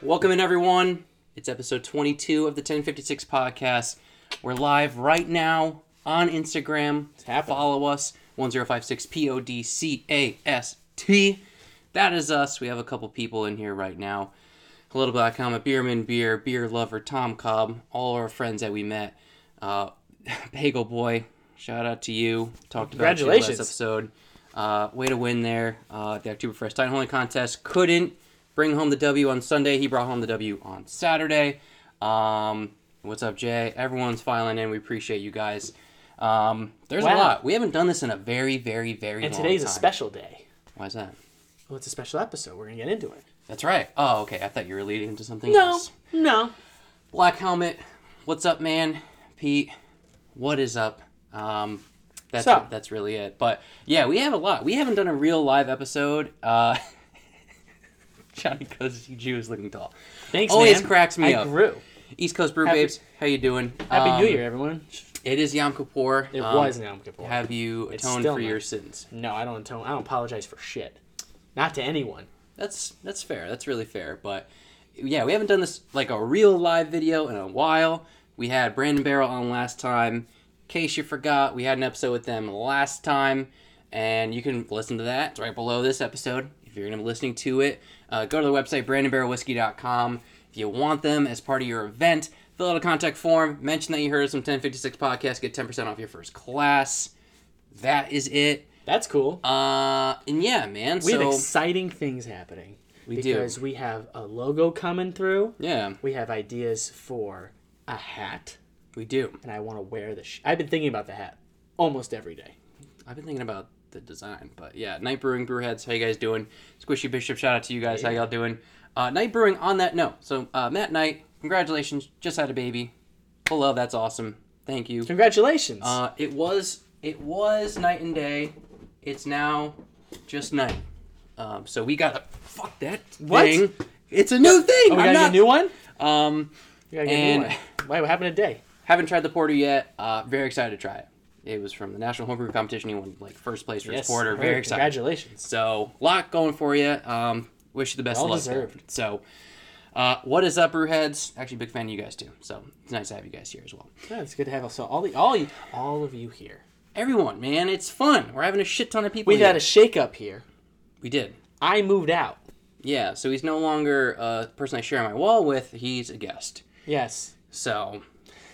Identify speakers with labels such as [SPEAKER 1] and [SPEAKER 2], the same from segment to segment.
[SPEAKER 1] Welcome in, everyone. It's episode 22 of the 1056 podcast. We're live right now on Instagram. Follow us 1056 P O D C A S T. That is us. We have a couple people in here right now. A little black comet, Beerman Beer, Beer Lover, Tom Cobb, all our friends that we met. Uh, Bagel Boy, shout out to you. Talked about you last
[SPEAKER 2] Congratulations.
[SPEAKER 1] episode. Uh, way to win there. Uh, the Oktoberfest Stein Holy Contest couldn't bring home the W on Sunday. He brought home the W on Saturday. Um, what's up, Jay? Everyone's filing in. We appreciate you guys. Um, there's a
[SPEAKER 2] Wow.
[SPEAKER 1] lot. We haven't done this in a very, very, very
[SPEAKER 2] And
[SPEAKER 1] long
[SPEAKER 2] today's a
[SPEAKER 1] time.
[SPEAKER 2] special day.
[SPEAKER 1] Why is that?
[SPEAKER 2] Well, it's a special episode. We're gonna get into it.
[SPEAKER 1] That's right. Oh, okay. I thought you were leading to something
[SPEAKER 2] No,
[SPEAKER 1] else.
[SPEAKER 2] no.
[SPEAKER 1] Black Helmet, what's up, man? Pete, what is up? Um, that's
[SPEAKER 2] So-
[SPEAKER 1] that's really it. But yeah, we have a lot. We haven't done a real live episode. Uh, Johnny Cozy Jew is looking tall.
[SPEAKER 2] Thanks,
[SPEAKER 1] Always
[SPEAKER 2] man.
[SPEAKER 1] cracks me
[SPEAKER 2] I
[SPEAKER 1] up.
[SPEAKER 2] grew.
[SPEAKER 1] East Coast Brew
[SPEAKER 2] Happy-
[SPEAKER 1] Babes, how you doing?
[SPEAKER 2] Happy
[SPEAKER 1] Um,
[SPEAKER 2] New Year, everyone.
[SPEAKER 1] It is Yom Kippur.
[SPEAKER 2] It
[SPEAKER 1] Um,
[SPEAKER 2] was Yom Kippur.
[SPEAKER 1] Have you atoned
[SPEAKER 2] still
[SPEAKER 1] for
[SPEAKER 2] not.
[SPEAKER 1] your sins?
[SPEAKER 2] no, I don't atone. I don't apologize for shit. Not to anyone.
[SPEAKER 1] That's that's fair. That's really fair. But yeah, we haven't done this like a real live video in a while. We had Brandon Barrel on last time. In case you forgot, we had an episode with them last time, and you can listen to that. It's right below this episode. If you're gonna be listening to it, uh, go to the website brandonbarrelwhiskey.com. If you want them as part of your event, fill out a contact form. Mention that you heard us from 1056 Podcast. Get 10% off your first class. That is it.
[SPEAKER 2] That's cool.
[SPEAKER 1] Uh, and yeah, man.
[SPEAKER 2] we
[SPEAKER 1] so
[SPEAKER 2] have exciting things happening.
[SPEAKER 1] We do.
[SPEAKER 2] because we have a logo coming through.
[SPEAKER 1] yeah,
[SPEAKER 2] We have ideas for a hat,
[SPEAKER 1] we do.
[SPEAKER 2] and I want to wear the. Sh- I've been thinking about the hat almost every day.
[SPEAKER 1] I've been thinking about the design, but yeah, Night Brewing Brewheads, how you guys doing? Squishy Bishop, shout out to you guys, how y'all doing? Uh, Night Brewing on that note. So uh, Matt Knight, congratulations, just had a baby. Full love, that's awesome. Thank you.
[SPEAKER 2] Congratulations.
[SPEAKER 1] Uh, it was it was night and day. It's now just night. Um, so we got a fuck that
[SPEAKER 2] What?
[SPEAKER 1] thing. It's a new thing.
[SPEAKER 2] oh, we
[SPEAKER 1] I'm
[SPEAKER 2] got
[SPEAKER 1] not-
[SPEAKER 2] a new one.
[SPEAKER 1] Um,
[SPEAKER 2] We gotta get a new
[SPEAKER 1] And-
[SPEAKER 2] one. Why? What happened today?
[SPEAKER 1] Haven't tried the porter yet. Uh, very excited to try it. It was from the National Homebrew Competition. He won like first place for his porter. Very
[SPEAKER 2] great.
[SPEAKER 1] excited.
[SPEAKER 2] Congratulations.
[SPEAKER 1] So, lot going for you. Um, wish you the best
[SPEAKER 2] Well
[SPEAKER 1] of luck.
[SPEAKER 2] deserved.
[SPEAKER 1] So, uh, what is up, Brewheads? Actually, big fan of you guys too. So it's nice to have you guys here as well.
[SPEAKER 2] Yeah, it's good to have also all the all you, all of you here.
[SPEAKER 1] Everyone, man, it's fun. We're having a shit ton of people.
[SPEAKER 2] We
[SPEAKER 1] here.
[SPEAKER 2] had a shake up here.
[SPEAKER 1] we did.
[SPEAKER 2] I moved out.
[SPEAKER 1] Yeah. So he's no longer a person I share my wall with. He's a guest.
[SPEAKER 2] Yes.
[SPEAKER 1] So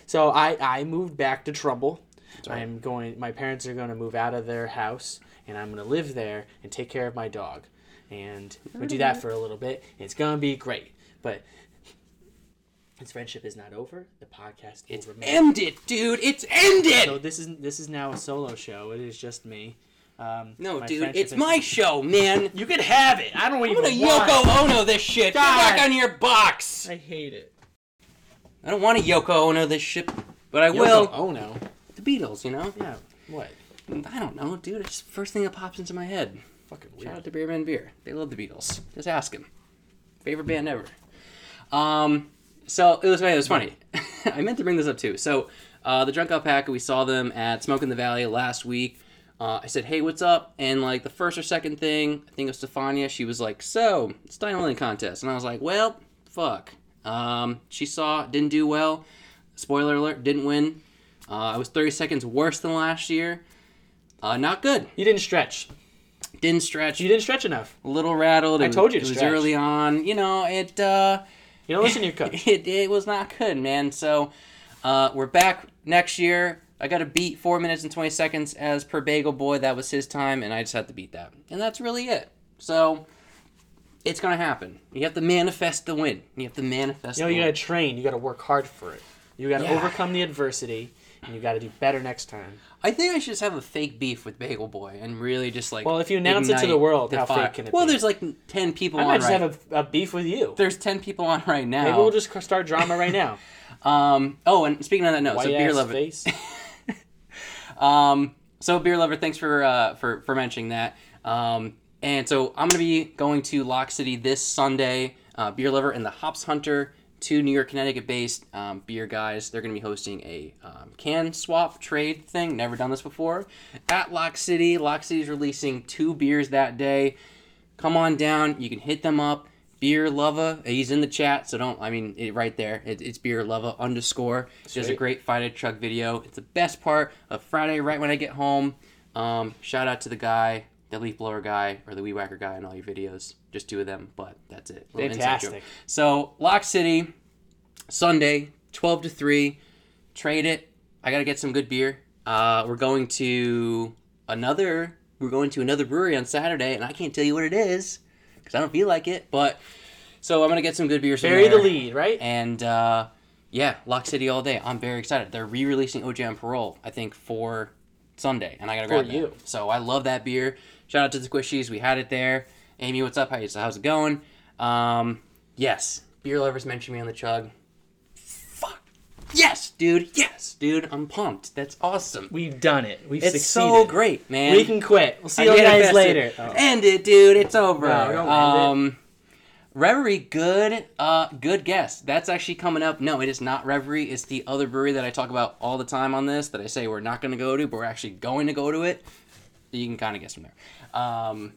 [SPEAKER 2] So I I moved back to Trumbull. I'm going. My parents are going to move out of their house, and I'm going to live there and take care of my dog. And we do that for a little bit. It's going to be great. But this friendship is not over. The podcast it's will remain.
[SPEAKER 1] end it, dude. It's ended.
[SPEAKER 2] So this is this is now a solo show. It is just me. Um,
[SPEAKER 1] no,
[SPEAKER 2] my
[SPEAKER 1] dude,
[SPEAKER 2] friendship
[SPEAKER 1] it's
[SPEAKER 2] is-
[SPEAKER 1] my show, man.
[SPEAKER 2] You can have it. I don't
[SPEAKER 1] I'm
[SPEAKER 2] even
[SPEAKER 1] gonna
[SPEAKER 2] want.
[SPEAKER 1] Yoko Ono this shit. Get
[SPEAKER 2] God.
[SPEAKER 1] back on your box.
[SPEAKER 2] I hate it.
[SPEAKER 1] I don't want to Yoko Ono this shit, but I
[SPEAKER 2] Well,
[SPEAKER 1] will.
[SPEAKER 2] oh no.
[SPEAKER 1] The Beatles, you know.
[SPEAKER 2] Yeah. What?
[SPEAKER 1] I don't know, dude. It's the first thing that pops into my head.
[SPEAKER 2] Fucking
[SPEAKER 1] Shout out
[SPEAKER 2] weird.
[SPEAKER 1] to Beerman Beer. They love the Beatles. Just ask them. Favorite band ever. Um, so it was funny. It was funny. I meant to bring this up too. So uh, the Drunk Alpaca, we saw them at Smoke in the Valley last week. Uh, I said, "Hey, what's up?" And like the first or second thing, I think it was Stefania. She was like, "So Stein Island contest," and I was like, "Well, fuck." Um, she saw it, didn't do well. Spoiler alert, didn't win. Uh, I was 30 seconds worse than last year. Uh, not good.
[SPEAKER 2] You didn't stretch.
[SPEAKER 1] Didn't stretch
[SPEAKER 2] You didn't stretch enough.
[SPEAKER 1] a little rattled. It was-
[SPEAKER 2] told you
[SPEAKER 1] it
[SPEAKER 2] to
[SPEAKER 1] was
[SPEAKER 2] stretch.
[SPEAKER 1] early on. You know, it uh,
[SPEAKER 2] You don't listen to your coach.
[SPEAKER 1] it it was not good, man. So uh, we're back next year. I got to beat four minutes and twenty seconds as per Bagel Boy. That was his time, and I just had to beat that, and that's really it. So it's gonna happen. You have to manifest the win. You have to manifest.
[SPEAKER 2] You know,
[SPEAKER 1] the
[SPEAKER 2] you gotta
[SPEAKER 1] win.
[SPEAKER 2] train. You gotta work hard for it. You gotta
[SPEAKER 1] Yeah.
[SPEAKER 2] overcome the adversity, and you gotta do better next time.
[SPEAKER 1] I think I should just have a fake beef with Bagel Boy and really just like.
[SPEAKER 2] Well, if you announce it to
[SPEAKER 1] ignite
[SPEAKER 2] the world, how
[SPEAKER 1] fire.
[SPEAKER 2] fake can it
[SPEAKER 1] well,
[SPEAKER 2] be?
[SPEAKER 1] there's like ten people
[SPEAKER 2] I
[SPEAKER 1] on
[SPEAKER 2] might just
[SPEAKER 1] right.
[SPEAKER 2] have a, a beef with you.
[SPEAKER 1] there's ten people on right now.
[SPEAKER 2] Maybe we'll just start drama right now.
[SPEAKER 1] Um. Oh, and speaking of that note,
[SPEAKER 2] White
[SPEAKER 1] so beer
[SPEAKER 2] ass
[SPEAKER 1] lover.
[SPEAKER 2] face.
[SPEAKER 1] Um, so beer lover, thanks for uh, for for mentioning that. Um, and so I'm gonna be going to Lock City this Sunday. Uh, beer lover and the Hops Hunter, two New York, Connecticut-based um, beer guys. They're gonna be hosting a um, can swap trade thing. Never done this before. At Lock City, Lock City's releasing two beers that day. Come on down. You can hit them up. Beer Lova. He's in the chat, so don't. I mean, it, right there, it, it's Beer Lova underscore. There's a
[SPEAKER 2] Sweet.
[SPEAKER 1] great Fight a Truck video. It's the best part of Friday, right when I get home. Um, shout out to the guy, the leaf blower guy, or the weed whacker guy, in all your videos. Just two of them, but that's it. Little inside joke.
[SPEAKER 2] Fantastic.
[SPEAKER 1] So Lock City, Sunday, twelve to three. Trade it. I gotta get some good beer. Uh, we're going to another. We're going to another brewery on Saturday, and I can't tell you what it is because I don't feel like it. But so I'm gonna get some good beer.
[SPEAKER 2] Bury the
[SPEAKER 1] somewhere.
[SPEAKER 2] lead, right?
[SPEAKER 1] And uh, yeah, Lock City all day. I'm very excited. They're re-releasing OJ on Parole, I think, for Sunday, and I gotta grab
[SPEAKER 2] For
[SPEAKER 1] that.
[SPEAKER 2] you.
[SPEAKER 1] So I love that beer. Shout out to the Squishies. We had it there. Amy, what's up? How, how's it going? Um, yes, beer lovers mentioned me on the chug. Fuck. Yes, dude. Yes, dude. I'm pumped. That's awesome.
[SPEAKER 2] We've done it. We've
[SPEAKER 1] It's
[SPEAKER 2] succeeded.
[SPEAKER 1] so great, man.
[SPEAKER 2] We can quit. We'll see
[SPEAKER 1] I
[SPEAKER 2] you
[SPEAKER 1] get
[SPEAKER 2] guys
[SPEAKER 1] invested.
[SPEAKER 2] later. Oh.
[SPEAKER 1] End it, dude. It's over.
[SPEAKER 2] No, don't end
[SPEAKER 1] um, Reverie, good, uh, good guess. That's actually coming up. No, it is not Reverie. It's the other brewery that I talk about all the time on this. That I say we're not going to go to, but we're actually going to go to it. You can kind of guess from there. Um,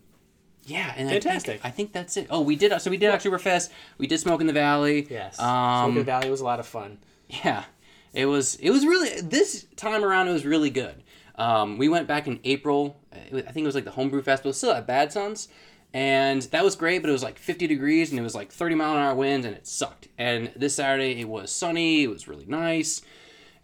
[SPEAKER 1] yeah, and I think-
[SPEAKER 2] Fantastic.
[SPEAKER 1] I think, that's it. Oh, we did. So we did Oktoberfest. We did Smoke in the Valley.
[SPEAKER 2] Yes.
[SPEAKER 1] Um,
[SPEAKER 2] Silicon Valley was a lot of fun.
[SPEAKER 1] yeah, it was. It was really this time around. It was really good. Um, we went back in April. It was- I think it was like the homebrew festival, still at Bad Sons, and that was great. But it was like 50 degrees and it was like 30 mile an hour winds and it sucked. And this Saturday it was sunny. It was really nice,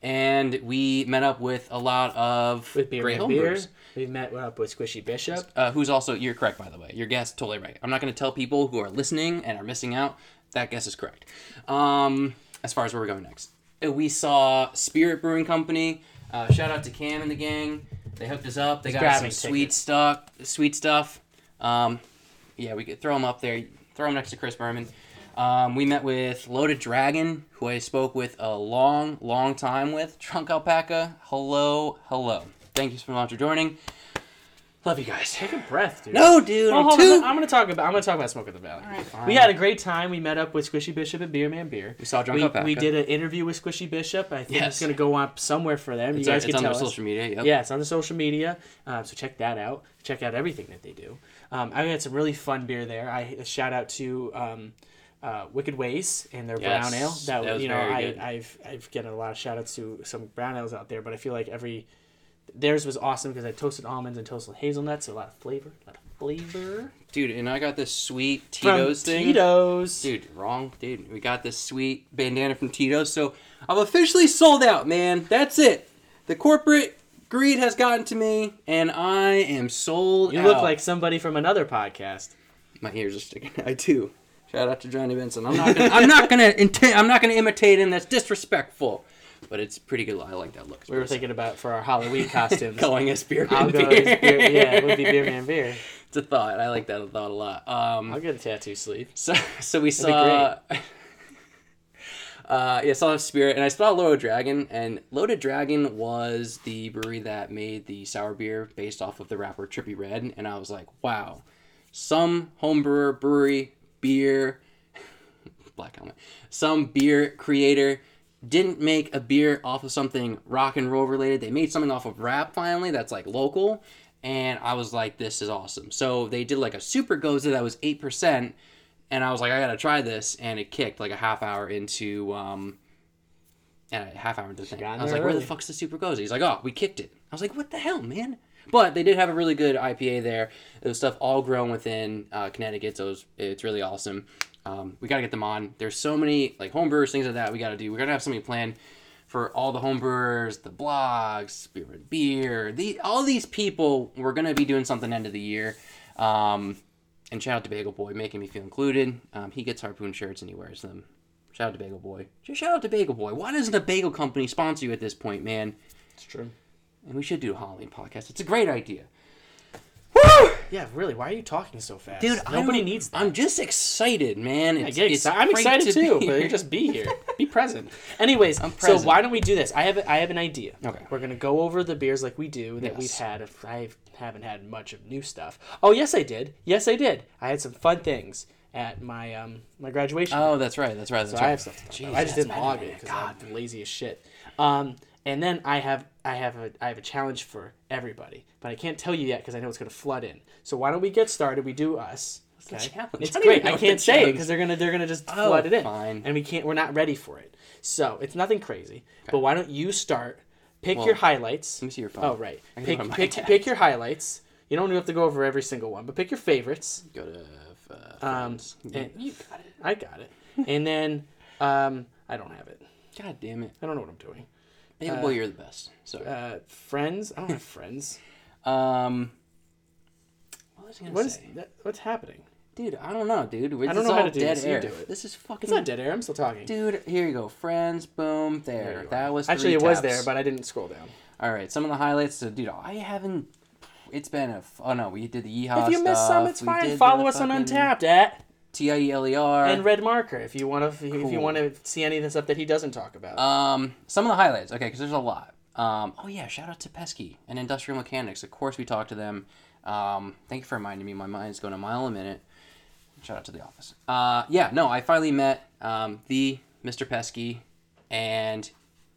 [SPEAKER 1] and we met up with a lot of
[SPEAKER 2] With beer,
[SPEAKER 1] great
[SPEAKER 2] and beer.
[SPEAKER 1] homebrewers.
[SPEAKER 2] We met up with Squishy Bishop.
[SPEAKER 1] Uh, who's also you're correct by the way. Your guess totally right. I'm not going to tell people who are listening and are missing out. That guess is correct. Um, as far as where we're going next, Uh, we saw Spirit Brewing Company. Uh, shout out to Cam and the gang. They hooked us up. They got some
[SPEAKER 2] grabbing
[SPEAKER 1] sweet stuff. Sweet stuff. Um, yeah, we could throw them up there. Throw them next to Chris Berman. Um, we met with Loaded Dragon, who I spoke with a long, long time with. Trunk Alpaca. Hello, hello. Thank you so much for joining. Love you guys.
[SPEAKER 2] Take a breath, dude.
[SPEAKER 1] No, dude.
[SPEAKER 2] Well,
[SPEAKER 1] I'm
[SPEAKER 2] hold
[SPEAKER 1] too.
[SPEAKER 2] on. I'm gonna talk about. I'm gonna talk about Smoke of the Valley.
[SPEAKER 1] fine.
[SPEAKER 2] we had a great time. We met up with Squishy Bishop at Beer Man Beer. We
[SPEAKER 1] saw Drunk
[SPEAKER 2] We,
[SPEAKER 1] Alpaca.
[SPEAKER 2] we did an interview with Squishy Bishop. I think
[SPEAKER 1] Yes.
[SPEAKER 2] it's gonna go up somewhere for them.
[SPEAKER 1] it's
[SPEAKER 2] you guys
[SPEAKER 1] it's
[SPEAKER 2] can
[SPEAKER 1] on
[SPEAKER 2] tell
[SPEAKER 1] their
[SPEAKER 2] us.
[SPEAKER 1] social media. Yep.
[SPEAKER 2] Yeah, it's on the social media. Um, so check that out. Check out everything that they do. Um, I had some really fun beer there. I a shout out to um, uh, Wicked Ways and their
[SPEAKER 1] Yes,
[SPEAKER 2] brown ale. That,
[SPEAKER 1] that was
[SPEAKER 2] you know,
[SPEAKER 1] very
[SPEAKER 2] I,
[SPEAKER 1] good.
[SPEAKER 2] I've I've gotten a lot of shout outs to some brown ales out there, but I feel like every theirs was awesome because I toasted almonds and toasted hazelnuts. So a lot of flavor, a lot of flavor.
[SPEAKER 1] Dude, and I got this sweet
[SPEAKER 2] From
[SPEAKER 1] Tito's thing.
[SPEAKER 2] Tito's.
[SPEAKER 1] Dude, wrong. Dude, we got this sweet bandana from Tito's. So I'm officially sold out, man. That's it. The corporate greed has gotten to me, and I am sold
[SPEAKER 2] You
[SPEAKER 1] out.
[SPEAKER 2] look like somebody from another podcast.
[SPEAKER 1] my ears are sticking. I do. Shout out to Johnny Benson. I'm not. Gonna, I'm not gonna. Inti- I'm not gonna imitate him. That's disrespectful. But it's pretty good. I like that look.
[SPEAKER 2] We were thinking about for our Halloween costumes.
[SPEAKER 1] calling us beer.
[SPEAKER 2] I'll go.
[SPEAKER 1] beer.
[SPEAKER 2] as beer, yeah, it would be beer man beer.
[SPEAKER 1] it's a thought. I like that thought a lot. Um,
[SPEAKER 2] I'll get a tattoo sleeve.
[SPEAKER 1] So so we
[SPEAKER 2] be
[SPEAKER 1] saw. Uh, yeah, saw Spirit, and I saw Loaded Dragon, and Loaded Dragon was the brewery that made the sour beer based off of the rapper Trippy Red, and I was like, wow, some homebrewer, brewery, beer, black helmet, some beer creator didn't make a beer off of something rock and roll related. They made something off of rap finally that's like local, and I was like, this is awesome. So they did like a super goza that was eight percent, and I was like, I gotta try this, and it kicked like a half hour into um, and a half hour into the thing.
[SPEAKER 2] got in
[SPEAKER 1] I was
[SPEAKER 2] there
[SPEAKER 1] like, where the
[SPEAKER 2] early.
[SPEAKER 1] fuck's the super goza? He's like, oh, we kicked it. I was like, what the hell, man? But they did have a really good IPA there. It was stuff all grown within uh, Connecticut, so it was, it's really awesome. Um, we gotta get them on. There's so many like homebrewers, things like that. We gotta do. We're gonna have something planned for all the homebrewers, the blogs, Spirit Beer, the all these people. We're gonna be doing something end of the year. Um, and shout out to Bagel Boy making me feel included. Um, he gets harpoon shirts and he wears them. Shout out to Bagel Boy. Just shout out to Bagel Boy. Why doesn't the bagel company sponsor you at this point, man?
[SPEAKER 2] It's true.
[SPEAKER 1] And we should do a Halloween podcast. It's a great idea. Woo!
[SPEAKER 2] Yeah, really. Why are you talking so fast,
[SPEAKER 1] Dude, I
[SPEAKER 2] Nobody
[SPEAKER 1] don't-
[SPEAKER 2] needs that.
[SPEAKER 1] I'm just excited, man.
[SPEAKER 2] I
[SPEAKER 1] It's,
[SPEAKER 2] get
[SPEAKER 1] it's
[SPEAKER 2] exci- I'm
[SPEAKER 1] great
[SPEAKER 2] excited
[SPEAKER 1] to
[SPEAKER 2] too,
[SPEAKER 1] be
[SPEAKER 2] but
[SPEAKER 1] here.
[SPEAKER 2] just be here, be present. Anyways, so
[SPEAKER 1] present.
[SPEAKER 2] why don't we do this? I have I have an idea.
[SPEAKER 1] Okay.
[SPEAKER 2] we're gonna go over the beers like we do that we've
[SPEAKER 1] Yes.
[SPEAKER 2] had. If I haven't had much of new stuff. Oh yes, I did. Yes, I did. I had some fun things at my um my graduation.
[SPEAKER 1] Oh, that's right. That's right. That's
[SPEAKER 2] So
[SPEAKER 1] right.
[SPEAKER 2] I have stuff. To talk about.
[SPEAKER 1] Jeez,
[SPEAKER 2] I just
[SPEAKER 1] that's
[SPEAKER 2] didn't
[SPEAKER 1] better,
[SPEAKER 2] log
[SPEAKER 1] man.
[SPEAKER 2] it because I'm lazy as shit. Um, and then I have I have a I have a challenge for everybody, but I can't tell you yet because I know it's gonna flood in. So why don't we get started? We do us.
[SPEAKER 1] What's the
[SPEAKER 2] Okay.
[SPEAKER 1] challenge?
[SPEAKER 2] It's
[SPEAKER 1] don't even
[SPEAKER 2] great.
[SPEAKER 1] know
[SPEAKER 2] I
[SPEAKER 1] what
[SPEAKER 2] can't
[SPEAKER 1] the
[SPEAKER 2] say it
[SPEAKER 1] challenge-
[SPEAKER 2] because they're gonna they're gonna just
[SPEAKER 1] Oh,
[SPEAKER 2] flood it in,
[SPEAKER 1] fine.
[SPEAKER 2] and we can't. We're not ready for it. So it's nothing crazy. But why don't you start? Pick
[SPEAKER 1] Well,
[SPEAKER 2] your highlights.
[SPEAKER 1] let me see your phone.
[SPEAKER 2] Oh right.
[SPEAKER 1] I can
[SPEAKER 2] Pick
[SPEAKER 1] go on my
[SPEAKER 2] pick
[SPEAKER 1] tab.
[SPEAKER 2] pick your highlights. You don't have to go over every single one, but pick your favorites.
[SPEAKER 1] Go to. Uh,
[SPEAKER 2] Um,
[SPEAKER 1] friends.
[SPEAKER 2] and-
[SPEAKER 1] you got it.
[SPEAKER 2] I got it. and then um, I don't have it.
[SPEAKER 1] God damn it.
[SPEAKER 2] I don't know what I'm doing.
[SPEAKER 1] Baby boy, you're the best. Sorry.
[SPEAKER 2] Uh, friends. I don't have friends.
[SPEAKER 1] um. What was I gonna
[SPEAKER 2] uh, What is
[SPEAKER 1] say?
[SPEAKER 2] that, what's happening?
[SPEAKER 1] dude? I don't know, dude. It's,
[SPEAKER 2] I don't know
[SPEAKER 1] all
[SPEAKER 2] how to do
[SPEAKER 1] dead
[SPEAKER 2] this. You
[SPEAKER 1] air.
[SPEAKER 2] do it.
[SPEAKER 1] This is fucking
[SPEAKER 2] It's not dead air. I'm still talking.
[SPEAKER 1] Hmm. dude. Here you go, friends. Boom, there.
[SPEAKER 2] you
[SPEAKER 1] that was
[SPEAKER 2] Actually,
[SPEAKER 1] three
[SPEAKER 2] it was
[SPEAKER 1] taps.
[SPEAKER 2] there, but I didn't scroll down.
[SPEAKER 1] All right, some of the highlights. So, dude, I haven't. It's been a. f- Oh no, we did the yeehaw.
[SPEAKER 2] If you missed
[SPEAKER 1] stuff,
[SPEAKER 2] some, it's
[SPEAKER 1] we
[SPEAKER 2] fine.
[SPEAKER 1] did
[SPEAKER 2] Follow
[SPEAKER 1] the
[SPEAKER 2] us on
[SPEAKER 1] fucking
[SPEAKER 2] Untapped at
[SPEAKER 1] T i e l e r.
[SPEAKER 2] and Red Marker if you want to if
[SPEAKER 1] Cool.
[SPEAKER 2] you want to see any of the stuff that he doesn't talk about.
[SPEAKER 1] Um, some of the highlights. Okay, because there's a lot. Um, oh yeah, shout out to Pesky and Industrial Mechanics. Of course, we talked to them. Um, thank you for reminding me. My mind's going a mile a minute. Shout out to the office. Uh, yeah, no, I finally met um, the Mr. Pesky, and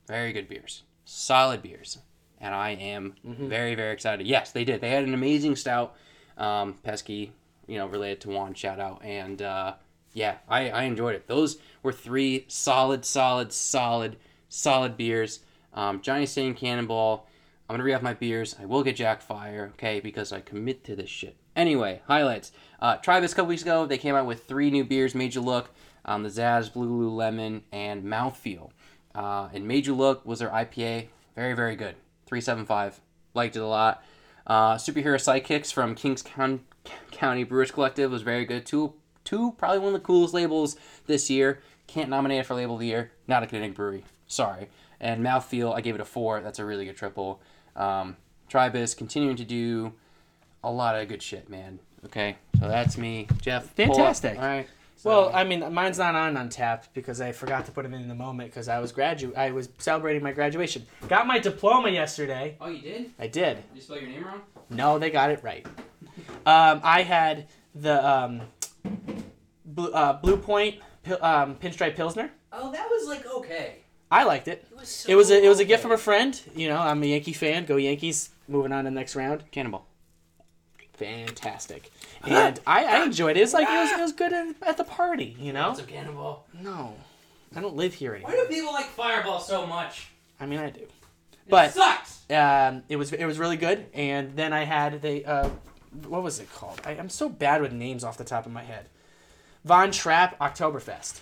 [SPEAKER 1] very good beers, solid beers, and I am very very excited. Yes, they did. They had an amazing stout. Um, Pesky, you know, related to Juan. Shout out and. Uh, yeah, I, I enjoyed it. Those were three solid, solid, solid, solid beers. Um, Johnny Stain Cannonball. I'm gonna re up my beers. I will get Jack Fire, okay, because I commit to this shit. Anyway, highlights. Uh, tried this a couple weeks ago. They came out with three new beers. Made you look. Um, the Zaz, Blue Lou Lemon, and Mouthfeel. Uh, and Made You Look was their IPA. Very, very good. 375. Liked it a lot. Uh, Superhero Sidekicks from Kings Coun- County Brewers Collective was very good. Two, two, probably one of the coolest labels this year. Can't nominate it for Label of the Year. Not a Connecticut brewery. Sorry. And Mouthfeel, I gave it a four. That's a really good triple. Um, Tribus continuing to do a lot of good shit, man. Okay, so that's me, Jeff. pull up.
[SPEAKER 2] Fantastic.
[SPEAKER 1] All right.
[SPEAKER 2] well, I mean, mine's not on Untapped because I forgot to put it in the moment because I was gradu I was celebrating my graduation. Got my diploma yesterday.
[SPEAKER 1] Oh, you did? Did
[SPEAKER 2] I did.
[SPEAKER 1] you spell your name wrong?
[SPEAKER 2] No, they got it right. Um, I had the um, blue, uh, blue Point Pil- um, Pinstripe Pilsner.
[SPEAKER 1] Oh, that was like okay.
[SPEAKER 2] I liked it.
[SPEAKER 1] It was.
[SPEAKER 2] It was a, it was a gift from a friend. You know, I'm a Yankee fan. Go Yankees! Moving on to the next round.
[SPEAKER 1] cannonball.
[SPEAKER 2] Fantastic, and I, I enjoyed it. It's like it was, it was good at, at the party. You know,
[SPEAKER 1] a cannonball.
[SPEAKER 2] no, I don't live here
[SPEAKER 1] Why
[SPEAKER 2] anymore.
[SPEAKER 1] do people like Fireball so much?
[SPEAKER 2] I mean, I do, but
[SPEAKER 1] sucks.
[SPEAKER 2] um, it was it was really good. And then I had the uh, what was it called? I, I'm so bad with names off the top of my head. Von Trapp Oktoberfest.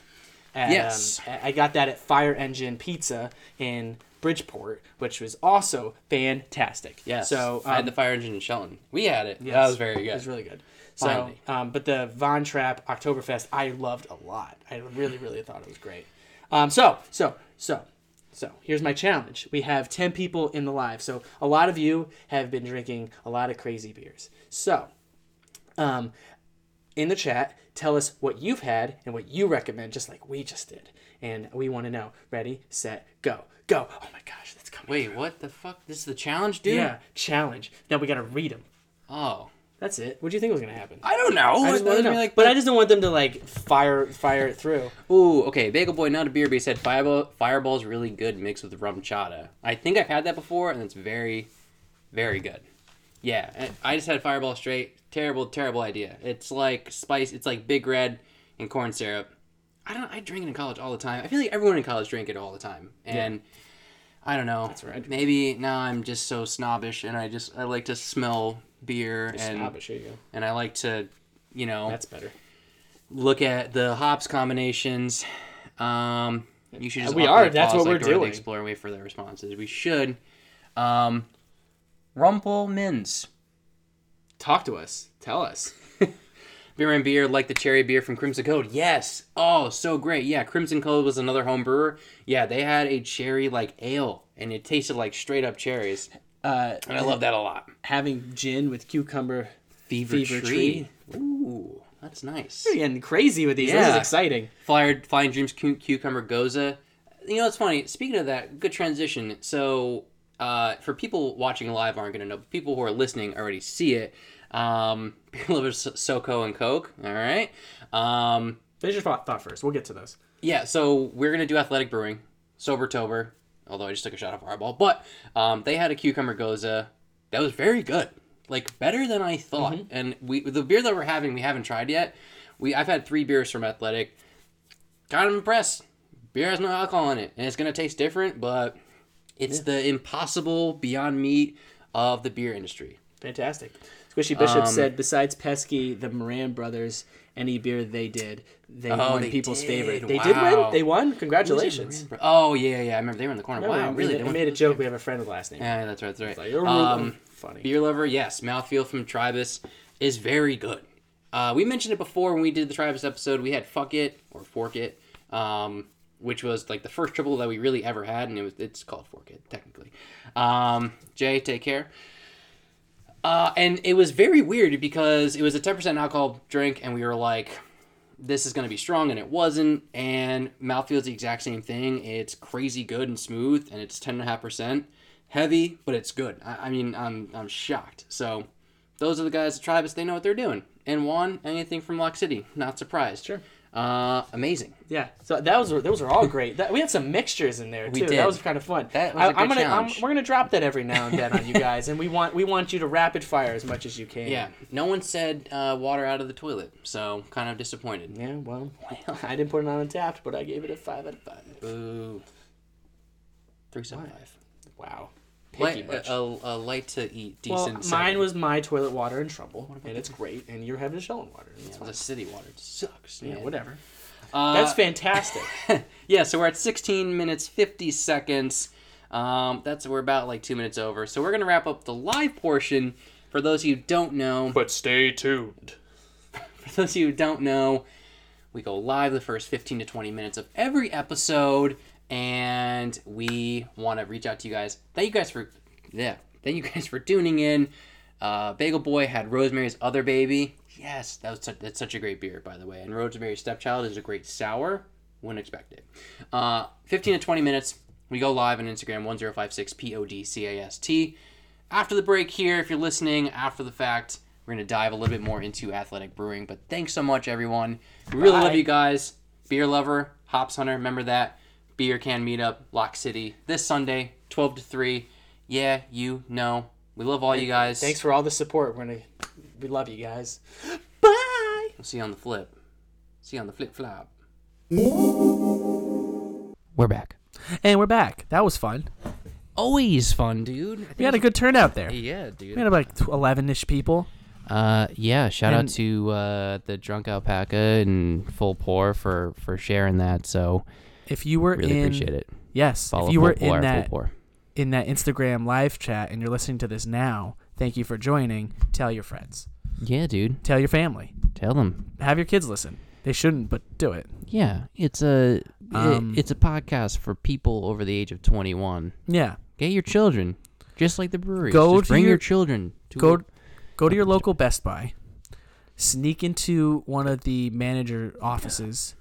[SPEAKER 2] And,
[SPEAKER 1] Yes.
[SPEAKER 2] um, I- I got that at Fire Engine Pizza in Bridgeport, which was also fantastic.
[SPEAKER 1] Yeah.
[SPEAKER 2] So
[SPEAKER 1] I
[SPEAKER 2] um,
[SPEAKER 1] had the fire engine in Shelton. We had it.
[SPEAKER 2] Yes.
[SPEAKER 1] That was very
[SPEAKER 2] It
[SPEAKER 1] good.
[SPEAKER 2] was really good. So,
[SPEAKER 1] Finally.
[SPEAKER 2] um, but the Von Trapp Oktoberfest, I loved a lot. I really, really thought it was great. Um, so, so, so, so here's my challenge. We have 10 people in the live. So a lot of you have been drinking a lot of crazy beers. So, um, in the chat, tell us what you've had and what you recommend, just like we just did. And we want to know. Ready, set, go. Go. Oh my gosh, that's coming.
[SPEAKER 1] Wait, what the fuck? This is the challenge, dude.
[SPEAKER 2] Yeah, challenge. Now we got to read them.
[SPEAKER 1] Oh.
[SPEAKER 2] That's it. What do you think was going to happen?
[SPEAKER 1] I don't know.
[SPEAKER 2] I just wanna know. but I just don't want them to like fire fire it through.
[SPEAKER 1] Ooh, okay. Bagel Boy, not a beer, but he said Fireball. Fireball's really good mixed with rum chata. I think I've had that before, and it's very, very good. Yeah, and I just had Fireball straight. Terrible, terrible idea. It's like spice. It's like Big Red and corn syrup. I don't. I drink it in college all the time. I feel like everyone in college drank it all the time, and I don't know. That's
[SPEAKER 2] right.
[SPEAKER 1] Maybe now I'm just so snobbish, and I just I like to smell beer and
[SPEAKER 2] Snobbish, here you go.
[SPEAKER 1] and I like to, you know,
[SPEAKER 2] That's better.
[SPEAKER 1] look at the hops combinations. Um, you should just
[SPEAKER 2] We
[SPEAKER 1] awkwardly
[SPEAKER 2] are. That's
[SPEAKER 1] pause
[SPEAKER 2] what
[SPEAKER 1] like
[SPEAKER 2] we're
[SPEAKER 1] Dora the
[SPEAKER 2] doing.
[SPEAKER 1] Explorer and wait for their responses. We should. Um, Rumple Mins
[SPEAKER 2] Talk to us. Tell us.
[SPEAKER 1] beer and beer like the cherry beer from Crimson Code. Yes. Oh, so great. Yeah, Crimson Code was another home brewer. Yeah, they had a cherry like ale, and it tasted like straight up cherries,
[SPEAKER 2] Uh,
[SPEAKER 1] and I love that a lot.
[SPEAKER 2] having gin with cucumber.
[SPEAKER 1] Fever,
[SPEAKER 2] Fever
[SPEAKER 1] tree. Ooh, that's nice.
[SPEAKER 2] We're Getting crazy with these. This
[SPEAKER 1] Yeah.
[SPEAKER 2] is exciting.
[SPEAKER 1] Flyer, Flying Dreams cu- Cucumber Goza. You know, it's funny. Speaking of that, good transition. So, uh, for people watching live aren't going to know, but people who are listening already see it. Um, Beer Lovers SoCo and Coke. All right. Um,
[SPEAKER 2] Finish your thought, thought first. We'll get to those.
[SPEAKER 1] yeah, so we're going to do Athletic Brewing, Sobertober, although I just took a shot of Fireball. But um, they had a Cucumber Goza that was very good. like better than I thought. And we the beer that we're having we haven't tried yet. We I've had three beers from Athletic. Kind of impressed. Beer has no alcohol in it, and it's gonna taste different, but it's the impossible beyond meat of the beer industry.
[SPEAKER 3] Fantastic. Squishy
[SPEAKER 1] Um,
[SPEAKER 3] Bishop said, besides Pesky, the Moran brothers, any beer they did, they won
[SPEAKER 1] Oh, they
[SPEAKER 3] people's
[SPEAKER 1] did.
[SPEAKER 3] favorite. They did win.
[SPEAKER 1] Wow.
[SPEAKER 3] They won. Congratulations.
[SPEAKER 1] Oh yeah, yeah. I remember they were in the corner.
[SPEAKER 3] Remember,
[SPEAKER 1] wow,
[SPEAKER 3] we
[SPEAKER 1] really?
[SPEAKER 3] made-
[SPEAKER 1] They
[SPEAKER 3] I
[SPEAKER 1] went-
[SPEAKER 3] made a joke. We have a friend with the last name.
[SPEAKER 1] Yeah, that's right. That's right.
[SPEAKER 3] Like,
[SPEAKER 1] Um,
[SPEAKER 3] funny.
[SPEAKER 1] Beer Lover, yes. Mouthfeel from Tribus is very good. Uh, we mentioned it before when we did the Tribus episode. We had Fuck It or Fork It, um, which was like the first triple that we really ever had, and it was it's called Fork It technically. Um, Jay, take care. Uh, and it was very weird because it was a 10% alcohol drink, and we were like, this is going to be strong, and it wasn't. And mouthfeel is the exact same thing. It's crazy good and smooth, and it's 10.5%. Heavy, but it's good. I, I mean, I'm, I'm shocked. So, those are the guys at Tribus. They know what they're doing. And Juan, anything from Lock City. Not surprised.
[SPEAKER 3] Sure.
[SPEAKER 1] Uh, amazing.
[SPEAKER 3] Yeah, so that was those are all great. That, we had some mixtures in there too.
[SPEAKER 1] did.
[SPEAKER 3] That was kind of fun.
[SPEAKER 1] That was a
[SPEAKER 3] I'm
[SPEAKER 1] good
[SPEAKER 3] gonna I'm,
[SPEAKER 1] challenge.
[SPEAKER 3] we're gonna drop that every now and then on you guys, and we want we want you to rapid fire as much as you can.
[SPEAKER 1] Yeah. No one said uh, water out of the toilet, so kind of disappointed.
[SPEAKER 3] Yeah. Well, I didn't put it on Untapped, but I gave it a five out of five.
[SPEAKER 1] Boo. 375.
[SPEAKER 3] Wow. Picky
[SPEAKER 1] Light,
[SPEAKER 3] bunch.
[SPEAKER 1] a, a, a light to eat,
[SPEAKER 3] well,
[SPEAKER 1] decent.
[SPEAKER 3] mine
[SPEAKER 1] seven.
[SPEAKER 3] was my toilet water and trouble, and it's great. And you're having Sheldon water. and it's
[SPEAKER 1] It was a city water. It sucks.
[SPEAKER 3] fine.
[SPEAKER 1] man.
[SPEAKER 3] Yeah, whatever.
[SPEAKER 1] Uh,
[SPEAKER 3] That's fantastic.
[SPEAKER 1] yeah, so we're at 16 minutes 50 seconds. Um, that's we're about like two minutes over. So we're gonna wrap up the live portion. For those who don't know,
[SPEAKER 3] but stay tuned.
[SPEAKER 1] for those who don't know, we go live the first 15 to 20 minutes of every episode, and we want to reach out to you guys. Thank you guys for yeah, thank you guys for tuning in. Uh, Bagel Boy had Rosemary's Other Baby. Yes, that was such, that's such a great beer, by the way. And Rosemary's Stepchild is a great sour. Wouldn't expect it. Uh, 15 to 20 minutes. We go live on Instagram 1056 PODCAST. After the break here, if you're listening after the fact, we're going to dive a little bit more into athletic brewing. But thanks so much, everyone. We really
[SPEAKER 3] Bye.
[SPEAKER 1] love you guys. Beer Lover, Hops Hunter, remember that. Beer Can Meetup, Lock City, this Sunday, 12 to 3. Yeah, you know. We love all you guys.
[SPEAKER 3] Thanks for all the support. We're gonna we love you guys. Bye.
[SPEAKER 1] We'll see you on the flip. See you on the flip flop. We're back.
[SPEAKER 2] And we're back. That was fun.
[SPEAKER 1] Always fun, dude.
[SPEAKER 2] We had a good turnout there. We
[SPEAKER 1] yeah, dude.
[SPEAKER 2] had about eleven ish people.
[SPEAKER 1] Uh, yeah. Shout out
[SPEAKER 2] And-
[SPEAKER 1] to uh, the drunk alpaca and full pour for for sharing that. So
[SPEAKER 2] If you were
[SPEAKER 1] really
[SPEAKER 2] in,
[SPEAKER 1] appreciate it.
[SPEAKER 2] yes,
[SPEAKER 1] Follow
[SPEAKER 2] if you were
[SPEAKER 1] full pour,
[SPEAKER 2] in
[SPEAKER 1] full
[SPEAKER 2] that
[SPEAKER 1] pour.
[SPEAKER 2] in that Instagram live chat and you're listening to this now, thank you for joining. Tell your friends.
[SPEAKER 1] Yeah, dude.
[SPEAKER 2] Tell your family.
[SPEAKER 1] Tell them.
[SPEAKER 2] Have your kids listen. They shouldn't, but do it.
[SPEAKER 1] Yeah, it's a it-
[SPEAKER 2] Um,
[SPEAKER 1] it's a podcast for people over the age of twenty one.
[SPEAKER 2] Yeah.
[SPEAKER 1] Get your children, just like the brewery.
[SPEAKER 2] Go
[SPEAKER 1] Just
[SPEAKER 2] to
[SPEAKER 1] bring your,
[SPEAKER 2] your-
[SPEAKER 1] children. To
[SPEAKER 2] Go
[SPEAKER 1] a-
[SPEAKER 2] go to your local Best Buy. Sneak into one of the manager offices.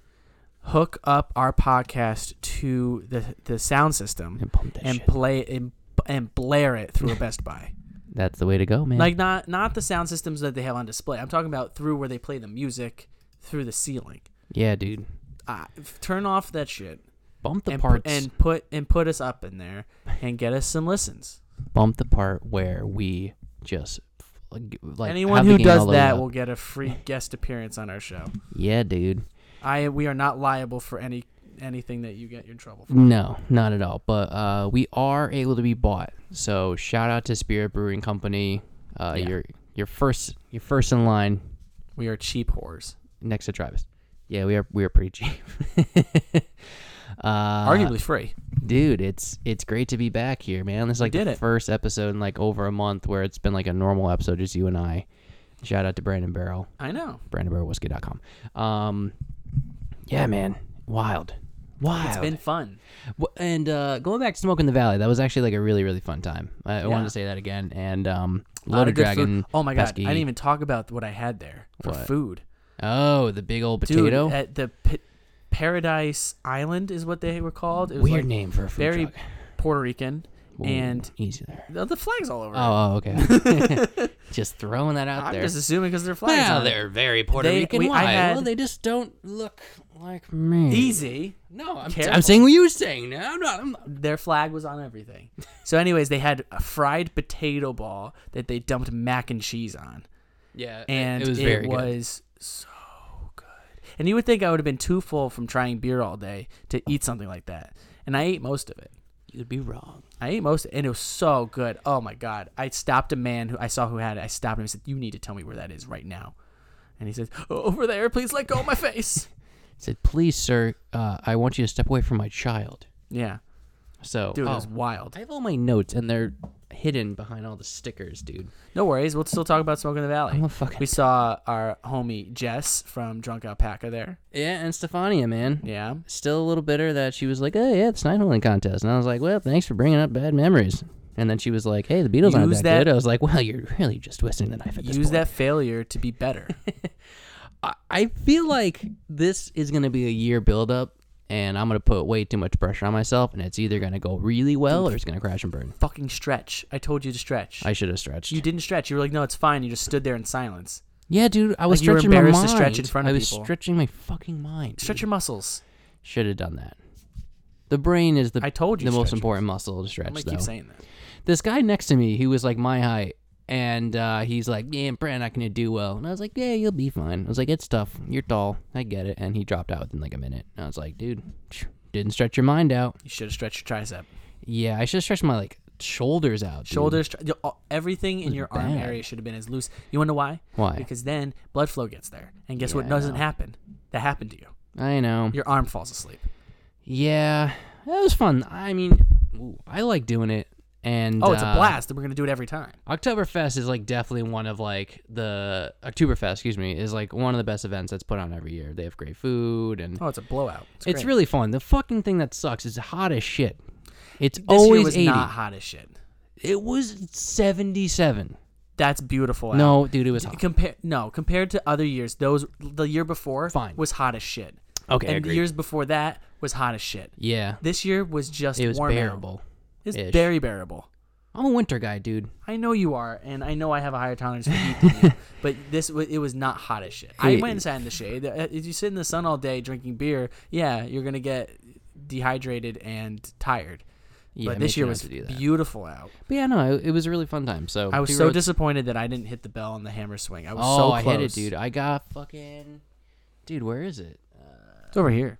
[SPEAKER 2] Hook up our podcast to the the sound system.
[SPEAKER 1] and pump that
[SPEAKER 2] and
[SPEAKER 1] shit.
[SPEAKER 2] play and, and blare it through a Best Buy.
[SPEAKER 1] That's the way to go, man.
[SPEAKER 2] Like not not the sound systems that they have on display. I'm talking about through where they play the music through the ceiling.
[SPEAKER 1] yeah, dude.
[SPEAKER 2] Uh, f- turn off that shit
[SPEAKER 1] Bump the
[SPEAKER 2] and, pu-
[SPEAKER 1] parts
[SPEAKER 2] and put and put us up in there and get us some listens.
[SPEAKER 1] bump the part where we just like
[SPEAKER 2] Anyone
[SPEAKER 1] have the
[SPEAKER 2] who
[SPEAKER 1] game all
[SPEAKER 2] does
[SPEAKER 1] over
[SPEAKER 2] that
[SPEAKER 1] the-
[SPEAKER 2] will get a free guest appearance on our show.
[SPEAKER 1] yeah, dude.
[SPEAKER 2] I we are not liable for any anything that you get in trouble for.
[SPEAKER 1] No, not at all. But uh, we are able to be bought. So shout out to Spirit Brewing Company. Uh,
[SPEAKER 2] Yeah.
[SPEAKER 1] Your your first your first in line
[SPEAKER 2] We are cheap whores.
[SPEAKER 1] next to Travis. Yeah, we are we are pretty cheap. uh,
[SPEAKER 2] Arguably free.
[SPEAKER 1] dude, it's it's great to be back here, man. This is like
[SPEAKER 2] did
[SPEAKER 1] the
[SPEAKER 2] it.
[SPEAKER 1] first episode in like over a month where it's been like a normal episode, just you and I. Shout out to Brandon Barrel.
[SPEAKER 2] I know.
[SPEAKER 1] brandonbearwhiskey.com. Um, yeah, man, wild, wild.
[SPEAKER 2] It's been fun.
[SPEAKER 1] W- and uh, going back to Smoke in the Valley, that was actually like a really really fun time. I, I
[SPEAKER 2] Yeah.
[SPEAKER 1] wanted to say that again. And um,
[SPEAKER 2] Lot
[SPEAKER 1] Loaded
[SPEAKER 2] of good
[SPEAKER 1] Dragon.
[SPEAKER 2] food. Oh my god,
[SPEAKER 1] Pesky.
[SPEAKER 2] I didn't even talk about what I had there for
[SPEAKER 1] What?
[SPEAKER 2] food.
[SPEAKER 1] Oh, the big old
[SPEAKER 2] Dude,
[SPEAKER 1] potato.
[SPEAKER 2] at the P- Paradise Island is what they were called. It was
[SPEAKER 1] Weird
[SPEAKER 2] like
[SPEAKER 1] name for a food
[SPEAKER 2] very
[SPEAKER 1] truck.
[SPEAKER 2] Puerto Rican,
[SPEAKER 1] Ooh,
[SPEAKER 2] and
[SPEAKER 1] easy there.
[SPEAKER 2] the, the flags all over. it.
[SPEAKER 1] Oh, oh, okay. just throwing that out
[SPEAKER 2] I'm
[SPEAKER 1] there.
[SPEAKER 2] just assuming because they're flags.
[SPEAKER 1] well,
[SPEAKER 2] on it.
[SPEAKER 1] they're very Puerto
[SPEAKER 2] They-
[SPEAKER 1] Rican.
[SPEAKER 2] we- I
[SPEAKER 1] Why?
[SPEAKER 2] had-
[SPEAKER 1] well, they just don't look like me.
[SPEAKER 2] Easy.
[SPEAKER 1] no, I'm,
[SPEAKER 2] Careful.
[SPEAKER 1] I'm saying what you were saying. No, I'm not. I'm not.
[SPEAKER 2] Their flag was on everything. So, anyways, they had a fried potato ball that they dumped mac and cheese on.
[SPEAKER 1] Yeah, it-
[SPEAKER 2] and
[SPEAKER 1] it was very good.
[SPEAKER 2] so good. And you would think I would have been too full from trying beer all day to eat something like that, and I ate most of it.
[SPEAKER 1] You'd be wrong.
[SPEAKER 2] I ate most, and it was so good. Oh my god! I stopped a man who I saw who had it. I stopped him and said, "You need to tell me where that is right now." And he says, "Over there, please let go of my face."
[SPEAKER 1] said, "Please, sir, uh, I want you to step away from my child."
[SPEAKER 2] yeah,
[SPEAKER 1] So,
[SPEAKER 2] dude,
[SPEAKER 1] oh,
[SPEAKER 2] it was wild.
[SPEAKER 1] I have all my notes and they're hidden behind all the stickers, dude.
[SPEAKER 2] No worries, we'll still talk about smoking the valley.
[SPEAKER 1] I'm a fucking-
[SPEAKER 2] we saw our homie Jess from Drunk Alpaca there.
[SPEAKER 1] Yeah, and Stefania, man.
[SPEAKER 2] Yeah,
[SPEAKER 1] Still a little bitter that she was like, "Oh yeah, it's nine holding contest," and I was like, "Well, thanks for bringing up bad memories." And then she was like, "Hey, the Beatles aren't
[SPEAKER 2] Use
[SPEAKER 1] that,
[SPEAKER 2] that-
[SPEAKER 1] good." I was like, "Well, you're really just twisting the knife at this
[SPEAKER 2] use
[SPEAKER 1] point."
[SPEAKER 2] that failure to be better.
[SPEAKER 1] I- I feel like this is gonna be a year buildup, and I'm gonna put way too much pressure on myself, and it's either gonna go really well or it's gonna crash and burn.
[SPEAKER 2] Fucking stretch. I told you to stretch.
[SPEAKER 1] I should have stretched.
[SPEAKER 2] You didn't stretch. You were like, no, it's fine. You just stood there in silence.
[SPEAKER 1] yeah, dude, I was
[SPEAKER 2] Like, you were
[SPEAKER 1] stretching my
[SPEAKER 2] embarrassed
[SPEAKER 1] mind.
[SPEAKER 2] to stretch in front of
[SPEAKER 1] I was
[SPEAKER 2] people.
[SPEAKER 1] stretching my fucking mind.
[SPEAKER 2] Stretch your muscles.
[SPEAKER 1] Should have done that. The brain is the
[SPEAKER 2] I told you
[SPEAKER 1] the most
[SPEAKER 2] stretch
[SPEAKER 1] important muscle to stretch.
[SPEAKER 2] I'm gonna
[SPEAKER 1] though.
[SPEAKER 2] keep saying that.
[SPEAKER 1] This guy next to me, he was like my height, and uh, he's like, "Yeah, I'm probably not gonna do well." And I was like, "Yeah, you'll be fine." I was like, "It's tough. You're tall. I get it." And he dropped out within like a minute. And I was like, "Dude, phew, didn't stretch your mind out."
[SPEAKER 2] You should have stretched your tricep,
[SPEAKER 1] Yeah, I should have stretched my like shoulders out. dude.
[SPEAKER 2] shoulders, tri- your- all- everything in your arm
[SPEAKER 1] bad.
[SPEAKER 2] area should have been as loose. You wanna know why?
[SPEAKER 1] Why?
[SPEAKER 2] Because then blood flow gets there, and guess what
[SPEAKER 1] Yeah, I
[SPEAKER 2] doesn't
[SPEAKER 1] know.
[SPEAKER 2] happen? That happened to you.
[SPEAKER 1] I know.
[SPEAKER 2] Your arm falls asleep.
[SPEAKER 1] Yeah, that was fun. I mean, ooh, I like doing it. And
[SPEAKER 2] Oh, it's a
[SPEAKER 1] uh,
[SPEAKER 2] blast, and we're gonna do it every time.
[SPEAKER 1] Oktoberfest is like definitely one of like the Oktoberfest, excuse me, is like one of the best events that's put on every year. They have great food and
[SPEAKER 2] Oh, it's a blowout. It's,
[SPEAKER 1] it's
[SPEAKER 2] great.
[SPEAKER 1] really fun. The fucking thing that sucks is hot as shit. It's
[SPEAKER 2] This
[SPEAKER 1] always
[SPEAKER 2] year was
[SPEAKER 1] 80.
[SPEAKER 2] not hot as shit.
[SPEAKER 1] It was 77.
[SPEAKER 2] That's beautiful. out.
[SPEAKER 1] No, dude, it was hot.
[SPEAKER 2] compare no compared to other years. Those the year before
[SPEAKER 1] Fine.
[SPEAKER 2] was hot as shit.
[SPEAKER 1] Okay, I
[SPEAKER 2] and the
[SPEAKER 1] agree.
[SPEAKER 2] years before that was hot as shit.
[SPEAKER 1] Yeah,
[SPEAKER 2] This year was just
[SPEAKER 1] it was
[SPEAKER 2] warm out.
[SPEAKER 1] bearable.
[SPEAKER 2] It's
[SPEAKER 1] Ish.
[SPEAKER 2] very bearable.
[SPEAKER 1] I'm a winter guy, dude.
[SPEAKER 2] I know you are, and I know I have a higher tolerance for heat than you, but this wa- it was not hot as shit. I
[SPEAKER 1] Hey.
[SPEAKER 2] went inside in the shade. Uh, If you sit in the sun all day drinking beer, yeah, you're gonna get dehydrated and tired.
[SPEAKER 1] Yeah,
[SPEAKER 2] but
[SPEAKER 1] I
[SPEAKER 2] this
[SPEAKER 1] made
[SPEAKER 2] year
[SPEAKER 1] sure not
[SPEAKER 2] was
[SPEAKER 1] to do that.
[SPEAKER 2] beautiful out.
[SPEAKER 1] But yeah, no, it, it was a really fun time. So
[SPEAKER 2] I was
[SPEAKER 1] two
[SPEAKER 2] so
[SPEAKER 1] roads-
[SPEAKER 2] disappointed that I didn't hit the bell on the hammer swing. I was
[SPEAKER 1] Oh,
[SPEAKER 2] so
[SPEAKER 1] I
[SPEAKER 2] close.
[SPEAKER 1] hit it, dude. I got fucking Dude, where is it?
[SPEAKER 2] It's over here.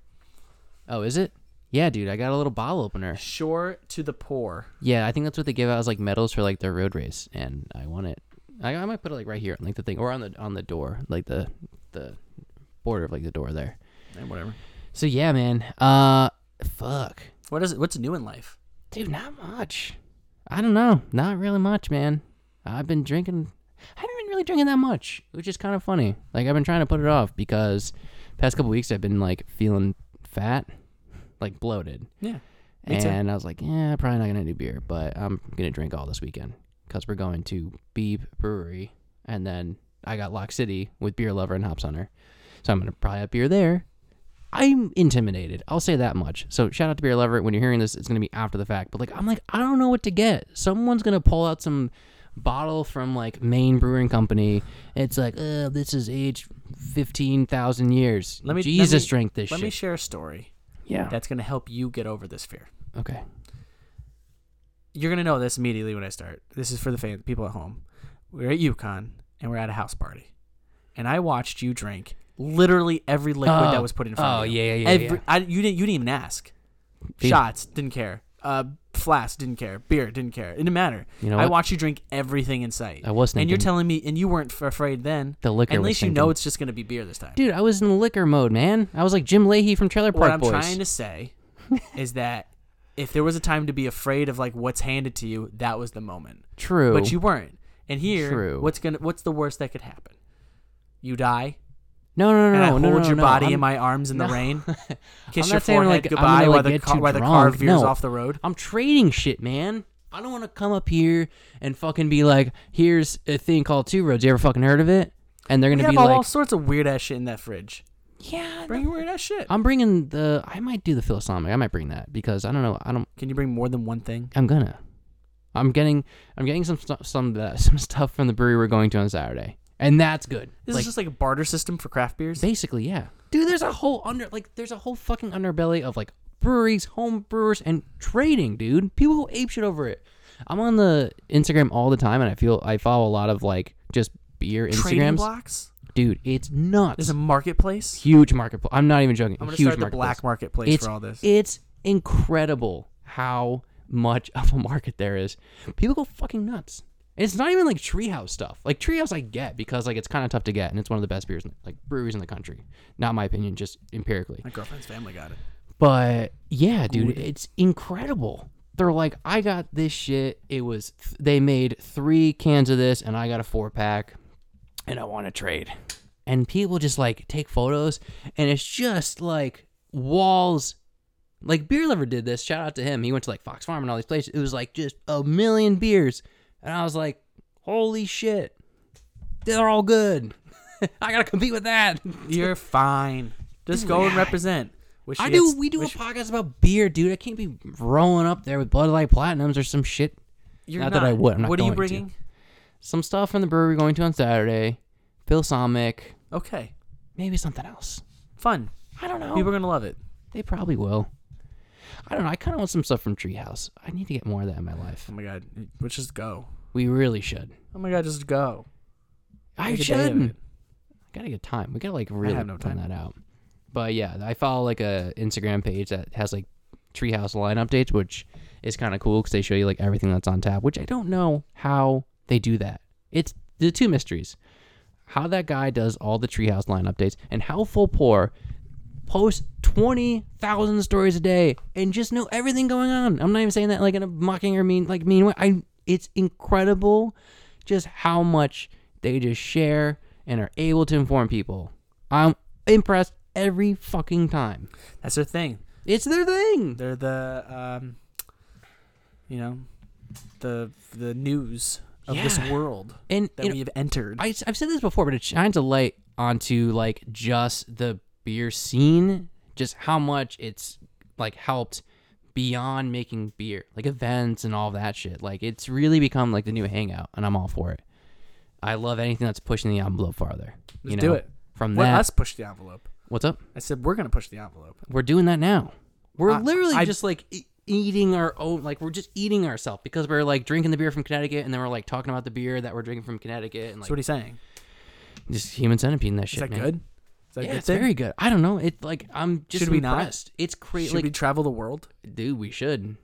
[SPEAKER 1] Oh, is it? Yeah, dude, I got a little bottle opener.
[SPEAKER 2] Shore to the poor.
[SPEAKER 1] Yeah, I think that's what they give out as like medals for like their road race, and I won it. I, I might put it like right here, on like the thing, or on the on the door, like the the border of like the door there.
[SPEAKER 2] And Eh, whatever.
[SPEAKER 1] So yeah, man. Uh, fuck,
[SPEAKER 2] What is it? What's new in life?
[SPEAKER 1] dude, not much. I don't know, not really much, man. I've been drinking. I haven't been really drinking that much, which is kind of funny. Like I've been trying to put it off because past couple weeks I've been like feeling fat, like bloated.
[SPEAKER 2] Yeah. Me too.
[SPEAKER 1] And I was like, yeah, probably not gonna do beer, but I'm gonna drink all this weekend because we're going to Beeb Brewery, and then I got Lock City with Beer Lover and Hops Hunter, so I'm gonna probably have beer there. I'm intimidated. I'll say that much. So shout out to Beer Lover. When you're hearing this, it's gonna be after the fact, but like I'm like I don't know what to get. Someone's gonna pull out some bottle from like Maine Brewing Company. and It's like, uh, this is aged fifteen thousand years.
[SPEAKER 2] Let me- let
[SPEAKER 1] Jesus
[SPEAKER 2] me-
[SPEAKER 1] drink this
[SPEAKER 2] Let
[SPEAKER 1] shit.
[SPEAKER 2] me share a story
[SPEAKER 1] yeah.
[SPEAKER 2] that's going to help you get over this fear.
[SPEAKER 1] okay.
[SPEAKER 2] You're going to know this immediately when I start. This is for the fan, people at home. We're at UConn and we're at a house party. And I watched you drink literally every liquid that
[SPEAKER 1] Oh.
[SPEAKER 2] was put in front
[SPEAKER 1] Oh,
[SPEAKER 2] of you.
[SPEAKER 1] yeah, yeah, yeah,
[SPEAKER 2] Every,
[SPEAKER 1] yeah.
[SPEAKER 2] I, you, didn't, you didn't even ask.
[SPEAKER 1] Dude.
[SPEAKER 2] Shots, didn't care. Uh, flask, didn't care. Beer, didn't care. It didn't matter.
[SPEAKER 1] You know
[SPEAKER 2] I
[SPEAKER 1] what?
[SPEAKER 2] watched you drink everything in sight.
[SPEAKER 1] I was
[SPEAKER 2] And you're
[SPEAKER 1] thinking-
[SPEAKER 2] telling me, and you weren't f- afraid then.
[SPEAKER 1] The liquor
[SPEAKER 2] At
[SPEAKER 1] was
[SPEAKER 2] least you know
[SPEAKER 1] thinking.
[SPEAKER 2] it's just going to be beer this time.
[SPEAKER 1] Dude, I was in liquor mode, man. I was like Jim Leahy from Trailer Park
[SPEAKER 2] what I'm
[SPEAKER 1] Boys.
[SPEAKER 2] trying to say is that if there was a time to be afraid of like what's handed to you, that was the moment.
[SPEAKER 1] True.
[SPEAKER 2] But you weren't. And here,
[SPEAKER 1] True.
[SPEAKER 2] what's gonna what's the worst that could happen? You die,
[SPEAKER 1] no, no, no,
[SPEAKER 2] and
[SPEAKER 1] no,
[SPEAKER 2] I hold
[SPEAKER 1] no, no,
[SPEAKER 2] your
[SPEAKER 1] no,
[SPEAKER 2] body
[SPEAKER 1] I'm,
[SPEAKER 2] in my arms in the rain,
[SPEAKER 1] I'm
[SPEAKER 2] kiss your
[SPEAKER 1] not saying,
[SPEAKER 2] forehead
[SPEAKER 1] like, I'm
[SPEAKER 2] goodbye
[SPEAKER 1] gonna,
[SPEAKER 2] while
[SPEAKER 1] like,
[SPEAKER 2] the
[SPEAKER 1] get
[SPEAKER 2] car,
[SPEAKER 1] too
[SPEAKER 2] while the car
[SPEAKER 1] drunk.
[SPEAKER 2] veers
[SPEAKER 1] No.
[SPEAKER 2] off the road.
[SPEAKER 1] I'm trading shit, man. I don't want to come up here and fucking be like, here's a thing called Two Roads. You ever fucking heard of it? And they're
[SPEAKER 2] We
[SPEAKER 1] gonna
[SPEAKER 2] have
[SPEAKER 1] be
[SPEAKER 2] all
[SPEAKER 1] like,
[SPEAKER 2] sorts of weird ass shit in that fridge.
[SPEAKER 1] yeah. no.
[SPEAKER 2] Bring weird ass shit.
[SPEAKER 1] I'm bringing the. I might do the philosophic. I might bring that because I don't know. I don't.
[SPEAKER 2] Can you bring more than one thing?
[SPEAKER 1] I'm gonna. I'm getting. I'm getting some stu- some uh, some stuff from the brewery we're going to on Saturday, and that's good.
[SPEAKER 2] This
[SPEAKER 1] like
[SPEAKER 2] is just like a barter system for craft beers.
[SPEAKER 1] basically, yeah. Dude, there's a whole under like there's a whole fucking underbelly of like breweries, home brewers, and trading, dude. People go ape shit over it. I'm on the Instagram all the time, and I feel I follow a lot of like just beer
[SPEAKER 2] Trading
[SPEAKER 1] Instagrams.
[SPEAKER 2] blocks.
[SPEAKER 1] Dude, it's nuts.
[SPEAKER 2] There's a marketplace.
[SPEAKER 1] huge marketplace. I'm not even joking.
[SPEAKER 2] I'm gonna
[SPEAKER 1] huge
[SPEAKER 2] start the black marketplace
[SPEAKER 1] it's,
[SPEAKER 2] for all this.
[SPEAKER 1] It's incredible how much of a market there is. People go fucking nuts. And it's not even like treehouse stuff. Like treehouse I get because like it's kind of tough to get and it's one of the best beers in- like breweries in the country. Not my opinion, just empirically.
[SPEAKER 2] My girlfriend's family got it.
[SPEAKER 1] But yeah, dude, it's incredible. They're like, I got this shit. It was they made three cans of this, and I got a four pack, and I want to trade. And people just like take photos, and it's just like walls. Like Beer Lover did this. Shout out to him. He went to like Fox Farm and all these places. It was like just a million beers, and I was like, holy shit, they're all good. I gotta compete with that.
[SPEAKER 2] You're fine. Just go and represent. Wish
[SPEAKER 1] I
[SPEAKER 2] you
[SPEAKER 1] do.
[SPEAKER 2] had-
[SPEAKER 1] We do a
[SPEAKER 2] wish-
[SPEAKER 1] podcast about beer, dude. I can't be rolling up there with Bud Light Platinums or some shit.
[SPEAKER 2] You're
[SPEAKER 1] not that I would, I'm not
[SPEAKER 2] what are you
[SPEAKER 1] going to.
[SPEAKER 2] bringing?
[SPEAKER 1] Some stuff from the brewery we're going to on Saturday. Balsamic,
[SPEAKER 2] Okay,
[SPEAKER 1] maybe something else.
[SPEAKER 2] fun.
[SPEAKER 1] I don't know.
[SPEAKER 2] People are gonna love it.
[SPEAKER 1] they probably will. I don't know. I kind of want some stuff from Treehouse. I need to get more of that in my life.
[SPEAKER 2] Oh my god, let's just go.
[SPEAKER 1] We really should.
[SPEAKER 2] Oh my god, just go.
[SPEAKER 1] I
[SPEAKER 2] Make a day of
[SPEAKER 1] should.
[SPEAKER 2] it.
[SPEAKER 1] Gotta get time. We gotta like really
[SPEAKER 2] have no
[SPEAKER 1] plan
[SPEAKER 2] time.
[SPEAKER 1] that out. But yeah, I follow like a Instagram page that has like Treehouse line updates, which is kind of cool because they show you like everything that's on tap. Which I don't know how they do that. It's the two mysteries: how that guy does all the Treehouse line updates, and how Full Pour posts twenty thousand stories a day and just know everything going on. I'm not even saying that like in a mocking or mean like mean way. I it's incredible just how much they just share and are able to inform people. I'm impressed every fucking time.
[SPEAKER 2] That's their thing.
[SPEAKER 1] It's their thing.
[SPEAKER 2] They're the, um, you know, the the news of this
[SPEAKER 1] Yeah.
[SPEAKER 2] world
[SPEAKER 1] And
[SPEAKER 2] that
[SPEAKER 1] you know,
[SPEAKER 2] we have entered.
[SPEAKER 1] I, I've said this before, but it shines a light onto like just the beer scene, just how much it's like helped beyond making beer, like events and all that shit. Like it's really become like the new hangout, and I'm all for it. I love anything that's pushing the envelope farther. You
[SPEAKER 2] Let's
[SPEAKER 1] know,
[SPEAKER 2] do it.
[SPEAKER 1] from
[SPEAKER 2] Let
[SPEAKER 1] that.
[SPEAKER 2] us push the envelope.
[SPEAKER 1] What's up?
[SPEAKER 2] I said we're gonna push the envelope.
[SPEAKER 1] We're doing that now. We're
[SPEAKER 2] Uh,
[SPEAKER 1] literally
[SPEAKER 2] I-
[SPEAKER 1] just like e- eating our own, like we're just eating ourselves because we're like drinking the beer from Connecticut, and then we're like talking about the beer that we're drinking from Connecticut, and like
[SPEAKER 2] So what are you saying?
[SPEAKER 1] just human centipede and that
[SPEAKER 2] Is
[SPEAKER 1] shit.
[SPEAKER 2] that
[SPEAKER 1] man.
[SPEAKER 2] good? Is that a
[SPEAKER 1] Yeah,
[SPEAKER 2] good
[SPEAKER 1] it's
[SPEAKER 2] thing?
[SPEAKER 1] very good. I don't know. It like I'm just
[SPEAKER 2] Should we not?
[SPEAKER 1] impressed. It's crazy.
[SPEAKER 2] Should
[SPEAKER 1] Like,
[SPEAKER 2] we travel the world?
[SPEAKER 1] dude, we should.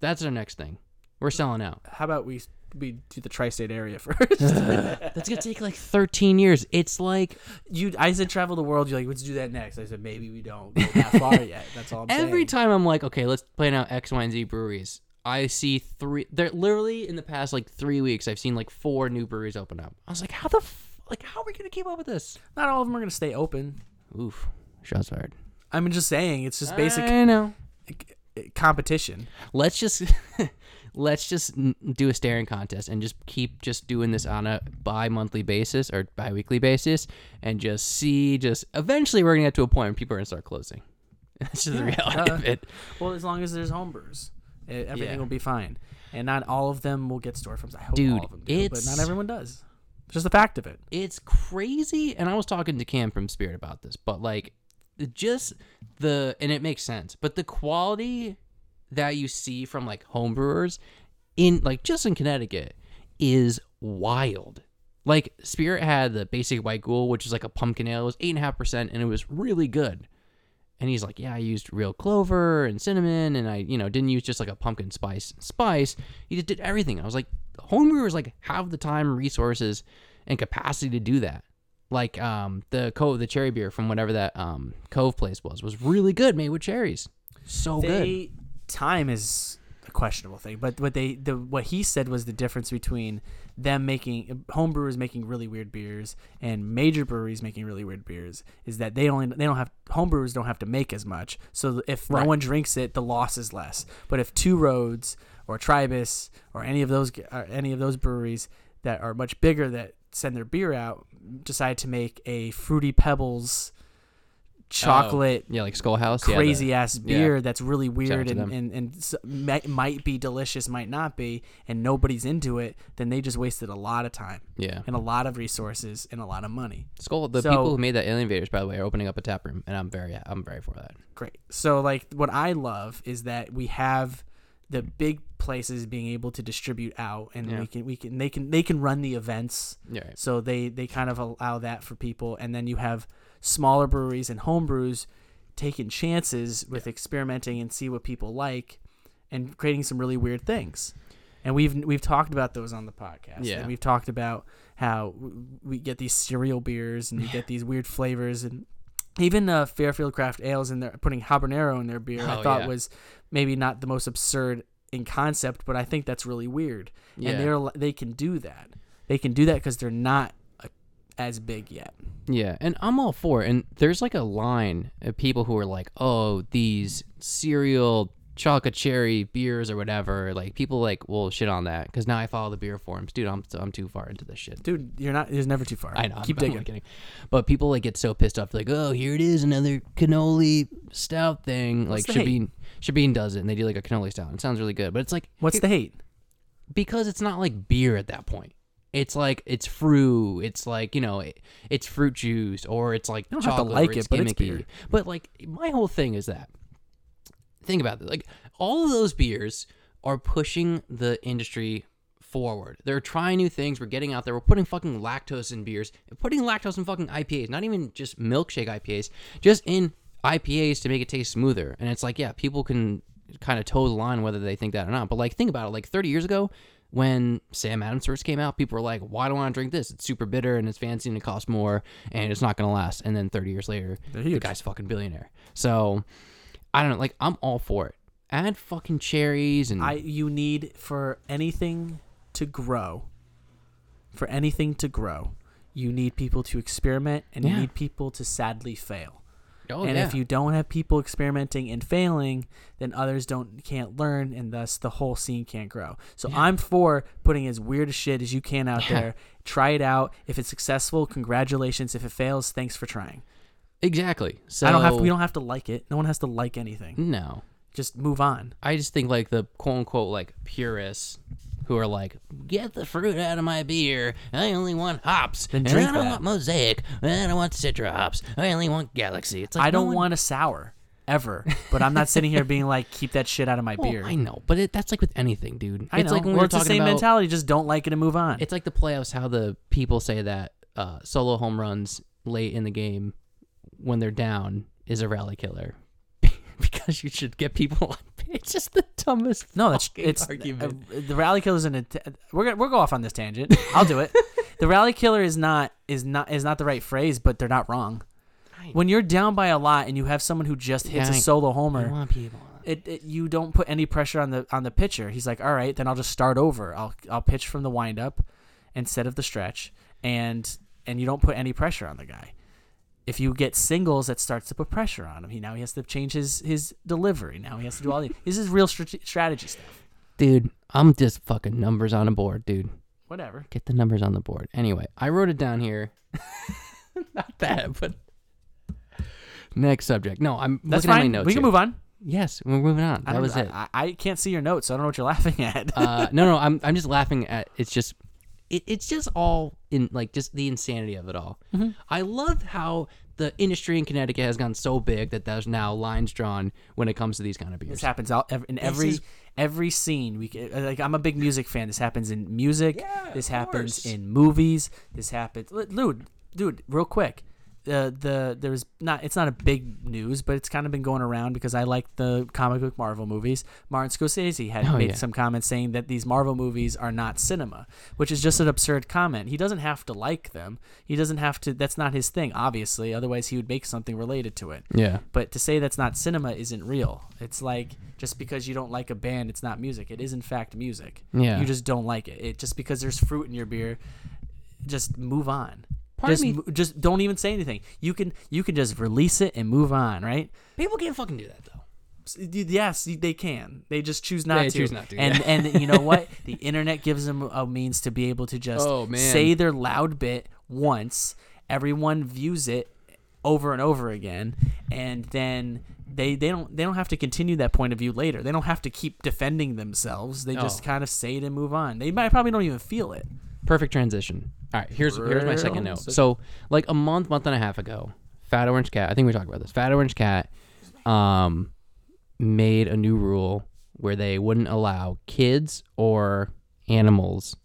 [SPEAKER 1] That's our next thing. We're selling out.
[SPEAKER 2] How about we we do the tri-state area first?
[SPEAKER 1] That's gonna take like 13 years. It's like
[SPEAKER 2] you, I said travel the world. You're like, let's do that next. I said maybe we don't go that far yet. That's all I'm saying.
[SPEAKER 1] every time I'm like, okay, let's plan out X, Y, and Z breweries. I see three. They're literally in the past like three weeks. I've seen like four new breweries open up. I was like, how the f- like how are we gonna keep up with this?
[SPEAKER 2] Not all of them are gonna stay open.
[SPEAKER 1] Oof, shots fired.
[SPEAKER 2] I'm just saying, it's just basic
[SPEAKER 1] I know.
[SPEAKER 2] c- competition.
[SPEAKER 1] let's just let's just n- do a staring contest and just keep just doing this on a bi-monthly basis or bi-weekly basis and just see just eventually we're gonna get to a point where people are gonna start closing that's just the reality of it
[SPEAKER 2] Well, as long as there's homebrews, eh, everything
[SPEAKER 1] Yeah.
[SPEAKER 2] will be fine. And not all of them will get storefronts. I hope
[SPEAKER 1] Dude,
[SPEAKER 2] all of them do, but
[SPEAKER 1] it's-
[SPEAKER 2] not everyone does. It's just the fact of it.
[SPEAKER 1] it's crazy and i was talking to cam from spirit about this but like just the and it makes sense but the quality that you see from like homebrewers in like just in connecticut is wild like spirit had the basic white ghoul which is like a pumpkin ale it was 8.5% and it was really good and he's like, yeah, I used real clover and cinnamon, and I, you know, didn't use just like a pumpkin spice spice. He just did everything. I was like, homebrewers like have the time, resources, and capacity to do that. Like um, the cove, the cherry beer from whatever that um, cove place was, was really good, made with cherries. So Oh, good.
[SPEAKER 2] They, time is a questionable thing, but what they the what he said was the difference between them making homebrewers making really weird beers and major breweries making really weird beers is that they only they don't have homebrewers don't have to make as much. So if
[SPEAKER 1] Right.
[SPEAKER 2] no one drinks it, the loss is less. But if Two Roads or Tribus or any of those or any of those breweries that are much bigger that send their beer out decide to make a fruity pebbles
[SPEAKER 1] Oh.
[SPEAKER 2] chocolate
[SPEAKER 1] yeah, like Skull House,
[SPEAKER 2] crazy
[SPEAKER 1] yeah,
[SPEAKER 2] ass beer that's really
[SPEAKER 1] out
[SPEAKER 2] weird
[SPEAKER 1] to
[SPEAKER 2] and,
[SPEAKER 1] them.
[SPEAKER 2] and, and s- might, might be delicious, might not be, and nobody's into it, then they just wasted a lot of time
[SPEAKER 1] the, yeah.
[SPEAKER 2] and a lot of resources and a lot of money.
[SPEAKER 1] Skull. The
[SPEAKER 2] So-
[SPEAKER 1] people who made that Alien Invaders, by the way, are opening up a tap room, and I'm very, I'm very for that.
[SPEAKER 2] Great. So, like, what I love is that we have the big places being able to distribute out and we can we can they can they can run the events
[SPEAKER 1] Yeah, right.
[SPEAKER 2] so they they kind of allow that for people and then you have smaller breweries and home brews taking chances with experimenting and see what people like and creating some really weird things and we've we've talked about those on the podcast
[SPEAKER 1] Yeah.
[SPEAKER 2] and we've talked about how w- we get these cereal beers and you get these weird flavors and even uh, Fairfield Craft Ales and they're putting habanero in their beer I
[SPEAKER 1] Oh,
[SPEAKER 2] thought
[SPEAKER 1] yeah.
[SPEAKER 2] was maybe not the most absurd in concept but I think that's really weird
[SPEAKER 1] Yeah.
[SPEAKER 2] and they're li- they can do that they can do that because they're not uh, as big yet.
[SPEAKER 1] Yeah, and I'm all for it. And there's like a line of people who are like, "Oh, these cereal chocolate cherry beers or whatever." Like people like will shit on that because now I follow the beer forums, dude. I'm I'm too far into this shit.
[SPEAKER 2] Dude, you're not. There's never too far.
[SPEAKER 1] I know.
[SPEAKER 2] Keep
[SPEAKER 1] I'm,
[SPEAKER 2] digging.
[SPEAKER 1] I'm kidding. But people like get so pissed off, like, "Oh, here it is, another cannoli stout thing."
[SPEAKER 2] What's
[SPEAKER 1] like
[SPEAKER 2] the
[SPEAKER 1] Shabine, Shabine does it, and they do like a cannoli stout. And it sounds really good, but it's like
[SPEAKER 2] What's the hate?
[SPEAKER 1] because it's not like beer at that point. It's like it's fruit. It's like you know, it, it's fruit juice, or it's like
[SPEAKER 2] don't have to
[SPEAKER 1] chocolate.
[SPEAKER 2] like
[SPEAKER 1] or
[SPEAKER 2] it,
[SPEAKER 1] it's
[SPEAKER 2] but it's
[SPEAKER 1] gimmicky.
[SPEAKER 2] beer.
[SPEAKER 1] But like my whole thing is that. Think about this. Like all of those beers are pushing the industry forward. They're trying new things. We're getting out there. We're putting fucking lactose in beers. Putting lactose in fucking IPAs. Not even just milkshake IPAs. Just in IPAs to make it taste smoother. And it's like, yeah, people can kind of toe the line whether they think that or not. But like, think about it. Like 30 years ago, when Sam Adams first came out, people were like, "Why do I want to drink this? It's super bitter and it's fancy and it costs more and it's not gonna last." And then 30 years later, the
[SPEAKER 2] huge.
[SPEAKER 1] guy's a fucking billionaire. So I don't know. Like, I'm all for it. Add fucking cherries and
[SPEAKER 2] I you need for anything to grow. For anything to grow, you need people to experiment, and you
[SPEAKER 1] Yeah.
[SPEAKER 2] need people to sadly fail.
[SPEAKER 1] oh
[SPEAKER 2] and
[SPEAKER 1] yeah,
[SPEAKER 2] if you don't have people experimenting and failing, then others don't can't learn, and thus the whole scene can't grow. So I'm for putting as weird shit as you can out
[SPEAKER 1] Yeah.
[SPEAKER 2] there. Try it out. If it's successful, congratulations. If it fails, thanks for trying.
[SPEAKER 1] exactly. So Mm.
[SPEAKER 2] I don't have. We don't have to like it. No one has to like anything.
[SPEAKER 1] No,
[SPEAKER 2] Just move on.
[SPEAKER 1] I just think like the quote unquote like purists who are like, get the fruit out of my beer. I only want hops.
[SPEAKER 2] Then
[SPEAKER 1] and
[SPEAKER 2] drink
[SPEAKER 1] I don't
[SPEAKER 2] that."
[SPEAKER 1] want mosaic. and I don't want citra hops. I only want galaxy. It's like
[SPEAKER 2] I
[SPEAKER 1] no
[SPEAKER 2] don't
[SPEAKER 1] one-
[SPEAKER 2] want a sour ever, but I'm not sitting here being like, keep that shit out of my
[SPEAKER 1] Well,
[SPEAKER 2] beer.
[SPEAKER 1] I know, but it, that's like with anything, dude.
[SPEAKER 2] I
[SPEAKER 1] it's
[SPEAKER 2] know.
[SPEAKER 1] like when
[SPEAKER 2] Well,
[SPEAKER 1] we were
[SPEAKER 2] it's the
[SPEAKER 1] talking
[SPEAKER 2] same
[SPEAKER 1] about.
[SPEAKER 2] mentality. Just don't like it and move on.
[SPEAKER 1] It's like the playoffs, how the people say that uh, solo home runs late in the game when they're down is a rally killer. because you should get people on It's just the dumbest.
[SPEAKER 2] No, that's
[SPEAKER 1] fucking
[SPEAKER 2] it's
[SPEAKER 1] argument.
[SPEAKER 2] uh, the rally killer is an. att- We're gonna we'll go off on this tangent. I'll do it. the rally killer is not is not is not the right phrase, but they're not wrong.
[SPEAKER 1] I know.
[SPEAKER 2] When you're down by a lot and you have someone who just hits
[SPEAKER 1] Yeah, I-
[SPEAKER 2] a solo
[SPEAKER 1] I
[SPEAKER 2] homer,
[SPEAKER 1] want people. on.
[SPEAKER 2] it, it you don't put any pressure on the on the pitcher. He's like, all right, then I'll just start over. I'll I'll pitch from the windup instead of the stretch, and and you don't put any pressure on the guy. If you get singles, that starts to put pressure on him. He now he has to change his his delivery. Now he has to do all the this is real strate- strategy stuff.
[SPEAKER 1] Dude, I'm just fucking numbers on a board, dude.
[SPEAKER 2] Whatever.
[SPEAKER 1] Get the numbers on the board. Anyway, I wrote it down here. Not that, but next subject. No, I'm
[SPEAKER 2] That's
[SPEAKER 1] looking
[SPEAKER 2] fine.
[SPEAKER 1] at my notes.
[SPEAKER 2] we can move on.
[SPEAKER 1] Yes, we're moving on. That
[SPEAKER 2] I don't-
[SPEAKER 1] was
[SPEAKER 2] I,
[SPEAKER 1] it.
[SPEAKER 2] I, I can't see your notes, so I don't know what you're laughing at.
[SPEAKER 1] uh, no, no, I'm I'm just laughing at it's just it, it's just all in like just the insanity of it all. I love how the industry in Connecticut has gone so big that there's now lines drawn when it comes to these kind of beers.
[SPEAKER 2] this happens all, ev- in every
[SPEAKER 1] is-
[SPEAKER 2] every scene. We ca- like I'm a big music fan. This happens in music.
[SPEAKER 1] Yeah,
[SPEAKER 2] this
[SPEAKER 1] of
[SPEAKER 2] happens
[SPEAKER 1] course.
[SPEAKER 2] in movies. This happens, Li- dude. Dude, real quick. The the there's not it's not a big news, but it's kind of been going around because I like the comic book Marvel movies. Martin Scorsese had
[SPEAKER 1] Oh,
[SPEAKER 2] made
[SPEAKER 1] yeah.
[SPEAKER 2] some comments saying that these Marvel movies are not cinema, which is just an absurd comment. He doesn't have to like them. He doesn't have to. That's not his thing, obviously. Otherwise, he would make something related to it
[SPEAKER 1] yeah.
[SPEAKER 2] but to say that's not cinema isn't real. It's like just because you don't like a band, it's not music. It is in fact music.
[SPEAKER 1] Yeah.
[SPEAKER 2] You just don't like it. It just because there's fruit in your beer, just move on.
[SPEAKER 1] Part of
[SPEAKER 2] just
[SPEAKER 1] me-
[SPEAKER 2] mo- just don't even say anything. You can you can just release it and move on, right?
[SPEAKER 1] People can't fucking do that though.
[SPEAKER 2] S- y- Yes, y- they can. They just choose not
[SPEAKER 1] They
[SPEAKER 2] to.
[SPEAKER 1] choose not to,
[SPEAKER 2] And and you know what? The internet gives them a means to be able to just
[SPEAKER 1] Oh, man.
[SPEAKER 2] say their loud bit once. Everyone views it over and over again, and then they they don't they don't have to continue that point of view later. They don't have to keep defending themselves. They just
[SPEAKER 1] Oh.
[SPEAKER 2] kind of say it and move on. They might probably don't even feel it.
[SPEAKER 1] Perfect transition. All right, here's here's my second note. So, like a month, month and a half ago, Fat Orange Cat. I think we talked about this. Fat Orange Cat, um, made a new rule where they wouldn't allow kids or animals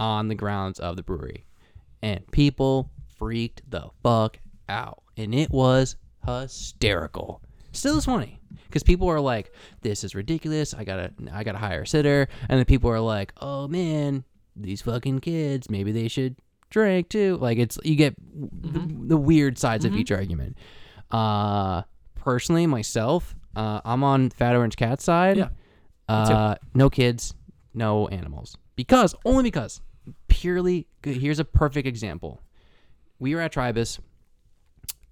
[SPEAKER 1] on the grounds of the brewery, and people freaked the fuck out, and it was hysterical. Still is funny because people are like, "This is ridiculous. I gotta, I gotta hire a sitter," and then people are like, "Oh man, these fucking kids. Maybe they should drink too." Like it's you get the, the weird sides of each argument. Uh, personally, myself, uh, I'm on Fat Orange Cat's side.
[SPEAKER 2] Yeah.
[SPEAKER 1] Uh, no kids, no animals. Because only because purely good. Here's a perfect example. We were at Tribus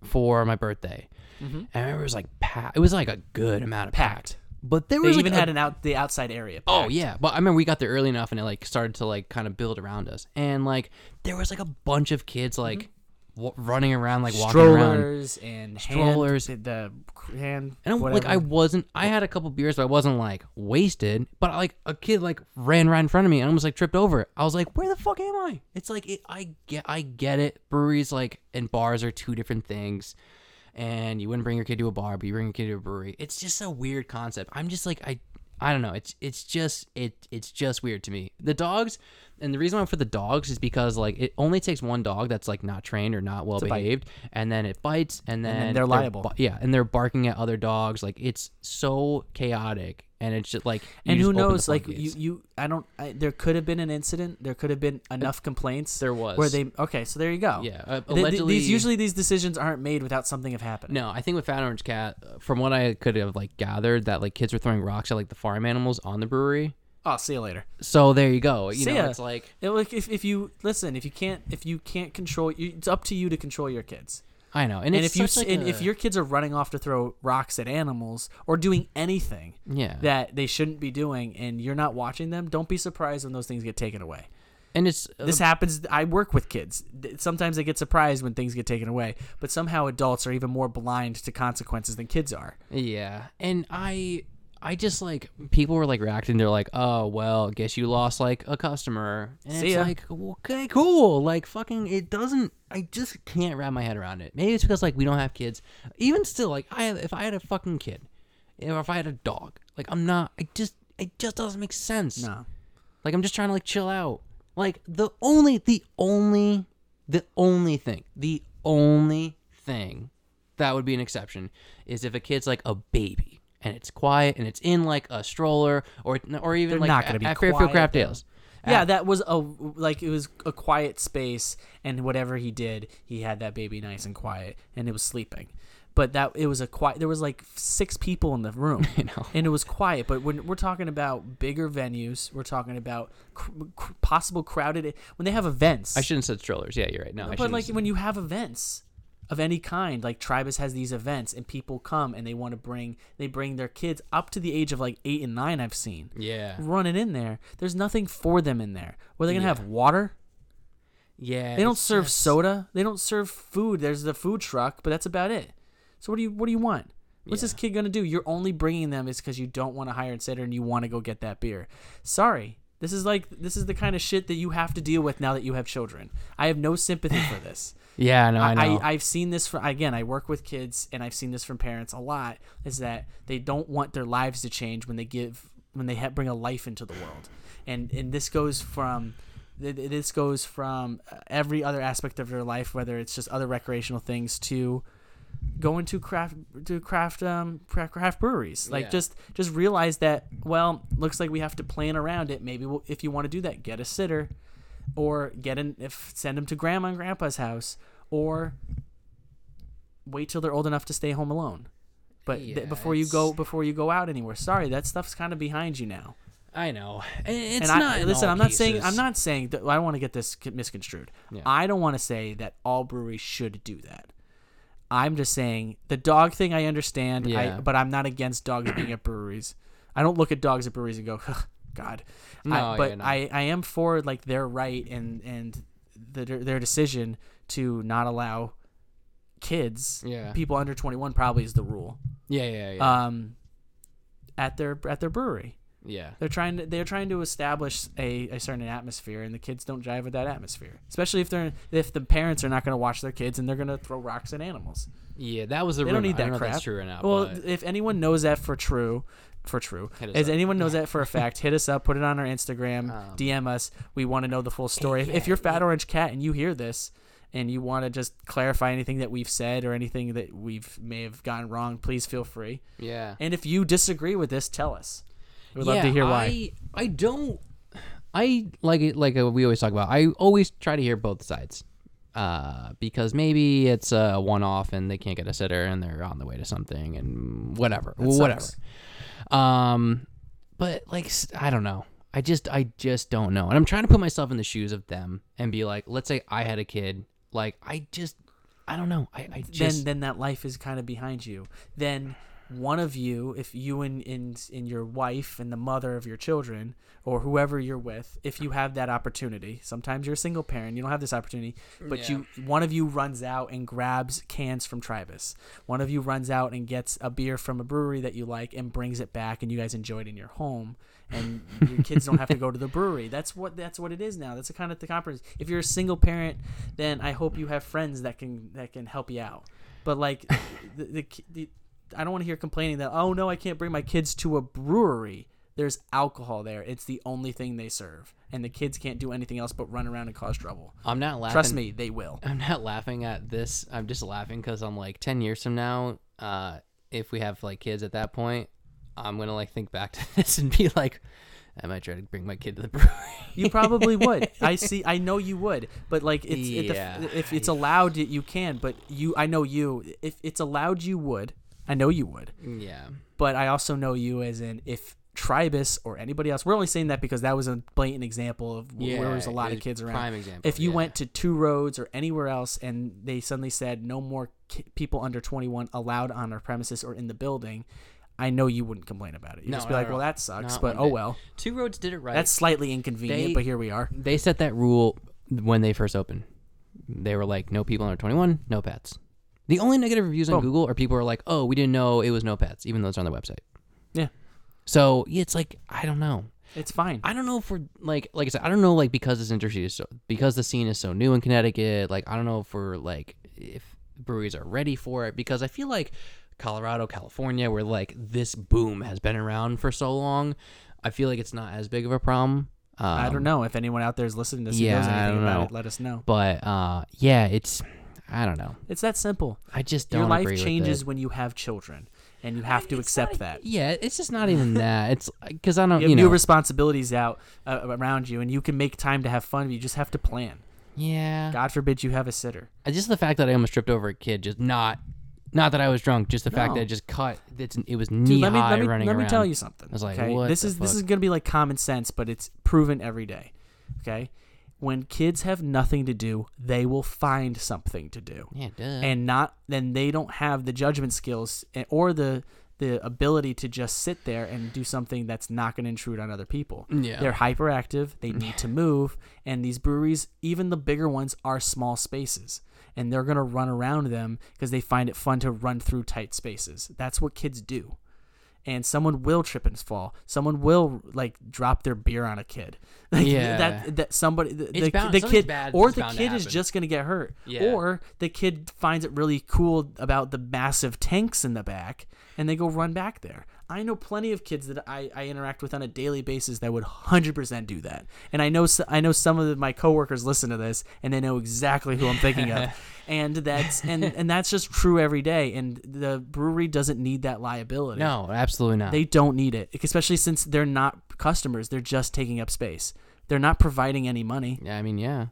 [SPEAKER 1] for my birthday.
[SPEAKER 2] Mm-hmm.
[SPEAKER 1] And I remember it was like packed. It was like a good amount of packed. But there
[SPEAKER 2] They
[SPEAKER 1] was like,
[SPEAKER 2] even
[SPEAKER 1] a-
[SPEAKER 2] had an out the outside area.
[SPEAKER 1] Oh yeah, but I remember we got there early enough, and it like started to like kind of build around us, and like there was like a bunch of kids like w- running around, like walking around,
[SPEAKER 2] Mm-hmm. strollers and
[SPEAKER 1] Strollers.
[SPEAKER 2] hand, the the hand
[SPEAKER 1] And I'm, like
[SPEAKER 2] whatever.
[SPEAKER 1] I wasn't I had a couple beers but I wasn't like wasted but like a kid like ran right in front of me and almost like tripped over. I was like where the fuck am I? It's like it, I get I get it. Breweries like and bars are two different things. And you wouldn't bring your kid to a bar but you bring your kid to a brewery. It's just a weird concept. I'm just like I I don't know. It's it's just it it's just weird to me. The dogs and the reason why I'm for the dogs is because like it only takes one dog that's like not trained or not well behaved and then it bites and then,
[SPEAKER 2] then they're liable.
[SPEAKER 1] bu- yeah, and they're barking at other dogs. Like it's so chaotic, and it's just like you
[SPEAKER 2] and
[SPEAKER 1] just
[SPEAKER 2] who
[SPEAKER 1] open the
[SPEAKER 2] knows like you,
[SPEAKER 1] floodgates.
[SPEAKER 2] you i don't I, there could have been an incident there could have been enough complaints
[SPEAKER 1] there was.
[SPEAKER 2] where they okay so there you go
[SPEAKER 1] Yeah, uh,
[SPEAKER 2] Th- th-
[SPEAKER 1] allegedly-
[SPEAKER 2] these usually these decisions aren't made without something have happened
[SPEAKER 1] no, I think with Fat Orange Cat, uh, from what I could have like gathered, that like kids were throwing rocks at like the farm animals on the brewery.
[SPEAKER 2] oh see you later
[SPEAKER 1] So there you go. You
[SPEAKER 2] See
[SPEAKER 1] know,
[SPEAKER 2] ya.
[SPEAKER 1] it's like
[SPEAKER 2] It- like, if, if you listen if you can't if you can't control you, it's up to you to control your kids
[SPEAKER 1] I know, and,
[SPEAKER 2] and
[SPEAKER 1] it's
[SPEAKER 2] if you
[SPEAKER 1] such,
[SPEAKER 2] s
[SPEAKER 1] like,
[SPEAKER 2] and if
[SPEAKER 1] a-
[SPEAKER 2] your kids are running off to throw rocks at animals or doing anything
[SPEAKER 1] yeah,
[SPEAKER 2] that they shouldn't be doing and you're not watching them don't be surprised when those things get taken away
[SPEAKER 1] and it's uh,
[SPEAKER 2] This happens. I work with kids. Th- Sometimes they get surprised when things get taken away, but somehow adults are even more blind to consequences than kids are.
[SPEAKER 1] Yeah, and I, I just like people were like reacting. They're like, "Oh well, guess you lost like a customer." And
[SPEAKER 2] See
[SPEAKER 1] it's
[SPEAKER 2] ya.
[SPEAKER 1] like, okay, cool. Like fucking, it doesn't. I just can't wrap my head around it. Maybe it's because like we don't have kids. Even still, like I, if I had a fucking kid, or if I had a dog, like I'm not. I just, it just doesn't make sense.
[SPEAKER 2] No.
[SPEAKER 1] Like I'm just trying to like chill out. Like the only the only the only thing, the only thing that would be an exception is if a kid's like a baby and it's quiet and it's in like a stroller or or even
[SPEAKER 2] They're
[SPEAKER 1] like
[SPEAKER 2] not gonna be
[SPEAKER 1] at Fairfield
[SPEAKER 2] quiet,
[SPEAKER 1] Craft Ales.
[SPEAKER 2] Yeah, that was a like it was a quiet space, and whatever he did, he had that baby nice and quiet, and it was sleeping. But that it was a quiet. There was like six people in the room,
[SPEAKER 1] know.
[SPEAKER 2] and it was quiet. But when we're talking about bigger venues, we're talking about cr- cr- possible crowded when they have events.
[SPEAKER 1] I shouldn't have said strollers. Yeah, you're right. No, I
[SPEAKER 2] but
[SPEAKER 1] shouldn't.
[SPEAKER 2] like when you have events of any kind like tribus has these events and people come and they want to bring they bring their kids up to the age of like eight and nine i've seen
[SPEAKER 1] yeah.
[SPEAKER 2] running in there there's nothing for them in there where they gonna have water
[SPEAKER 1] Yeah.
[SPEAKER 2] they don't
[SPEAKER 1] it's
[SPEAKER 2] serve
[SPEAKER 1] just-
[SPEAKER 2] soda they don't serve food there's the food truck but that's about it so what do you what do you want what's this kid gonna do you're only bringing them is because you don't want to hire and sitter and you want to go get that beer sorry this is like this is the kind of shit that you have to deal with now that you have children i have no sympathy for this
[SPEAKER 1] Yeah, no, I
[SPEAKER 2] I,
[SPEAKER 1] know.
[SPEAKER 2] I, I've seen this from again. I work with kids, and I've seen this from parents a lot. Is that they don't want their lives to change when they give when they ha- bring a life into the world, and and this goes from th- th- this goes from uh, every other aspect of their life, whether it's just other recreational things to going to craft to craft um cra- craft breweries like
[SPEAKER 1] Yeah.
[SPEAKER 2] just just realize that well looks like we have to plan around it maybe we'll, if you want to do that get a sitter or get an if send them to grandma and grandpa's house or wait till they're old enough to stay home alone but th-
[SPEAKER 1] Yeah,
[SPEAKER 2] before you go before you go out anywhere sorry that stuff's kind of behind you now
[SPEAKER 1] I know. And It's
[SPEAKER 2] and
[SPEAKER 1] not.
[SPEAKER 2] I,
[SPEAKER 1] in
[SPEAKER 2] listen,
[SPEAKER 1] all
[SPEAKER 2] I'm not saying
[SPEAKER 1] cases.
[SPEAKER 2] I'm not saying that I don't want to get this c- misconstrued. I don't want to say that all breweries should do that. I'm just saying the dog thing I understand, I,
[SPEAKER 1] Yeah.
[SPEAKER 2] but I'm not against dogs being at breweries. I don't look at dogs at breweries and go, "Ugh, God.
[SPEAKER 1] No,
[SPEAKER 2] I, but
[SPEAKER 1] yeah, no.
[SPEAKER 2] I, I am for like their right and and the, their decision to not allow kids,
[SPEAKER 1] Yeah.
[SPEAKER 2] people under 21 probably is the rule.
[SPEAKER 1] Yeah, yeah, yeah.
[SPEAKER 2] Um, at their at their brewery,
[SPEAKER 1] yeah.
[SPEAKER 2] they're trying to they're trying to establish a, a certain atmosphere, and the kids don't jive with that atmosphere. Especially if they're if the parents are not going to watch their kids and they're going to throw rocks at animals.
[SPEAKER 1] Yeah, that was a
[SPEAKER 2] They
[SPEAKER 1] rumor.
[SPEAKER 2] don't need
[SPEAKER 1] I
[SPEAKER 2] that
[SPEAKER 1] don't know
[SPEAKER 2] crap.
[SPEAKER 1] If that's true or not.
[SPEAKER 2] well,
[SPEAKER 1] but-
[SPEAKER 2] if anyone knows that for true, for true,
[SPEAKER 1] Hit us
[SPEAKER 2] as
[SPEAKER 1] up. Um,
[SPEAKER 2] anyone knows that for a fact, hit us up, put it on our Instagram, DM us. We want to know the full story. If- if you're Fat Orange Cat and you hear this and you want to just clarify anything that we've said or anything that we've may have gotten wrong, please feel free.
[SPEAKER 1] yeah.
[SPEAKER 2] And if you disagree with this, tell us. We'd
[SPEAKER 1] yeah,
[SPEAKER 2] love to hear why.
[SPEAKER 1] I, I don't. I like it. Like uh, we always talk about. I always try to hear both sides, uh, because maybe it's a one-off and they can't get a sitter and they're on the way to something and whatever, whatever.
[SPEAKER 2] sucks.
[SPEAKER 1] Um, but like s- I don't know. I just I just don't know. And I'm trying to put myself in the shoes of them and be like, let's say I had a kid. Like I just I don't know. I, I just
[SPEAKER 2] then then that life is kind of behind you. Then one of you, if you and, and and your wife and the mother of your children or whoever you're with, if you have that opportunity, sometimes you're a single parent, you don't have this opportunity, but you one of you runs out and grabs cans from Tribus. One of you runs out and gets a beer from a brewery that you like and brings it back and you guys enjoy it in your home and your kids don't have to go to the brewery. That's what that's what it is now. That's the kind of the compromise. If you're a single parent, then I hope you have friends that can that can help you out. But like the, the, ki- the I don't want to hear complaining that oh no, I can't bring my kids to a brewery. There's alcohol there. It's the only thing they serve, and the kids can't do anything else but run around and cause trouble.
[SPEAKER 1] I'm not laughing.
[SPEAKER 2] Trust me, they will.
[SPEAKER 1] I'm not laughing at this. I'm just laughing because I'm like, ten years from now, uh, if we have like kids at that point, I'm gonna like think back to this and be like, I might try to bring my kid to the brewery.
[SPEAKER 2] You probably would. I see. I know you would. But like, it's it def-
[SPEAKER 1] Yeah.
[SPEAKER 2] if it's allowed, you can. But you, I know you. If it's allowed, you would. I know you would.
[SPEAKER 1] yeah,
[SPEAKER 2] but I also know you as in if Tribus or anybody else. We're only saying that because that was a blatant example of where there was a
[SPEAKER 1] Yeah,
[SPEAKER 2] lot
[SPEAKER 1] it
[SPEAKER 2] of
[SPEAKER 1] was
[SPEAKER 2] kids around.
[SPEAKER 1] prime example,
[SPEAKER 2] If you
[SPEAKER 1] yeah.
[SPEAKER 2] went to Two Roads or anywhere else and they suddenly said no more ki- people under 21 allowed on our premises or in the building, I know you wouldn't complain about it. You'd
[SPEAKER 1] No,
[SPEAKER 2] just be
[SPEAKER 1] not
[SPEAKER 2] like,
[SPEAKER 1] at
[SPEAKER 2] well,
[SPEAKER 1] all.
[SPEAKER 2] that sucks,
[SPEAKER 1] Not
[SPEAKER 2] but
[SPEAKER 1] one
[SPEAKER 2] oh
[SPEAKER 1] bit.
[SPEAKER 2] well.
[SPEAKER 1] Two Roads did it right.
[SPEAKER 2] That's slightly inconvenient,
[SPEAKER 1] They-
[SPEAKER 2] but here we are.
[SPEAKER 1] they set that rule when they first opened. They were like, no people under 21, no pets. The only negative reviews on Google are people are like, oh, we didn't know it was no pets, even though it's on their website.
[SPEAKER 2] Yeah,
[SPEAKER 1] So yeah, it's like I don't know.
[SPEAKER 2] it's fine.
[SPEAKER 1] I don't know if we're like like I said, I don't know like because this industry is so because the scene is so new in Connecticut, like I don't know if we're like if breweries are ready for it because I feel like Colorado, California, where like this boom has been around for so long, I feel like it's not as big of a problem. Um,
[SPEAKER 2] I don't know if anyone out there is listening to this who
[SPEAKER 1] yeah,
[SPEAKER 2] knows
[SPEAKER 1] I
[SPEAKER 2] anything
[SPEAKER 1] don't
[SPEAKER 2] about
[SPEAKER 1] know.
[SPEAKER 2] it. Let us know.
[SPEAKER 1] But uh, yeah, it's I don't know.
[SPEAKER 2] It's that simple.
[SPEAKER 1] I just don't
[SPEAKER 2] Your life
[SPEAKER 1] agree with
[SPEAKER 2] changes
[SPEAKER 1] it.
[SPEAKER 2] when you have children, and you have to accept that.
[SPEAKER 1] Yeah, it's just not even that. It's because I don't
[SPEAKER 2] you have
[SPEAKER 1] you know
[SPEAKER 2] new responsibilities out uh, around you, and you can make time to have fun. You just have to plan.
[SPEAKER 1] yeah.
[SPEAKER 2] God forbid you have a sitter.
[SPEAKER 1] Uh, just the fact that I almost tripped over a kid, just not, not that I was drunk, just the fact that
[SPEAKER 2] No.
[SPEAKER 1] it just cut. It's, it was knee
[SPEAKER 2] Dude, let me
[SPEAKER 1] high
[SPEAKER 2] let me,
[SPEAKER 1] running
[SPEAKER 2] let me
[SPEAKER 1] around.
[SPEAKER 2] tell you something.
[SPEAKER 1] I was like,
[SPEAKER 2] okay?
[SPEAKER 1] what
[SPEAKER 2] this
[SPEAKER 1] the
[SPEAKER 2] is this
[SPEAKER 1] fuck?
[SPEAKER 2] is gonna be like common sense, but it's proven every day. Okay, when kids have nothing to do, they will find something to do.
[SPEAKER 1] Yeah, duh.
[SPEAKER 2] and not then they don't have the judgment skills and- or the the ability to just sit there and do something that's not going to intrude on other people.
[SPEAKER 1] Yeah.
[SPEAKER 2] They're hyperactive, they need to move, and these breweries, even the bigger ones are small spaces. And they're going to run around them because they find it fun to run through tight spaces. That's what kids do. And someone will trip and fall. Someone will like drop their beer on a kid. Like,
[SPEAKER 1] Yeah.
[SPEAKER 2] That that somebody the,
[SPEAKER 1] It's
[SPEAKER 2] the,
[SPEAKER 1] bound-
[SPEAKER 2] the
[SPEAKER 1] something
[SPEAKER 2] kid
[SPEAKER 1] bad
[SPEAKER 2] or
[SPEAKER 1] is
[SPEAKER 2] the
[SPEAKER 1] bound to
[SPEAKER 2] kid is
[SPEAKER 1] happen.
[SPEAKER 2] just going to get hurt
[SPEAKER 1] Yeah.
[SPEAKER 2] or the kid finds it really cool about the massive tanks in the back and they go run back there i know plenty of kids that i, I interact with on a daily basis that would 100% do that and i know s- i know some of the- my coworkers listen to this and they know exactly who i'm thinking of and that's and and that's just true every day and the brewery doesn't need that liability
[SPEAKER 1] no, absolutely not.
[SPEAKER 2] they don't need it especially since they're not customers they're just taking up space they're not providing any money
[SPEAKER 1] yeah, I mean, yeah.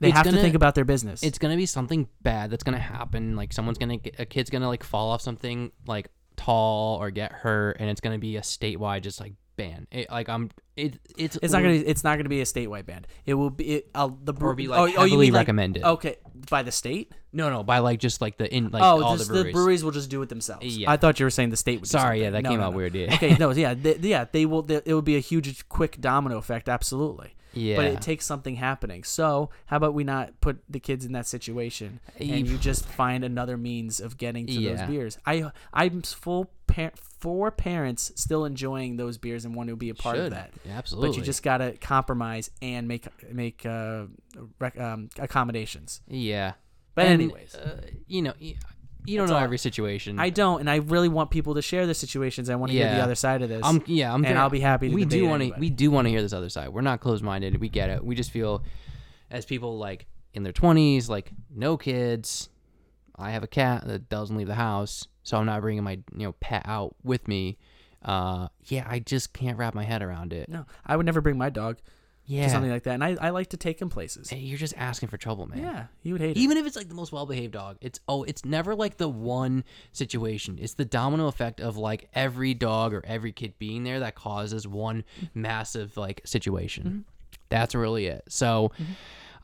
[SPEAKER 2] they
[SPEAKER 1] It's
[SPEAKER 2] have
[SPEAKER 1] gonna-
[SPEAKER 2] to think about their business
[SPEAKER 1] It's gonna be something bad that's gonna happen. Like someone's gonna get, a kid's gonna like fall off something like tall or get hurt, and it's gonna be a statewide just like ban. It, like I'm it it's
[SPEAKER 2] It's not gonna. It's not gonna be a statewide ban. It will be it, uh, the
[SPEAKER 1] Or
[SPEAKER 2] bre-
[SPEAKER 1] be, like,
[SPEAKER 2] you
[SPEAKER 1] heavily
[SPEAKER 2] mean,
[SPEAKER 1] recommended.
[SPEAKER 2] okay, by the state.
[SPEAKER 1] no no by like just like the in like
[SPEAKER 2] oh,
[SPEAKER 1] all
[SPEAKER 2] this-
[SPEAKER 1] the
[SPEAKER 2] the,
[SPEAKER 1] breweries.
[SPEAKER 2] breweries. will just do it themselves.
[SPEAKER 1] Yeah.
[SPEAKER 2] I thought you were saying the state. would do
[SPEAKER 1] Sorry,
[SPEAKER 2] something.
[SPEAKER 1] yeah, that
[SPEAKER 2] No,
[SPEAKER 1] came
[SPEAKER 2] no,
[SPEAKER 1] out
[SPEAKER 2] no.
[SPEAKER 1] weird. Yeah.
[SPEAKER 2] okay, no, yeah, they, yeah, they will. They, it will be a huge, quick domino effect. Absolutely. But
[SPEAKER 1] Yeah.
[SPEAKER 2] it takes something happening. So how about we not put the kids in that situation and you just find another means of getting to
[SPEAKER 1] Yeah.
[SPEAKER 2] those beers? I I'm full par- for parents still enjoying those beers and want to be a part of
[SPEAKER 1] Should.
[SPEAKER 2] that.
[SPEAKER 1] Yeah,
[SPEAKER 2] But
[SPEAKER 1] absolutely.
[SPEAKER 2] you just gotta compromise and make make uh, rec- um, accommodations.
[SPEAKER 1] Yeah.
[SPEAKER 2] But
[SPEAKER 1] And,
[SPEAKER 2] anyways.
[SPEAKER 1] uh, you know, you, you don't know every situation.
[SPEAKER 2] I don't, and I really want people to share their situations. I want to hear the
[SPEAKER 1] Mm. Yeah.
[SPEAKER 2] other side of this.
[SPEAKER 1] I'm yeah, I'm
[SPEAKER 2] and
[SPEAKER 1] very-
[SPEAKER 2] I'll be happy. To
[SPEAKER 1] we do
[SPEAKER 2] want
[SPEAKER 1] want to we do want to hear this other side. We're not closed minded. We get it. We just feel as people like in their twenties, like no kids. I have a cat that doesn't leave the house, so I'm not bringing my you know pet out with me. Uh, yeah, I just can't wrap my head around it.
[SPEAKER 2] No, I would never bring my dog
[SPEAKER 1] yeah,
[SPEAKER 2] to something like that, and I, I like to take him places.
[SPEAKER 1] Hey, you're just asking for trouble, man.
[SPEAKER 2] Yeah, he would hate it.
[SPEAKER 1] Even if it's like the most well-behaved dog, it's oh, it's never like the one situation. It's the domino effect of like every dog or every kid being there that causes one massive like situation.
[SPEAKER 2] Mm-hmm.
[SPEAKER 1] That's really it. So,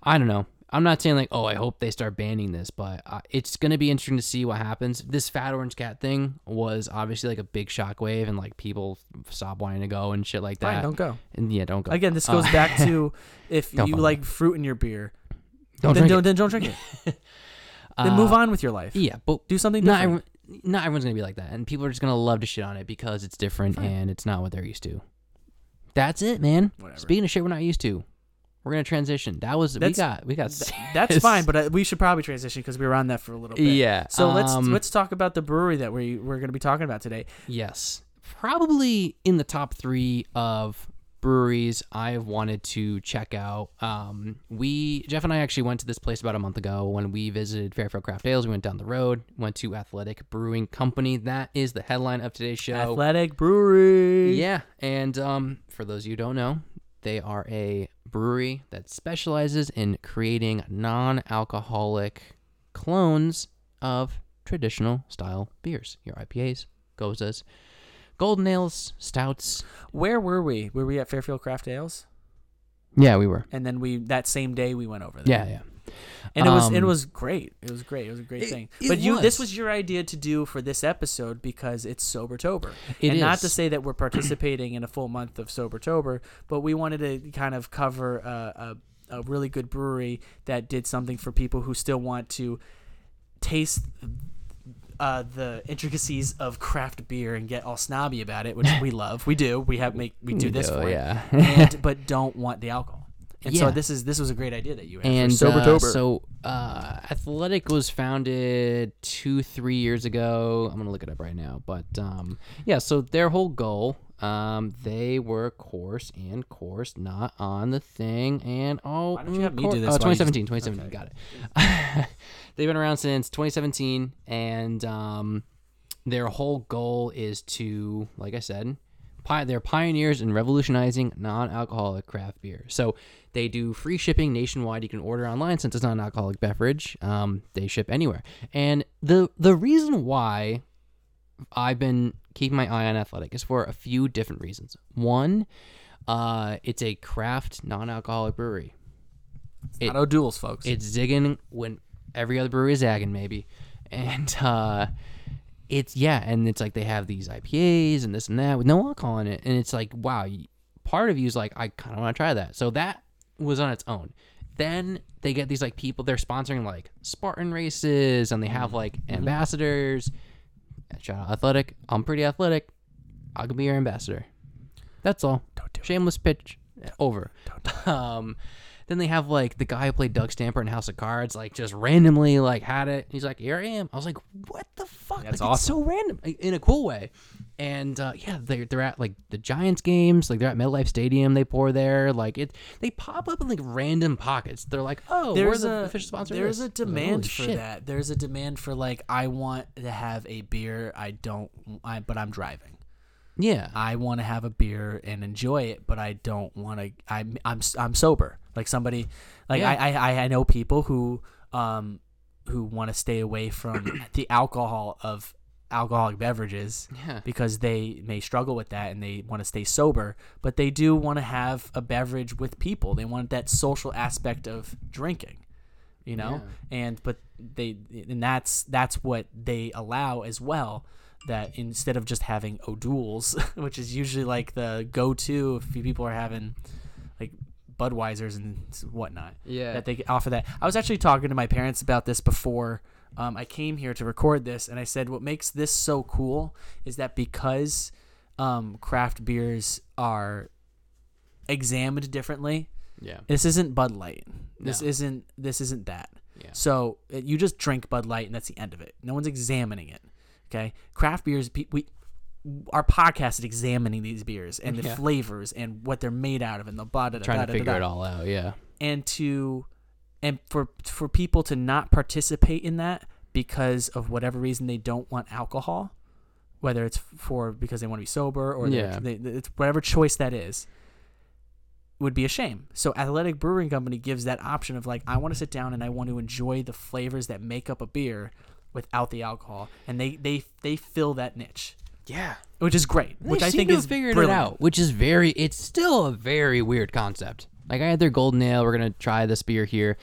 [SPEAKER 1] I don't know. I'm not saying like oh, I hope they start banning this, but uh, it's gonna be interesting to see what happens. This fat orange cat thing was obviously like a big shockwave, and like people stop wanting to go and shit like that.
[SPEAKER 2] Fine, don't go.
[SPEAKER 1] And yeah, don't go
[SPEAKER 2] Again, this
[SPEAKER 1] Uh,
[SPEAKER 2] goes back to if
[SPEAKER 1] Don't
[SPEAKER 2] you
[SPEAKER 1] follow
[SPEAKER 2] like fruit in your beer,
[SPEAKER 1] Don't drink
[SPEAKER 2] then don't
[SPEAKER 1] it. Uh,
[SPEAKER 2] then don't drink it. then move on with your life.
[SPEAKER 1] Yeah, but
[SPEAKER 2] Do something
[SPEAKER 1] Not
[SPEAKER 2] different.
[SPEAKER 1] everyone- not everyone's gonna be like that, and people are just gonna love to shit on it because it's different and it's not what they're used to. That's it, man.
[SPEAKER 2] Whatever.
[SPEAKER 1] Speaking of shit, we're not used to. We're gonna transition. That was
[SPEAKER 2] That's-
[SPEAKER 1] we got we got.
[SPEAKER 2] That's
[SPEAKER 1] serious.
[SPEAKER 2] fine, but uh, we should probably transition because we were on that for a little bit.
[SPEAKER 1] Yeah,
[SPEAKER 2] So let's
[SPEAKER 1] um,
[SPEAKER 2] let's talk about the brewery that we we're going to be talking about today.
[SPEAKER 1] Yes, probably in the top three of breweries I have wanted to check out. Um, we Jeff and I actually went to this place about a month ago when we visited Fairfield Craft Ales. We went down the road, went to Athletic Brewing Company. That is the headline of today's show.
[SPEAKER 2] Athletic Brewery.
[SPEAKER 1] Yeah, and um, for those of you who don't know, they are a brewery that specializes in creating non-alcoholic clones of traditional style beers. Your IPAs, gozas, golden ales, stouts.
[SPEAKER 2] Where were we? Were we at Fairfield Craft Ales?
[SPEAKER 1] Yeah, we were.
[SPEAKER 2] And then we that same day we went over there.
[SPEAKER 1] Yeah, yeah.
[SPEAKER 2] and it was it
[SPEAKER 1] Um,
[SPEAKER 2] was great. It was great. It was a great
[SPEAKER 1] It-
[SPEAKER 2] thing.
[SPEAKER 1] it
[SPEAKER 2] But you, this
[SPEAKER 1] was.
[SPEAKER 2] was your idea to do for this episode because it's sober tober,
[SPEAKER 1] It
[SPEAKER 2] and not to
[SPEAKER 1] is.
[SPEAKER 2] say that we're participating in a full month of sober tober, but we wanted to kind of cover a, a, a really good brewery that did something for people who still want to taste. Uh, the intricacies of craft beer and get all snobby about it, which we love. We do. We have make we do this
[SPEAKER 1] do,
[SPEAKER 2] for it.
[SPEAKER 1] yeah.
[SPEAKER 2] and, but don't want the alcohol. And so
[SPEAKER 1] Yeah.
[SPEAKER 2] this is this was a great idea that you had. for
[SPEAKER 1] and
[SPEAKER 2] sober
[SPEAKER 1] uh,
[SPEAKER 2] tober.
[SPEAKER 1] so uh, athletic was founded two three years ago i'm gonna look it up right now but um, yeah so their whole goal um, they were course and course not on the thing and oh,
[SPEAKER 2] don't you have me
[SPEAKER 1] cour-
[SPEAKER 2] do this
[SPEAKER 1] oh,
[SPEAKER 2] while you just-
[SPEAKER 1] 2017 2017 got it they've been around since 2017 and um, their whole goal is to, like I said, pi- they're pioneers in revolutionizing non-alcoholic craft beer. So they do free shipping nationwide. You can order online since it's not an alcoholic beverage. Um, they ship anywhere. And the the reason why I've been keeping my eye on Athletic is for a few different reasons. One, uh, it's a craft non-alcoholic brewery.
[SPEAKER 2] Auto duels, folks.
[SPEAKER 1] It's zigging when every other brewery is zagging, maybe. And uh, it's yeah, and it's like they have these IPAs and this and that with no alcohol in it, and it's like wow. y- Part of you is like, I kind of want to try that. So that was on its own. Then they get these like people. They're sponsoring like Spartan races, and they have like ambassadors. Shout out athletic. I'm pretty athletic. I can be your ambassador. That's all. Don't do Shameless pitch. Over. um, then they have like the guy who played Doug Stamper in House of Cards, like just randomly like had it. He's like, "Here I am." I was like, "What the fuck?" That's like, It's so random i- in a cool way. And uh, yeah, they're they're at like the Giants games, like they're at MetLife Stadium. They pour there, like it. They pop up in like random pockets. They're like, "Oh,
[SPEAKER 2] there's
[SPEAKER 1] we're the
[SPEAKER 2] a
[SPEAKER 1] official sponsor." of
[SPEAKER 2] there's
[SPEAKER 1] this."
[SPEAKER 2] a
[SPEAKER 1] I was like,
[SPEAKER 2] demand
[SPEAKER 1] "Holy
[SPEAKER 2] for
[SPEAKER 1] shit."
[SPEAKER 2] that. There's a demand for like I want to have a beer. I don't. I but I'm driving.
[SPEAKER 1] Yeah,
[SPEAKER 2] I want to have a beer and enjoy it, but I don't want to. I'm I'm s- I'm sober. Like somebody, like
[SPEAKER 1] Yeah.
[SPEAKER 2] I, I I know people who um who want to stay away from the alcohol of alcoholic beverages
[SPEAKER 1] Yeah.
[SPEAKER 2] because they may struggle with that and they want to stay sober, but they do want to have a beverage with people. They want that social aspect of drinking you know and but they and that's that's what they allow as well that instead of just having O'Douls, which is usually like the go-to if you- people are having like Budweisers and s- whatnot.
[SPEAKER 1] Yeah.
[SPEAKER 2] that they offer that. I was actually talking to my parents about this before um, I came here to record this, and I said what makes this so cool is that because um, craft beers are examined differently.
[SPEAKER 1] Yeah.
[SPEAKER 2] This isn't Bud Light. This
[SPEAKER 1] No.
[SPEAKER 2] isn't this isn't that.
[SPEAKER 1] Yeah.
[SPEAKER 2] So uh, you just drink Bud Light and that's the end of it. No one's examining it. Okay. Craft beers. pe- We our podcast is examining these beers and the
[SPEAKER 1] Yeah.
[SPEAKER 2] flavors and what they're made out of and the blah da da da
[SPEAKER 1] Trying to
[SPEAKER 2] da
[SPEAKER 1] figure
[SPEAKER 2] da
[SPEAKER 1] it all out. Yeah.
[SPEAKER 2] and to and for for people to not participate in that because of whatever reason they don't want alcohol whether it's for because they want to be sober or they're-
[SPEAKER 1] Yeah.
[SPEAKER 2] they, it's whatever choice that is would be a shame. So Athletic Brewing Company gives that option of like I want to sit down and I want to enjoy the flavors that make up a beer without the alcohol and they they they fill that niche,
[SPEAKER 1] Yeah.
[SPEAKER 2] which is great, which
[SPEAKER 1] they
[SPEAKER 2] I
[SPEAKER 1] seem
[SPEAKER 2] think
[SPEAKER 1] to
[SPEAKER 2] is
[SPEAKER 1] have figured
[SPEAKER 2] brilliant.
[SPEAKER 1] it out, which is very. It's still a very weird concept. Like I had their golden ale. We're gonna try this beer here.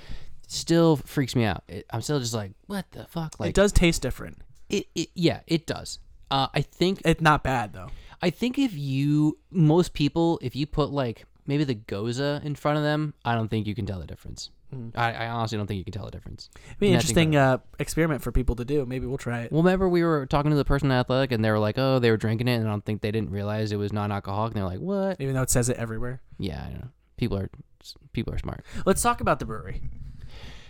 [SPEAKER 1] Still freaks me out. It, I'm still just like, what the fuck? Like
[SPEAKER 2] it does taste different.
[SPEAKER 1] It, it yeah, it does. Uh, I think
[SPEAKER 2] It's not bad though.
[SPEAKER 1] I think if you most people, if you put like maybe the goza in front of them, I don't think you can tell the difference.
[SPEAKER 2] Hmm.
[SPEAKER 1] I, I honestly don't think you can tell the difference.
[SPEAKER 2] be an
[SPEAKER 1] And I think
[SPEAKER 2] interesting
[SPEAKER 1] that-
[SPEAKER 2] uh, experiment for people to do. Maybe we'll try it.
[SPEAKER 1] well, remember we were talking to the person at athletic, and they were like, "Oh, they were drinking it," and I don't think they didn't realize it was non-alcoholic. And they're like, "What?"
[SPEAKER 2] even though it says it everywhere.
[SPEAKER 1] Yeah, I don't know. People are people are smart.
[SPEAKER 2] Let's talk about the brewery.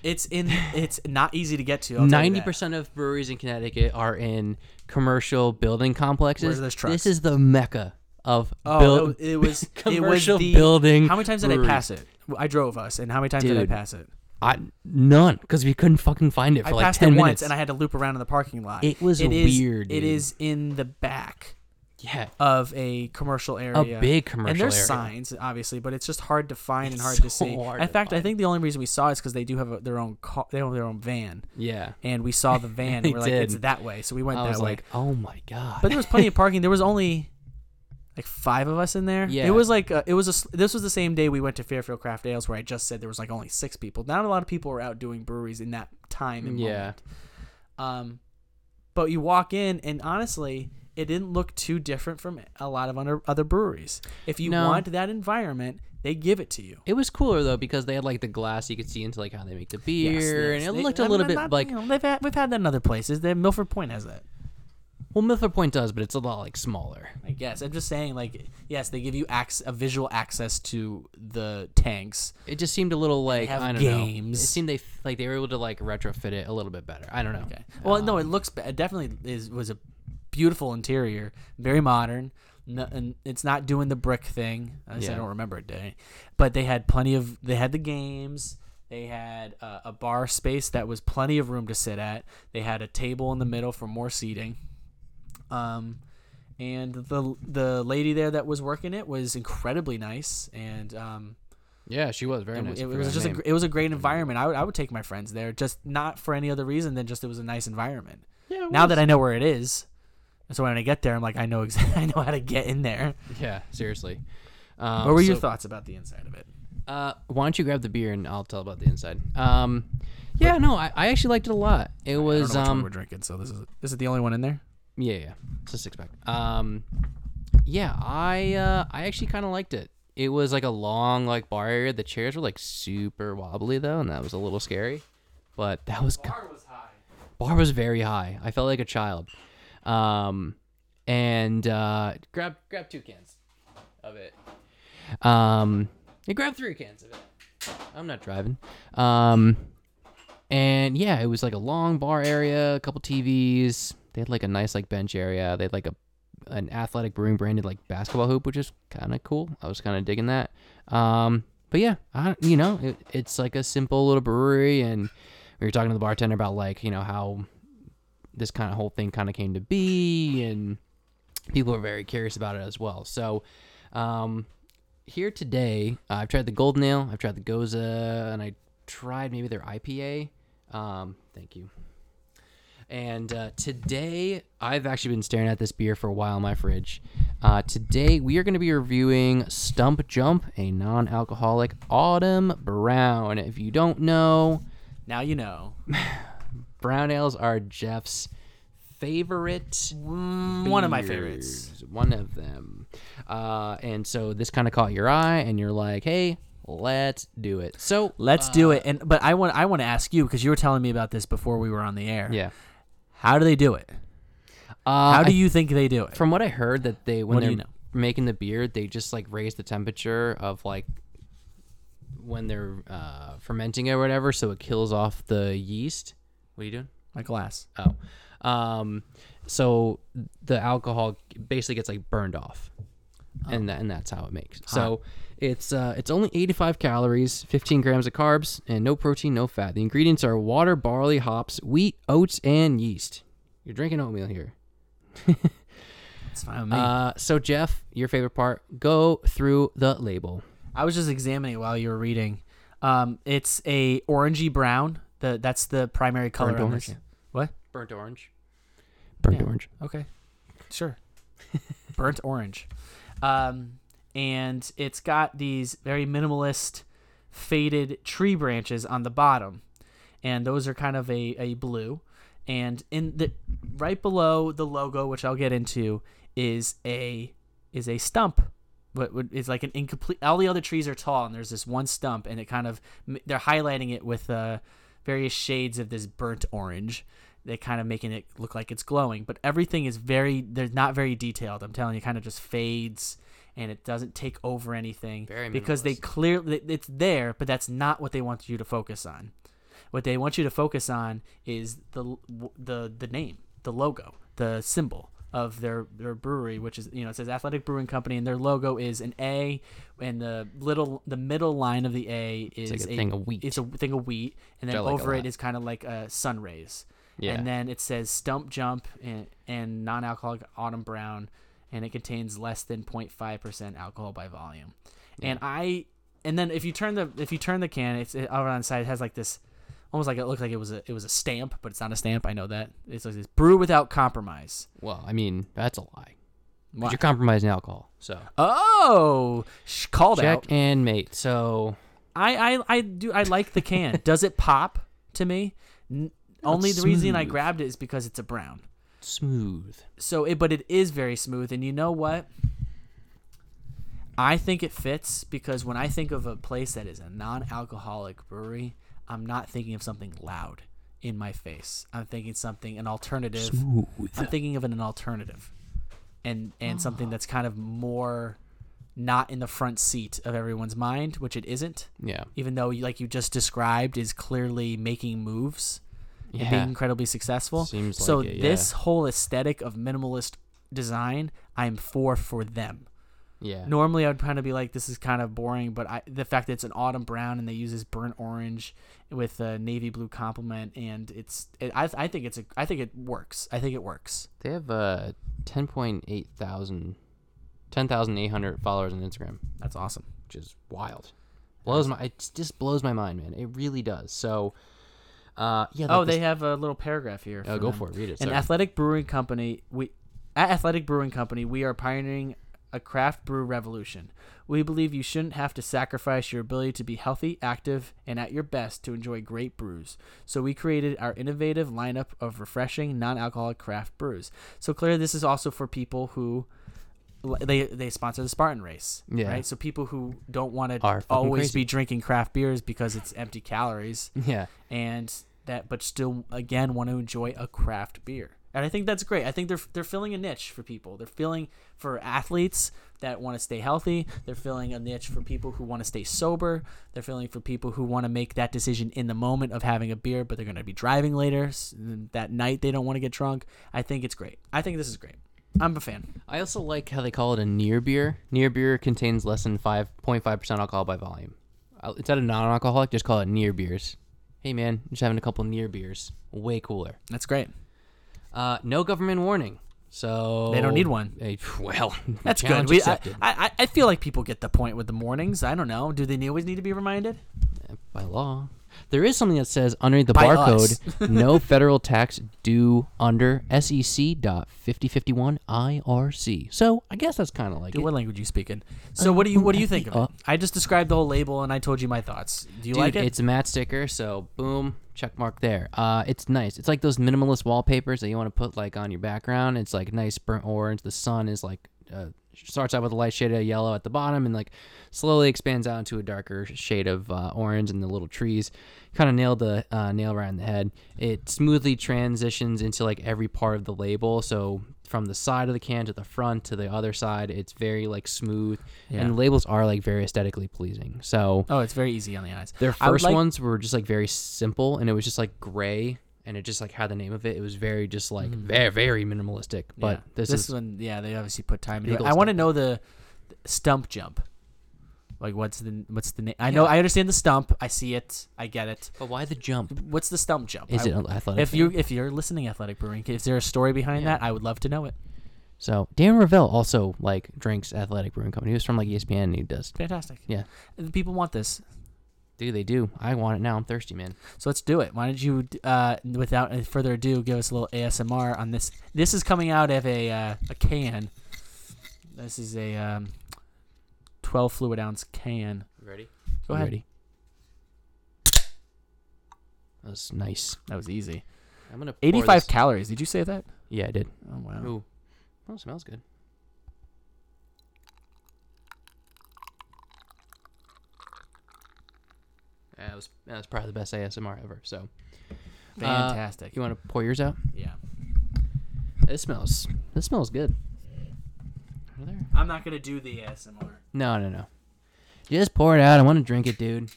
[SPEAKER 2] It's in. It's not easy to get to. I'll tell you
[SPEAKER 1] Ninety
[SPEAKER 2] that.
[SPEAKER 1] percent of breweries in Connecticut are in commercial building complexes.
[SPEAKER 2] Where there's trucks.
[SPEAKER 1] This is the mecca of
[SPEAKER 2] Oh,
[SPEAKER 1] buil-
[SPEAKER 2] it was
[SPEAKER 1] commercial
[SPEAKER 2] it was the,
[SPEAKER 1] building.
[SPEAKER 2] How many times did I
[SPEAKER 1] breweries.
[SPEAKER 2] pass it? I drove us, and how many times did I
[SPEAKER 1] Dude,
[SPEAKER 2] pass it?
[SPEAKER 1] I none because we couldn't fucking find it for
[SPEAKER 2] I
[SPEAKER 1] like
[SPEAKER 2] passed
[SPEAKER 1] ten
[SPEAKER 2] it once,
[SPEAKER 1] minutes.
[SPEAKER 2] and I had to loop around in the parking lot.
[SPEAKER 1] It was
[SPEAKER 2] is-
[SPEAKER 1] weird,
[SPEAKER 2] It
[SPEAKER 1] dude.
[SPEAKER 2] is in the back
[SPEAKER 1] yeah,
[SPEAKER 2] of a commercial area,
[SPEAKER 1] big commercial
[SPEAKER 2] and there's
[SPEAKER 1] area.
[SPEAKER 2] signs, obviously, but it's just hard to find and hard to
[SPEAKER 1] so
[SPEAKER 2] see.
[SPEAKER 1] hard
[SPEAKER 2] in
[SPEAKER 1] to
[SPEAKER 2] fact, I
[SPEAKER 1] find.
[SPEAKER 2] think the only reason we saw it is because they do have a, their own car, they have their own van,
[SPEAKER 1] yeah.
[SPEAKER 2] and we saw the van.
[SPEAKER 1] They
[SPEAKER 2] and We're like,
[SPEAKER 1] did.
[SPEAKER 2] it's that way, so we went
[SPEAKER 1] I
[SPEAKER 2] that
[SPEAKER 1] was
[SPEAKER 2] way.
[SPEAKER 1] like, oh my god.
[SPEAKER 2] but there was plenty of parking. There was only like five of us in there.
[SPEAKER 1] Yeah.
[SPEAKER 2] It was like uh it was a. s- This was the same day we went to Fairfield Craft Ales, where I just said there was like only six people. Not a lot of people were out doing breweries in that time. And
[SPEAKER 1] Yeah.
[SPEAKER 2] Moment. Um, but you walk in, and honestly, it didn't look too different from a lot of other other breweries. If you
[SPEAKER 1] No.
[SPEAKER 2] want that environment, they give it to you.
[SPEAKER 1] it was cooler though because they had like the glass you could see into like how they make the beer,
[SPEAKER 2] Yes, yes.
[SPEAKER 1] and it
[SPEAKER 2] They-
[SPEAKER 1] looked a
[SPEAKER 2] I mean,
[SPEAKER 1] little
[SPEAKER 2] I'm
[SPEAKER 1] bit
[SPEAKER 2] not-
[SPEAKER 1] like
[SPEAKER 2] you know, they've had, we've had that in other places. Then Milford Point has that.
[SPEAKER 1] well, Mifflin Point does, but it's a lot like smaller.
[SPEAKER 2] I guess I'm just saying, like, yes, they give you ac- a visual access to the tanks.
[SPEAKER 1] It just seemed a little like
[SPEAKER 2] have
[SPEAKER 1] I don't know. It
[SPEAKER 2] games.
[SPEAKER 1] seemed they f- like they were able to like retrofit it a little bit better. I don't know.
[SPEAKER 2] Okay. Well, no, it looks ba- it definitely is was a beautiful interior, very modern. No, and it's not doing the brick thing. At least I
[SPEAKER 1] Yeah.
[SPEAKER 2] don't remember it day, but they had plenty of they had the games. They had uh, a bar space that was plenty of room to sit at. They had a table in the middle for more seating. Um, and the the lady there that was working it was incredibly nice and um,
[SPEAKER 1] Yeah, she was very
[SPEAKER 2] And
[SPEAKER 1] nice.
[SPEAKER 2] it,
[SPEAKER 1] I
[SPEAKER 2] it
[SPEAKER 1] forgot her
[SPEAKER 2] was just a,
[SPEAKER 1] name.
[SPEAKER 2] gr- it was a great environment. I would, I would take my friends there, just not for any other reason than just it was a nice environment.
[SPEAKER 1] Yeah, it
[SPEAKER 2] now that I know where it is, so when I get there, I'm like I know exactly I know how to get in there.
[SPEAKER 1] yeah, seriously. Um,
[SPEAKER 2] what were your
[SPEAKER 1] so,
[SPEAKER 2] thoughts about the inside of it?
[SPEAKER 1] Uh, why don't you grab the beer and I'll tell about the inside. Um, yeah, no, I, I actually liked it a lot. It
[SPEAKER 2] I don't
[SPEAKER 1] was
[SPEAKER 2] know which one
[SPEAKER 1] um,
[SPEAKER 2] we're drinking, so this is this is the only one in there.
[SPEAKER 1] Yeah, yeah. It's a six pack. Um, yeah, I uh, I actually kind of liked it. It was like a long like bar area. The chairs were like super wobbly though, and that was a little scary. But that was bar was high. Bar was very high. I felt like a child. Um, and uh, grab grab two cans of it. Um, yeah, grab three cans of it. I'm not driving. Um, and yeah, it was like a long bar area, a couple TVs. They had like a nice like bench area. They had like a an athletic brewing branded like basketball hoop, which is kind of cool. I was kind of digging that. Um, but yeah, I, you know, it, it's like a simple little brewery, and we were talking to the bartender about like you know how this kind of whole thing kind of came to be, and people are very curious about it as well. So, um, here today, uh, I've tried the Golden Ale, I've tried the Goza, and I tried maybe their IPA. Um, thank you. And uh, today, I've actually been staring at this beer for a while in my fridge. Uh, today, we are going to be reviewing Stump Jump, a non alcoholic autumn brown. If you don't know,
[SPEAKER 2] Now you know.
[SPEAKER 1] brown ales are Jeff's favorite
[SPEAKER 2] Mm, One of my favorites.
[SPEAKER 1] beers, One of them. Uh, and so this kind of caught your eye, and you're like, hey, Let's do it. So
[SPEAKER 2] Let's
[SPEAKER 1] Uh,
[SPEAKER 2] do it. And but I want I want to ask you because you were telling me about this before we were on the air.
[SPEAKER 1] yeah.
[SPEAKER 2] How do they do it?
[SPEAKER 1] Uh,
[SPEAKER 2] How do you think they do it?
[SPEAKER 1] from what I heard that they when
[SPEAKER 2] What do
[SPEAKER 1] they're
[SPEAKER 2] you know?
[SPEAKER 1] making the beer, they just like raise the temperature of like when they're uh, fermenting it or whatever, so it kills off the yeast. What are you doing?
[SPEAKER 2] My glass.
[SPEAKER 1] Oh, um, so the alcohol basically gets like burned off, and that, and that's how it makes. So it's uh, it's only 85 calories, 15 grams of carbs, and no protein, no fat. The ingredients are water, barley, hops, wheat, oats, and yeast. You're drinking oatmeal here.
[SPEAKER 2] It's fine with me.
[SPEAKER 1] Uh, so Jeff, your favorite part, go through the label.
[SPEAKER 2] I was just examining it while you were reading. Um, it's a orangey brown. The that's the primary color
[SPEAKER 1] Burnt
[SPEAKER 2] on
[SPEAKER 1] orange,
[SPEAKER 2] this.
[SPEAKER 1] yeah.
[SPEAKER 2] What?
[SPEAKER 1] Burnt orange. Burnt orange.
[SPEAKER 2] Okay. Sure. Burnt orange. Um, and it's got these very minimalist faded tree branches on the bottom. And those are kind of a, a blue. And in the right below the logo, which I'll get into, is a is a stump. What would is like an incomplete all the other trees are tall and there's this one stump and it kind of they're highlighting it with uh various shades of this burnt orange they kind of making it look like it's glowing but everything is very they're not very detailed i'm telling you it kind of just fades and it doesn't take over anything
[SPEAKER 1] Very
[SPEAKER 2] because they
[SPEAKER 1] minimalist.
[SPEAKER 2] clearly it's there but that's not what they want you to focus on what they want you to focus on is the the the name the logo the symbol of their their brewery which is you know it says athletic brewing company and their logo is an a and the little the middle line of the a is
[SPEAKER 1] like a thing of wheat.
[SPEAKER 2] it's a thing of wheat and
[SPEAKER 1] I
[SPEAKER 2] then
[SPEAKER 1] like a
[SPEAKER 2] over
[SPEAKER 1] lot.
[SPEAKER 2] it is kind of like uh, sun rays
[SPEAKER 1] Yeah.
[SPEAKER 2] and then it says stump jump and, and non-alcoholic autumn brown and it contains less than 0.5% alcohol by volume and i and then if you turn the if you turn the can it's it, over on the side it has like this almost like it looked like it was a it was a stamp but it's not a stamp i know that it's like this brew without compromise
[SPEAKER 1] Well, I mean that's a lie. 'Cause
[SPEAKER 2] Why?
[SPEAKER 1] You're compromising alcohol. So
[SPEAKER 2] oh sh- called out
[SPEAKER 1] check and mate. So
[SPEAKER 2] I, I I do I like the can. Does it pop to me? N- only the reason I
[SPEAKER 1] smooth.
[SPEAKER 2] grabbed it is because it's a brown.
[SPEAKER 1] smooth.
[SPEAKER 2] So it but it is very smooth and you know what? I think it fits because when I think of a place that is a non-alcoholic brewery, I'm not thinking of something loud in my face. I'm thinking something an alternative. I'm thinking of an, an alternative. And and something that's kind of more not in the front seat of everyone's mind, which it isn't
[SPEAKER 1] Yeah.
[SPEAKER 2] even though like you just described is clearly making moves and being
[SPEAKER 1] Yeah.
[SPEAKER 2] incredibly successful.
[SPEAKER 1] Seems
[SPEAKER 2] so
[SPEAKER 1] like it,
[SPEAKER 2] this
[SPEAKER 1] yeah.
[SPEAKER 2] whole aesthetic of minimalist design, I'm for for them.
[SPEAKER 1] Yeah.
[SPEAKER 2] Normally, I'd kind of be like, this is kind of boring, but I, the fact that it's an autumn brown and they use this burnt orange with a navy blue complement, and it's, it, I, I think it's, a, I think it works. I think it works.
[SPEAKER 1] They have uh, 10.8 thousand, 10,800 followers on Instagram,
[SPEAKER 2] That's awesome.
[SPEAKER 1] which is wild. Blows my, it just blows my mind, man. It really does. So, uh, yeah.
[SPEAKER 2] Oh,
[SPEAKER 1] like
[SPEAKER 2] they
[SPEAKER 1] this-
[SPEAKER 2] have a little paragraph here.
[SPEAKER 1] Oh,
[SPEAKER 2] for
[SPEAKER 1] go
[SPEAKER 2] them.
[SPEAKER 1] for it. Read it.
[SPEAKER 2] An
[SPEAKER 1] sorry.
[SPEAKER 2] athletic brewing company, we at Athletic Brewing Company, we are pioneering a craft brew revolution. We believe you shouldn't have to sacrifice your ability to be healthy, active, and at your best to enjoy great brews. So we created our innovative lineup of refreshing non-alcoholic craft brews. So clearly this is also for people who they they sponsor the Spartan race,
[SPEAKER 1] Yeah.
[SPEAKER 2] right? So people who don't want
[SPEAKER 1] Are
[SPEAKER 2] to
[SPEAKER 1] fucking
[SPEAKER 2] always
[SPEAKER 1] crazy.
[SPEAKER 2] be drinking craft beers because it's empty calories
[SPEAKER 1] yeah.
[SPEAKER 2] and that but still again want to enjoy a craft beer and i think that's great i think they're they're filling a niche for people they're filling for athletes that want to stay healthy they're filling a niche for people who want to stay sober they're filling for people who want to make that decision in the moment of having a beer but they're going to be driving later s- that night they don't want to get drunk i think it's great i think this is great i'm a fan
[SPEAKER 1] I also like how they call it a near beer. Near beer contains less than 5.5% alcohol by volume. Uh, Instead of non alcoholic, just call it near beers. Hey, man, just having a couple near beers. Way cooler.
[SPEAKER 2] that's great
[SPEAKER 1] Uh, no government warning. So
[SPEAKER 2] They don't need one.
[SPEAKER 1] Eh, well,
[SPEAKER 2] that's good
[SPEAKER 1] challenge
[SPEAKER 2] we, I,
[SPEAKER 1] accepted.
[SPEAKER 2] I, I feel like people get the point with the mornings i don't know do they always need to be reminded
[SPEAKER 1] by law. There is something that says underneath the
[SPEAKER 2] By us.
[SPEAKER 1] barcode, no federal tax due under E SEC.5051 IRC. So I guess that's kind of like
[SPEAKER 2] Dude,
[SPEAKER 1] it.
[SPEAKER 2] what language you speak in? So what do you what do you think of
[SPEAKER 1] Uh,
[SPEAKER 2] it? I just described the whole label and I told you my thoughts. Do you
[SPEAKER 1] Dude,
[SPEAKER 2] like it?
[SPEAKER 1] it's a matte sticker, so boom, check mark there. Uh, it's nice. It's like those minimalist wallpapers that you want to put like on your background. It's like nice burnt orange. The sun is like uh, starts out with a light shade of yellow at the bottom and like slowly expands out into a darker shade of uh, orange and the little trees kind of nailed the uh, nail right in the head it smoothly transitions into like every part of the label so from the side of the can to the front to the other side it's very like smooth and the labels are like very aesthetically pleasing so
[SPEAKER 2] Oh, it's very easy on the eyes.
[SPEAKER 1] their
[SPEAKER 2] I would
[SPEAKER 1] first
[SPEAKER 2] like-
[SPEAKER 1] ones were just like very simple, and it was just like gray, and it just like had the name of it. It was very just like very very minimalistic. But
[SPEAKER 2] yeah.
[SPEAKER 1] Mm-hmm. this, is
[SPEAKER 2] one, yeah, they obviously put time into it.
[SPEAKER 1] Eagle
[SPEAKER 2] I want to
[SPEAKER 1] stump.
[SPEAKER 2] know the the stump jump. Like what's the what's the name? I know I understand the stump. I see it. I get it.
[SPEAKER 1] but why the jump?
[SPEAKER 2] What's the stump jump?
[SPEAKER 1] Is
[SPEAKER 2] I-
[SPEAKER 1] it an athletic?
[SPEAKER 2] if you if you're listening, athletic brewing, is there a story behind that? I would love to know it.
[SPEAKER 1] so Dan Ravel also like drinks Athletic Brewing Company. He was from like E ESPN, and he does.
[SPEAKER 2] Fantastic.
[SPEAKER 1] Yeah,
[SPEAKER 2] The People want this,
[SPEAKER 1] do they do? I want it now. I'm thirsty, man.
[SPEAKER 2] so let's do it. Why don't you, uh, without any further ado, give us a little ASMR on this? This is coming out of a uh, a can. This is a um, twelve fluid ounce can.
[SPEAKER 1] Ready?
[SPEAKER 2] Go ahead.
[SPEAKER 1] Ready? That was nice.
[SPEAKER 2] That was easy.
[SPEAKER 1] I'm gonna pour
[SPEAKER 2] Eighty-five
[SPEAKER 1] this-
[SPEAKER 2] calories. Did you say that?
[SPEAKER 1] yeah, I did.
[SPEAKER 2] Oh wow.
[SPEAKER 1] Ooh, oh, smells good. Yeah, that was that was probably the best ASMR ever. So
[SPEAKER 2] Fantastic.
[SPEAKER 1] Uh, you want to pour yours out?
[SPEAKER 2] yeah.
[SPEAKER 1] This smells. This smells good. Over there?
[SPEAKER 2] I'm not gonna do the ASMR.
[SPEAKER 1] No, no, no. Just pour it out. I want to drink it, dude.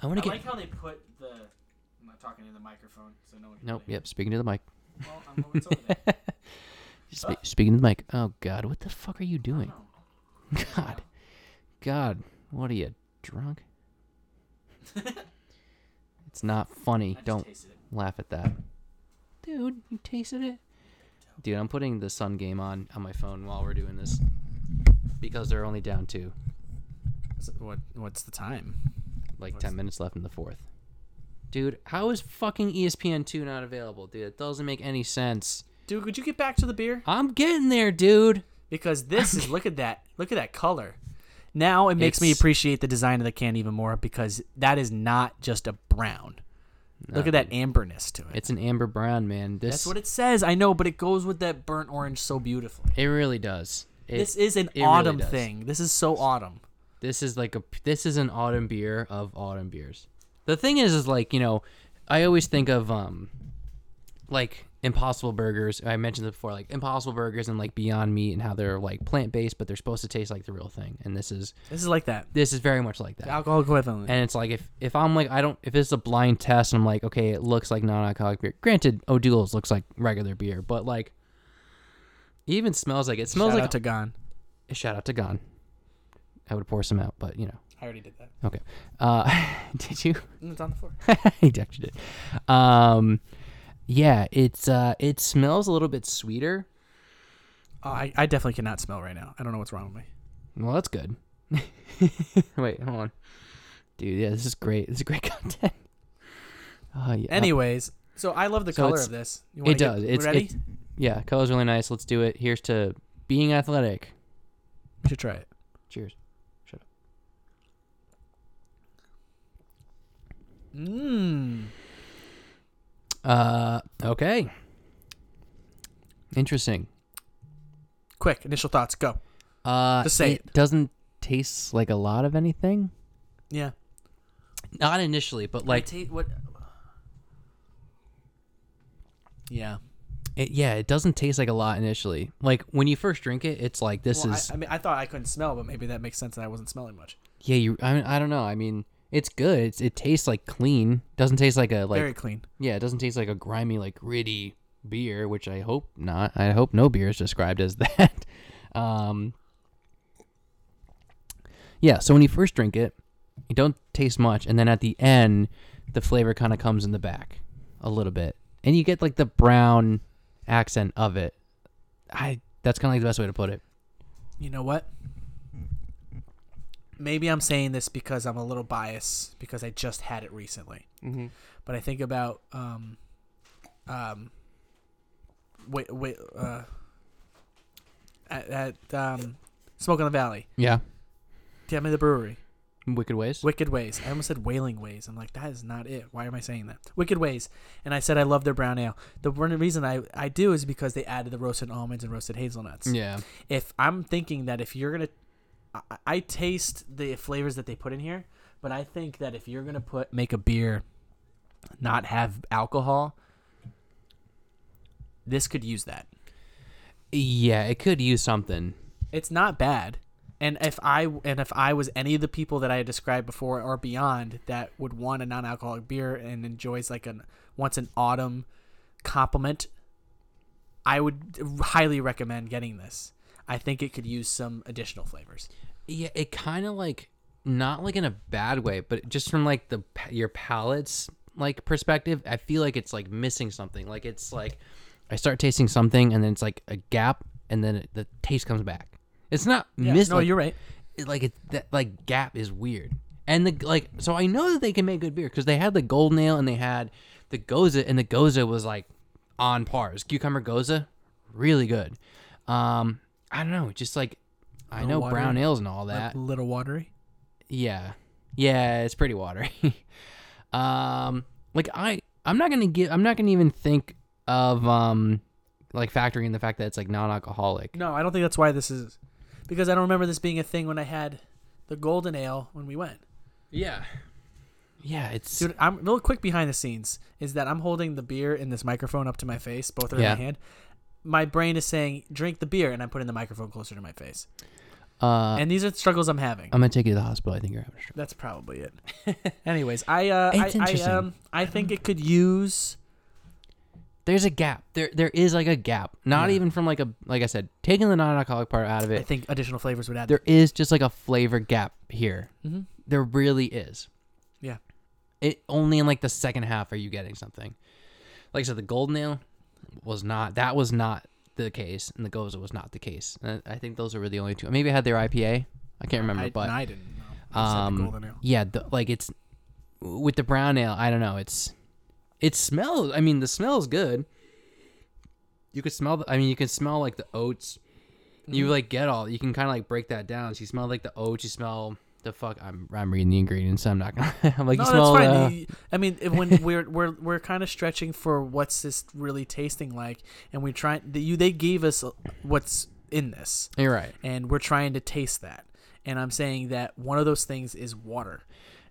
[SPEAKER 1] I want to get.
[SPEAKER 2] how they put the. I'm not talking to the microphone, so no one. Can
[SPEAKER 1] nope. Yep. Speaking to the mic.
[SPEAKER 2] Well, I'm over there.
[SPEAKER 1] Spe- speaking to the mic. Oh God, what the fuck are you doing? God, God, what are you drunk? it's not funny. Don't laugh at that, dude. You tasted it, dude. I'm putting the Sun game on on my phone while we're doing this because they're only down two,
[SPEAKER 2] What? What's the time?
[SPEAKER 1] like ten minutes left in the fourth. Dude, how is fucking E ESPN two not available, dude? It doesn't make any sense.
[SPEAKER 2] Dude, could you get back to the beer?
[SPEAKER 1] I'm getting there, dude.
[SPEAKER 2] Because this is look at that look at that color. Now it makes me
[SPEAKER 1] It's-
[SPEAKER 2] appreciate the design of the can even more because that is not just a brown. look at that amberness to it.
[SPEAKER 1] It's an amber brown, man. This
[SPEAKER 2] That's what it says. I know, but it goes with that burnt orange so beautifully.
[SPEAKER 1] it really does. It-
[SPEAKER 2] this is an
[SPEAKER 1] it really
[SPEAKER 2] autumn
[SPEAKER 1] does.
[SPEAKER 2] thing. This is so autumn.
[SPEAKER 1] This is like a this is an autumn beer of autumn beers. The thing is, is like you know, I always think of um, like Impossible Burgers. I mentioned this before, like Impossible Burgers and like Beyond Meat and how they're like plant based, but they're supposed to taste like the real thing. And this is
[SPEAKER 2] This is like that.
[SPEAKER 1] this is very much like that.
[SPEAKER 2] Alcohol equivalent.
[SPEAKER 1] And it's like if if I'm like I don't if it's a blind test and I'm like okay it looks like non-alcoholic beer. Granted, O'Doul's looks like regular beer, but like it even smells like it smells
[SPEAKER 2] Shout
[SPEAKER 1] like
[SPEAKER 2] out to Gone.
[SPEAKER 1] shout out to Gone. I would pour some out, but you know.
[SPEAKER 2] I already did that.
[SPEAKER 1] Okay. Uh, did you?
[SPEAKER 2] It's on the floor.
[SPEAKER 1] he actually did. Um, yeah, it's uh, it smells a little bit sweeter.
[SPEAKER 2] Oh, I, I definitely cannot smell right now. I don't know what's wrong with me.
[SPEAKER 1] Well, that's good. Wait, hold on, dude. Yeah, this is great. This is great content. Oh yeah.
[SPEAKER 2] Anyways, so I love the
[SPEAKER 1] So
[SPEAKER 2] color
[SPEAKER 1] it's-
[SPEAKER 2] of this. You wanna
[SPEAKER 1] it does.
[SPEAKER 2] Get,
[SPEAKER 1] it's
[SPEAKER 2] ready.
[SPEAKER 1] it's- yeah. Color's really nice. Let's do it. Here's to being athletic.
[SPEAKER 2] we should try it.
[SPEAKER 1] Cheers. Shut up.
[SPEAKER 2] Mmm.
[SPEAKER 1] Uh, okay. Interesting.
[SPEAKER 2] Quick initial thoughts. Go.
[SPEAKER 1] Uh,
[SPEAKER 2] Just say
[SPEAKER 1] it doesn't taste like a lot of anything.
[SPEAKER 2] Yeah.
[SPEAKER 1] Not initially, but like
[SPEAKER 2] what? Yeah.
[SPEAKER 1] it, yeah, it doesn't taste like a lot initially. Like when you first drink it, it's like this
[SPEAKER 2] Well,
[SPEAKER 1] is
[SPEAKER 2] I, I mean, I thought I couldn't smell, but maybe that makes sense that I wasn't smelling much.
[SPEAKER 1] yeah. You, I mean, I don't know. I mean, it's good. It's, it tastes like clean. Doesn't taste like a like
[SPEAKER 2] Very clean.
[SPEAKER 1] yeah. It doesn't taste like a grimy like gritty beer, which I hope not. I hope no beer is described as that. Um, yeah. So when you first drink it, you don't taste much, and then at the end, the flavor kind of comes in the back a little bit, and you get like the brown accent of it. I that's kind of like the best way to put it.
[SPEAKER 2] You know what? Maybe I'm saying this because I'm a little biased because I just had it recently.
[SPEAKER 1] Mm-hmm.
[SPEAKER 2] But I think about um, um, wait, wait, uh, at, at um, Smoke on the Valley.
[SPEAKER 1] Yeah.
[SPEAKER 2] Damn the brewery.
[SPEAKER 1] Wicked Ways.
[SPEAKER 2] Wicked Ways. I almost said Wailing Ways. I'm like, that is not it. Why am I saying that? Wicked Ways. And I said I love their brown ale. The one reason I, I do is because they added the roasted almonds and roasted hazelnuts.
[SPEAKER 1] Yeah.
[SPEAKER 2] If I'm thinking that if you're gonna, I, I taste the flavors that they put in here, but I think that if you're gonna put make a beer, not have alcohol, this could use that.
[SPEAKER 1] Yeah, it could use something.
[SPEAKER 2] It's not bad. And if I and if I was any of the people that I had described before or beyond that would want a non-alcoholic beer and enjoys like an once an autumn compliment, I would highly recommend getting this. I think it could use some additional flavors.
[SPEAKER 1] Yeah, it kind of like not like in a bad way, but just from like the pa- your palate's like perspective, I feel like it's like missing something. Like it's like I start tasting something and then it's like a gap and then it, the taste comes back. It's not miss
[SPEAKER 2] no,
[SPEAKER 1] like,
[SPEAKER 2] you're right.
[SPEAKER 1] it- like it, that like gap is weird. And the like so I know that they can make good beer cuz they had the gold nail and they had the goza and the goza was like on par. It was cucumber goza really good. Um I don't know, just like I know
[SPEAKER 2] water.
[SPEAKER 1] brown ales and all that.
[SPEAKER 2] A little watery.
[SPEAKER 1] Yeah. Yeah, it's pretty watery. um like I I'm not going to give I'm not going to even think of um like factoring in the fact that it's like non-alcoholic.
[SPEAKER 2] No, I don't think that's why this is because I don't remember this being a thing when I had the golden ale when we went.
[SPEAKER 1] Yeah. Yeah, it's
[SPEAKER 2] Dude, I'm real quick behind the scenes is that I'm holding the beer and this microphone up to my face, both are
[SPEAKER 1] Yeah.
[SPEAKER 2] in my hand. My brain is saying, drink the beer, and I'm putting the microphone closer to my face.
[SPEAKER 1] uh um,
[SPEAKER 2] and these are the struggles I'm having.
[SPEAKER 1] I'm gonna take you to the hospital. I think you're having a stroke.
[SPEAKER 2] That's probably it. Anyways, I uh,
[SPEAKER 1] It's
[SPEAKER 2] I, I
[SPEAKER 1] interesting.
[SPEAKER 2] um I think it could use
[SPEAKER 1] There's a gap. There there is like a gap. Not even from like a like I said, taking the non-alcoholic part out of
[SPEAKER 2] I
[SPEAKER 1] it.
[SPEAKER 2] think additional flavors would add
[SPEAKER 1] There is just like a flavor gap here.
[SPEAKER 2] Mhm.
[SPEAKER 1] There really is.
[SPEAKER 2] Yeah.
[SPEAKER 1] It only in like the second half are you getting something. Like I said, the gold nail was not. That was not the case, and the goza was not the case. And I think those were the only two. Maybe I had their IPA. I can't remember,
[SPEAKER 2] I,
[SPEAKER 1] but
[SPEAKER 2] I didn't know. I just had the golden
[SPEAKER 1] um,
[SPEAKER 2] ale.
[SPEAKER 1] yeah, the, like it's with the brown ale. I don't know. It's it smells. I mean, the smell is good. You could smell. The, I mean, you can smell like the oats. You like get all. You can kind of like break that down. So you smell like the oats. You smell the fuck. I'm I'm reading the ingredients. So I'm not gonna. I'm like
[SPEAKER 2] No,
[SPEAKER 1] you
[SPEAKER 2] that's
[SPEAKER 1] smell.
[SPEAKER 2] fine.
[SPEAKER 1] uh,
[SPEAKER 2] You- I mean, if- when we're we're we're kind of stretching for what's this really tasting like, and we try the, you they gave us what's in this.
[SPEAKER 1] you're right.
[SPEAKER 2] and we're trying to taste that. And I'm saying that one of those things is water,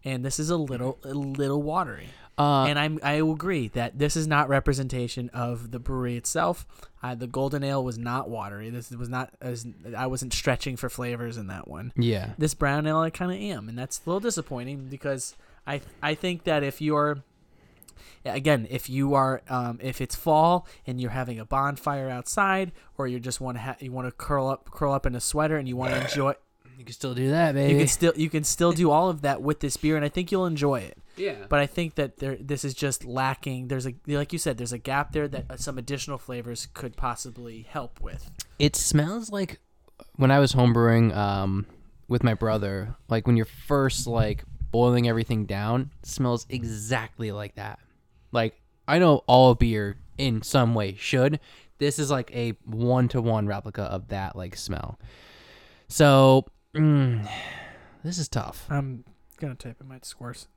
[SPEAKER 2] and this is a little a little watery.
[SPEAKER 1] Uh,
[SPEAKER 2] and I'm I will agree that this is not representation of the brewery itself. Uh, the golden ale was not watery. This was not as I wasn't stretching for flavors in that one.
[SPEAKER 1] Yeah.
[SPEAKER 2] This brown ale I kind of am, and that's a little disappointing because I I think that if you're again if you are um, if it's fall and you're having a bonfire outside or you just want to ha- you want to curl up curl up in a sweater and you want to enjoy
[SPEAKER 1] You can still do that,
[SPEAKER 2] you
[SPEAKER 1] baby.
[SPEAKER 2] can still you can still do all of that with this beer and I think you'll enjoy it
[SPEAKER 4] Yeah.
[SPEAKER 2] but I think that there this is just lacking there's a like you said there's a gap there that uh, some additional flavors could possibly help with
[SPEAKER 1] It smells like when I was homebrewing um, with my brother, like when you're first like boiling everything down, it smells exactly like that. Like I know all beer in some way should. This is like a one to one replica of that like smell. So mm, this is tough.
[SPEAKER 2] I'm gonna type in my scores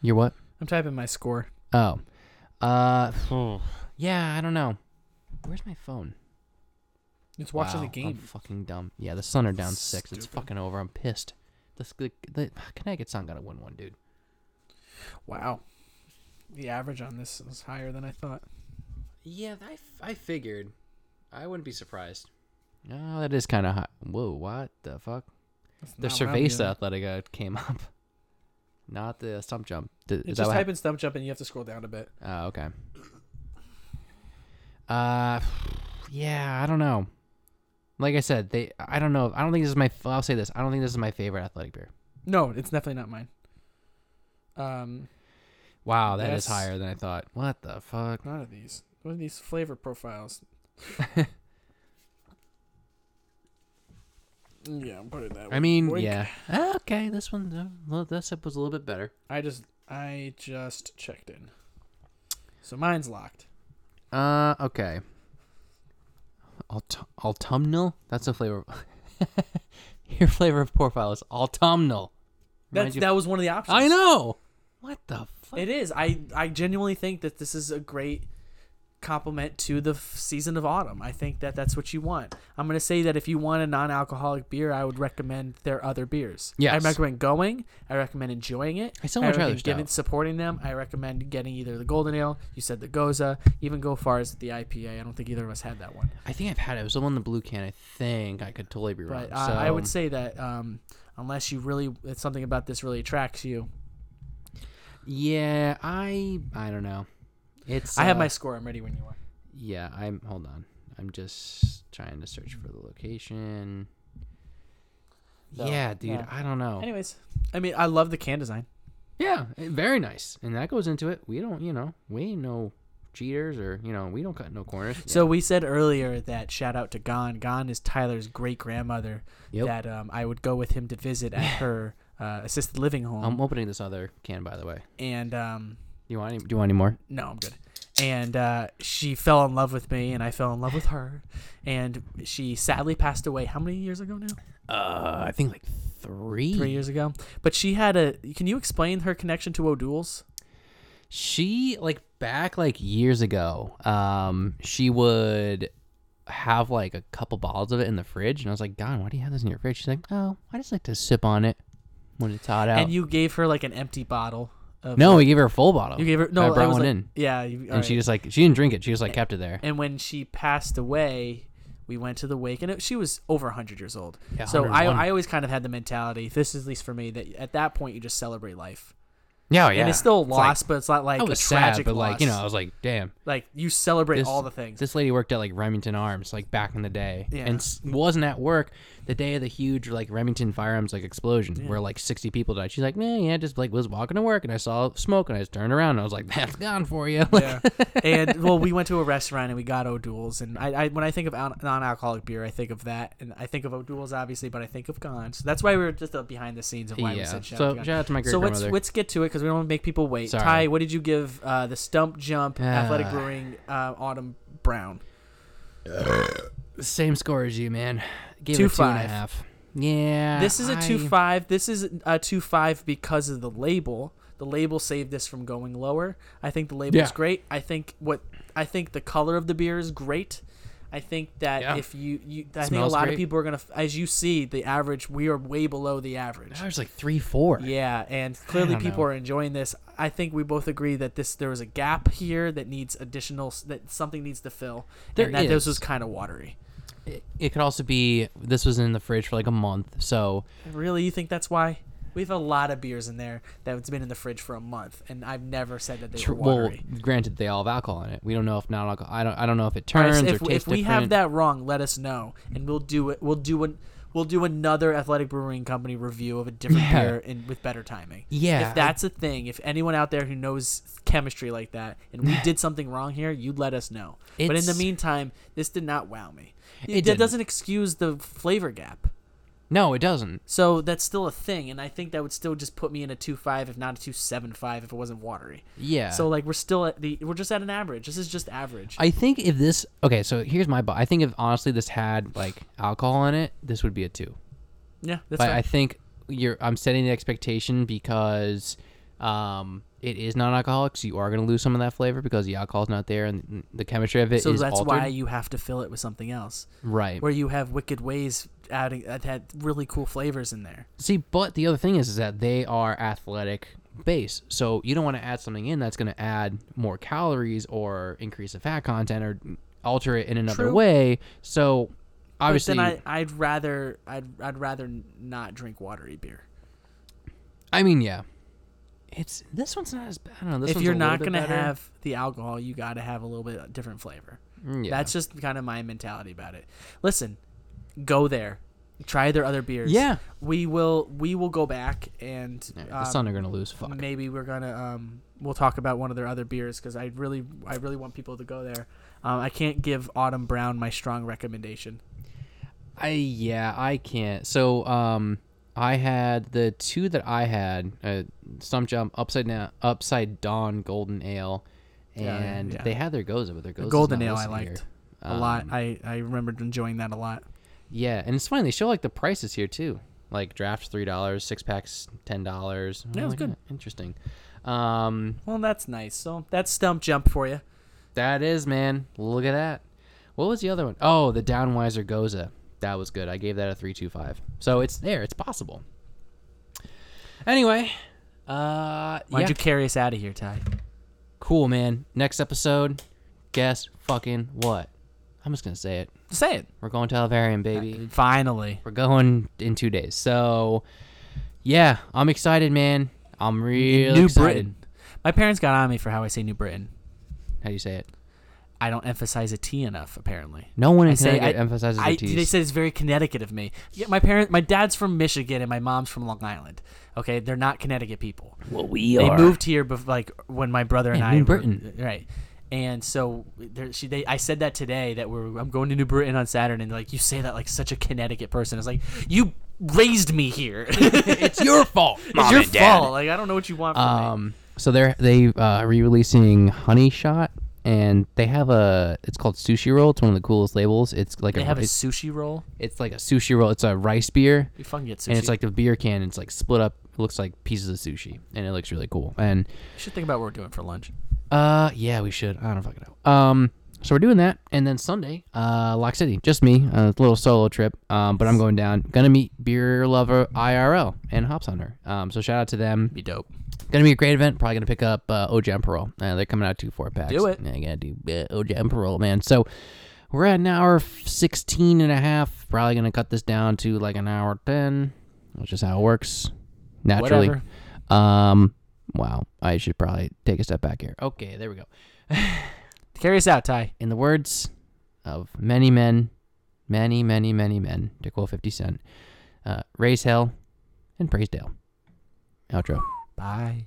[SPEAKER 1] You're what?
[SPEAKER 2] I'm typing my score
[SPEAKER 1] Oh, uh, yeah. I don't know. Where's my phone?
[SPEAKER 2] it's
[SPEAKER 1] Wow, I'm fucking dumb. Yeah, the Sun are down six. It's fucking over. I'm pissed. The, the, the Connecticut Sun got to win one, dude.
[SPEAKER 2] wow the average on this is higher than I thought
[SPEAKER 4] yeah, I, I figured. I wouldn't be surprised.
[SPEAKER 1] Oh, that is kind of hot. Whoa, what the fuck?
[SPEAKER 2] That's
[SPEAKER 1] The
[SPEAKER 2] not what I'm
[SPEAKER 1] Cerveza
[SPEAKER 2] doing.
[SPEAKER 1] Athletica came up, not the stump jump. Th-
[SPEAKER 2] You
[SPEAKER 1] Is that
[SPEAKER 2] just
[SPEAKER 1] what
[SPEAKER 2] type
[SPEAKER 1] happened?
[SPEAKER 2] in stump jump and you have to scroll down a bit
[SPEAKER 1] Oh, okay. Uh, yeah, I don't know. Like I said, they. I don't know. I don't think this is my. f- I'll say this. I don't think this is my favorite athletic beer.
[SPEAKER 2] no it's definitely not mine um
[SPEAKER 1] Wow, that is
[SPEAKER 2] Yes.
[SPEAKER 1] higher than I thought. What the fuck?
[SPEAKER 2] None of these. What are these flavor profiles? yeah, I'm putting that.
[SPEAKER 1] I mean,
[SPEAKER 2] Boink.
[SPEAKER 1] yeah. Ah, Okay, this one, uh, well, this sip was a little bit better.
[SPEAKER 2] I just I just checked in. So mine's locked.
[SPEAKER 1] Uh, okay. Aut- autumnal? That's a flavor. Your flavor of profile is autumnal.
[SPEAKER 2] That,
[SPEAKER 1] you-
[SPEAKER 2] that was one of the options.
[SPEAKER 1] I know. What the fuck?
[SPEAKER 2] It is. I I genuinely think that this is a great compliment to the f- season of autumn. I think that that's what you want. I'm going to say that if you want a non-alcoholic beer, I would recommend their other beers.
[SPEAKER 1] Yes.
[SPEAKER 2] I recommend going. I recommend enjoying it.
[SPEAKER 1] I still wanna try their
[SPEAKER 2] recommend giving-
[SPEAKER 1] stout.
[SPEAKER 2] supporting them. I recommend getting either the golden ale, you said the goza, even go far as the IPA. I don't think either of us had that one.
[SPEAKER 1] I think I've had it. It was the one in the blue can. I think I could totally be wrong.
[SPEAKER 2] But uh,
[SPEAKER 1] so,
[SPEAKER 2] I would say that um, unless you really it's something about this really attracts you.
[SPEAKER 1] Yeah, I I don't know. It's
[SPEAKER 2] I have
[SPEAKER 1] uh,
[SPEAKER 2] my score. I'm ready when you are.
[SPEAKER 1] Yeah, I'm hold on. I'm just trying to search for the location.
[SPEAKER 2] So,
[SPEAKER 1] yeah, dude,
[SPEAKER 2] yeah.
[SPEAKER 1] I don't know.
[SPEAKER 2] Anyways, I mean, I love the can design.
[SPEAKER 1] Yeah, eh, very nice. And that goes into it. We don't, you know, we ain't no cheaters or, you know, we don't cut no corners.
[SPEAKER 2] So we said earlier that shout out to Gon. Gon is Tyler's great grandmother.
[SPEAKER 1] Yep.
[SPEAKER 2] That um, I would go with him to visit at her uh, assisted living home.
[SPEAKER 1] I'm opening this other can by the way.
[SPEAKER 2] and um,
[SPEAKER 1] You want any, do you want any more?
[SPEAKER 2] no, I'm good. And uh, she fell in love with me, and I fell in love with her. And she sadly passed away. How many years ago now?
[SPEAKER 1] Uh, I think like 3.
[SPEAKER 2] Three years ago. But she had a. Can you explain her connection to O'Doul's?
[SPEAKER 1] she like back like years ago um she would have like a couple bottles of it in the fridge and i was like god why do you have this in your fridge she's like oh i just like to sip on it when it's hot out
[SPEAKER 2] And you gave her like an empty bottle. Of
[SPEAKER 1] no
[SPEAKER 2] like-
[SPEAKER 1] we gave her a full bottle
[SPEAKER 2] you gave her no.
[SPEAKER 1] i
[SPEAKER 2] it
[SPEAKER 1] brought
[SPEAKER 2] was
[SPEAKER 1] one
[SPEAKER 2] like-
[SPEAKER 1] in
[SPEAKER 2] Yeah, you,
[SPEAKER 1] and she just like she didn't drink it she just like kept it there
[SPEAKER 2] and when she passed away we went to the wake and it, she was over 100 years old
[SPEAKER 1] Yeah,
[SPEAKER 2] so I,
[SPEAKER 1] 101.
[SPEAKER 2] I always kind of had the mentality this is at least for me that at that point you just celebrate life
[SPEAKER 1] yeah oh, yeah
[SPEAKER 2] and it's still a
[SPEAKER 1] like-
[SPEAKER 2] loss but it's not like
[SPEAKER 1] i
[SPEAKER 2] a
[SPEAKER 1] was
[SPEAKER 2] tragic
[SPEAKER 1] sad but
[SPEAKER 2] loss.
[SPEAKER 1] like you know i was like damn
[SPEAKER 2] like you celebrate all the things
[SPEAKER 1] This lady worked at like Remington Arms, like back in the day,
[SPEAKER 2] Yeah.
[SPEAKER 1] and s- wasn't at work the day of the huge like Remington firearms like explosion where like sixty people died. She's like, man, yeah, just like was walking to work and I saw smoke and I just turned around and I was like, that's gone for you. Like,
[SPEAKER 2] yeah. and well, we went to a restaurant and we got O'Doul's, and I, I when I think of al- non-alcoholic beer, I think of that, and I think of O'Doul's obviously, but I think of Gone. So that's why we were just uh, behind the scenes of why we
[SPEAKER 1] Yeah.
[SPEAKER 2] said shout
[SPEAKER 1] So,
[SPEAKER 2] out. to Gone.
[SPEAKER 1] shout out to my
[SPEAKER 2] So let's
[SPEAKER 1] great-grandmother.
[SPEAKER 2] let's get to it because we don't want to make people wait.
[SPEAKER 1] Sorry.
[SPEAKER 2] Ty, what did you give uh, the Stump Jump Athletic
[SPEAKER 1] Ah.
[SPEAKER 2] Brewing uh, Autumn Brown?
[SPEAKER 1] Same score as you, man. Give
[SPEAKER 2] Two
[SPEAKER 1] it two and a
[SPEAKER 2] five.
[SPEAKER 1] half. Yeah.
[SPEAKER 2] This is a
[SPEAKER 1] Uh, I-
[SPEAKER 2] two five. This is a two five because of the label. The label saved this from going lower. I think the label's
[SPEAKER 1] Yeah.
[SPEAKER 2] great. I think what I think the color of the beer is great. I think that
[SPEAKER 1] Yeah.
[SPEAKER 2] if you, you I think a
[SPEAKER 1] Smells
[SPEAKER 2] lot
[SPEAKER 1] great.
[SPEAKER 2] of people are gonna, f- as you see, the average we are way below the average.
[SPEAKER 1] I was like three four.
[SPEAKER 2] Yeah, and clearly
[SPEAKER 1] don't
[SPEAKER 2] people
[SPEAKER 1] know.
[SPEAKER 2] are enjoying this. I think we both agree that this there was a gap here that needs additional that something needs to fill.
[SPEAKER 1] There
[SPEAKER 2] and that this
[SPEAKER 1] is.
[SPEAKER 2] was kind of watery.
[SPEAKER 1] It, it could also be this was in the fridge for like a month, so
[SPEAKER 2] Really, you think that's why? We have a lot of beers in there that's been in the fridge for a month, and I've never said that they
[SPEAKER 1] tr-
[SPEAKER 2] were watery.
[SPEAKER 1] well, granted they all have alcohol in it. We don't know if not alcohol. I don't. I don't know if it
[SPEAKER 2] Alright,
[SPEAKER 1] turns
[SPEAKER 2] so
[SPEAKER 1] or
[SPEAKER 2] if,
[SPEAKER 1] tastes
[SPEAKER 2] we- if we have
[SPEAKER 1] different.
[SPEAKER 2] that wrong, let us know, and we'll do it. We'll do an We'll do another Athletic Brewing Company review of a different
[SPEAKER 1] Yeah.
[SPEAKER 2] beer and with better timing.
[SPEAKER 1] Yeah,
[SPEAKER 2] if that's a thing, if anyone out there who knows chemistry like that, and we did something wrong here, you let us know. But in the
[SPEAKER 1] It's-
[SPEAKER 2] meantime, this did not wow me.
[SPEAKER 1] It
[SPEAKER 2] It, that
[SPEAKER 1] didn't.
[SPEAKER 2] doesn't excuse the flavor gap.
[SPEAKER 1] No, it doesn't.
[SPEAKER 2] So that's still a thing, and I think that would still just put me in a two five, if not a two seven five, if it wasn't watery.
[SPEAKER 1] Yeah.
[SPEAKER 2] So like we're still at the we're just at an average. This is just average.
[SPEAKER 1] I think if this okay, so here's my bu- I think if honestly this had like alcohol in it, this would be a two.
[SPEAKER 2] yeah, that's
[SPEAKER 1] But
[SPEAKER 2] fine.
[SPEAKER 1] I think you're I'm setting the expectation because um it is non-alcoholic, so you are gonna lose some of that flavor because the alcohol's not there and the chemistry of it is
[SPEAKER 2] so that's
[SPEAKER 1] altered.
[SPEAKER 2] why you have to fill it with something else,
[SPEAKER 1] right.
[SPEAKER 2] where you have Wicked Ways adding uh, that had really cool flavors in there.
[SPEAKER 1] See, but the other thing is, is that they are athletic based, so you don't want to add something in that's going to add more calories or increase the fat content or alter it in another
[SPEAKER 2] True.
[SPEAKER 1] way. So obviously,
[SPEAKER 2] but then
[SPEAKER 1] I,
[SPEAKER 2] I, I'd rather I'd I'd rather n- not drink watery beer.
[SPEAKER 1] mean, yeah, it's this one's not as bad. I don't know. This
[SPEAKER 2] if
[SPEAKER 1] one's
[SPEAKER 2] you're
[SPEAKER 1] a little
[SPEAKER 2] not
[SPEAKER 1] bit
[SPEAKER 2] gonna
[SPEAKER 1] better.
[SPEAKER 2] have the alcohol, you gotta have a little bit different flavor.
[SPEAKER 1] Mm, yeah.
[SPEAKER 2] That's just kind of my mentality about it. Listen, go there, try their other beers.
[SPEAKER 1] Yeah.
[SPEAKER 2] we will. We will go back and
[SPEAKER 1] Yeah, the
[SPEAKER 2] um,
[SPEAKER 1] Sun are going to lose. Fuck.
[SPEAKER 2] maybe we're gonna um we'll talk about one of their other beers because I really I really want people to go there. Um, I can't give Autumn Brown my strong recommendation.
[SPEAKER 1] I yeah, I can't. So um, I had the two that I had uh, stump jump upside down upside dawn golden ale,
[SPEAKER 2] Yeah,
[SPEAKER 1] and
[SPEAKER 2] yeah.
[SPEAKER 1] they had their goza, but their goza
[SPEAKER 2] Golden Ale I liked a lot.
[SPEAKER 1] Um,
[SPEAKER 2] I I remembered enjoying that a lot.
[SPEAKER 1] Yeah, and it's funny they show like the prices here too. Like drafts three dollars, six packs ten dollars.
[SPEAKER 2] Yeah, it was good.
[SPEAKER 1] Interesting. Um,
[SPEAKER 2] Well, that's nice. So that's stump jump for you.
[SPEAKER 1] that is man. Look at that. What was the other one? Oh, the Downweiser Goza. That was good. I gave that a three two five. So it's there. It's possible. Anyway, uh,
[SPEAKER 2] Why'd
[SPEAKER 1] yeah.
[SPEAKER 2] you carry us out of here, Ty?
[SPEAKER 1] cool man. Next episode, guess fucking what? I'm just gonna say it.
[SPEAKER 2] Say it.
[SPEAKER 1] We're going to Alvarium, baby.
[SPEAKER 2] Finally.
[SPEAKER 1] We're going in two days. So, yeah, I'm excited, man. I'm real
[SPEAKER 2] New
[SPEAKER 1] excited.
[SPEAKER 2] Britain. My parents got on me for how I say New Britain.
[SPEAKER 1] How do you say it?
[SPEAKER 2] I don't emphasize a T enough, apparently.
[SPEAKER 1] No one in
[SPEAKER 2] I say
[SPEAKER 1] Connecticut
[SPEAKER 2] I-
[SPEAKER 1] emphasizes
[SPEAKER 2] I,
[SPEAKER 1] the T's.
[SPEAKER 2] They said it's very Connecticut of me. Yeah, my parent, my dad's from Michigan and my mom's from Long Island. Okay, they're not Connecticut people.
[SPEAKER 1] well, we
[SPEAKER 2] they moved here, bef- like when my brother and
[SPEAKER 1] Yeah,
[SPEAKER 2] I
[SPEAKER 1] New
[SPEAKER 2] were-
[SPEAKER 1] Britain.
[SPEAKER 2] right? And so there, she, they, I said that today that we're I'm going to New Britain on Saturday, and they're like you say that like such a Connecticut person. It's like you raised me here. it's
[SPEAKER 1] It's your fault, Mom
[SPEAKER 2] your
[SPEAKER 1] and Dad.
[SPEAKER 2] fault. Like I don't know what you want from me.
[SPEAKER 1] Um, so they're they uh, re-releasing Honey Shot, and they have a. It's called Sushi Roll. It's one of the coolest labels. It's like
[SPEAKER 2] They
[SPEAKER 1] a.
[SPEAKER 2] have a
[SPEAKER 1] it's,
[SPEAKER 2] sushi roll.
[SPEAKER 1] it's like a sushi roll. It's a rice beer.
[SPEAKER 2] You fucking get sushi.
[SPEAKER 1] And it's like the beer can. It's like split up. It looks like pieces of sushi, and it looks really cool. And
[SPEAKER 2] you should think about what we're doing for lunch.
[SPEAKER 1] Uh, yeah, we should. I don't fucking know. Um, so we're doing that, and then Sunday, uh, Lock City, just me, a little solo trip. Um, but I'm going down. Gonna meet beer lover IRL and Hops Hunter. Um, so shout out to them.
[SPEAKER 2] Be dope.
[SPEAKER 1] Gonna be a great event. Probably gonna pick up uh, OJ Emperor. Uh, they're coming out two four packs.
[SPEAKER 2] Do it.
[SPEAKER 1] Yeah, I gotta do uh, OJ Emperor, man. So we're at an hour f- 16 and a half. Probably gonna cut this down to like an hour 10, which is how it works naturally.
[SPEAKER 2] Whatever.
[SPEAKER 1] Um, wow. I should probably take a step back here. Okay, there we go.
[SPEAKER 2] Carry us out, Ty.
[SPEAKER 1] In the words of many men, many, many, many men, to quote 50 Cent, uh, raise hell and praise Dale. Outro.
[SPEAKER 2] Bye.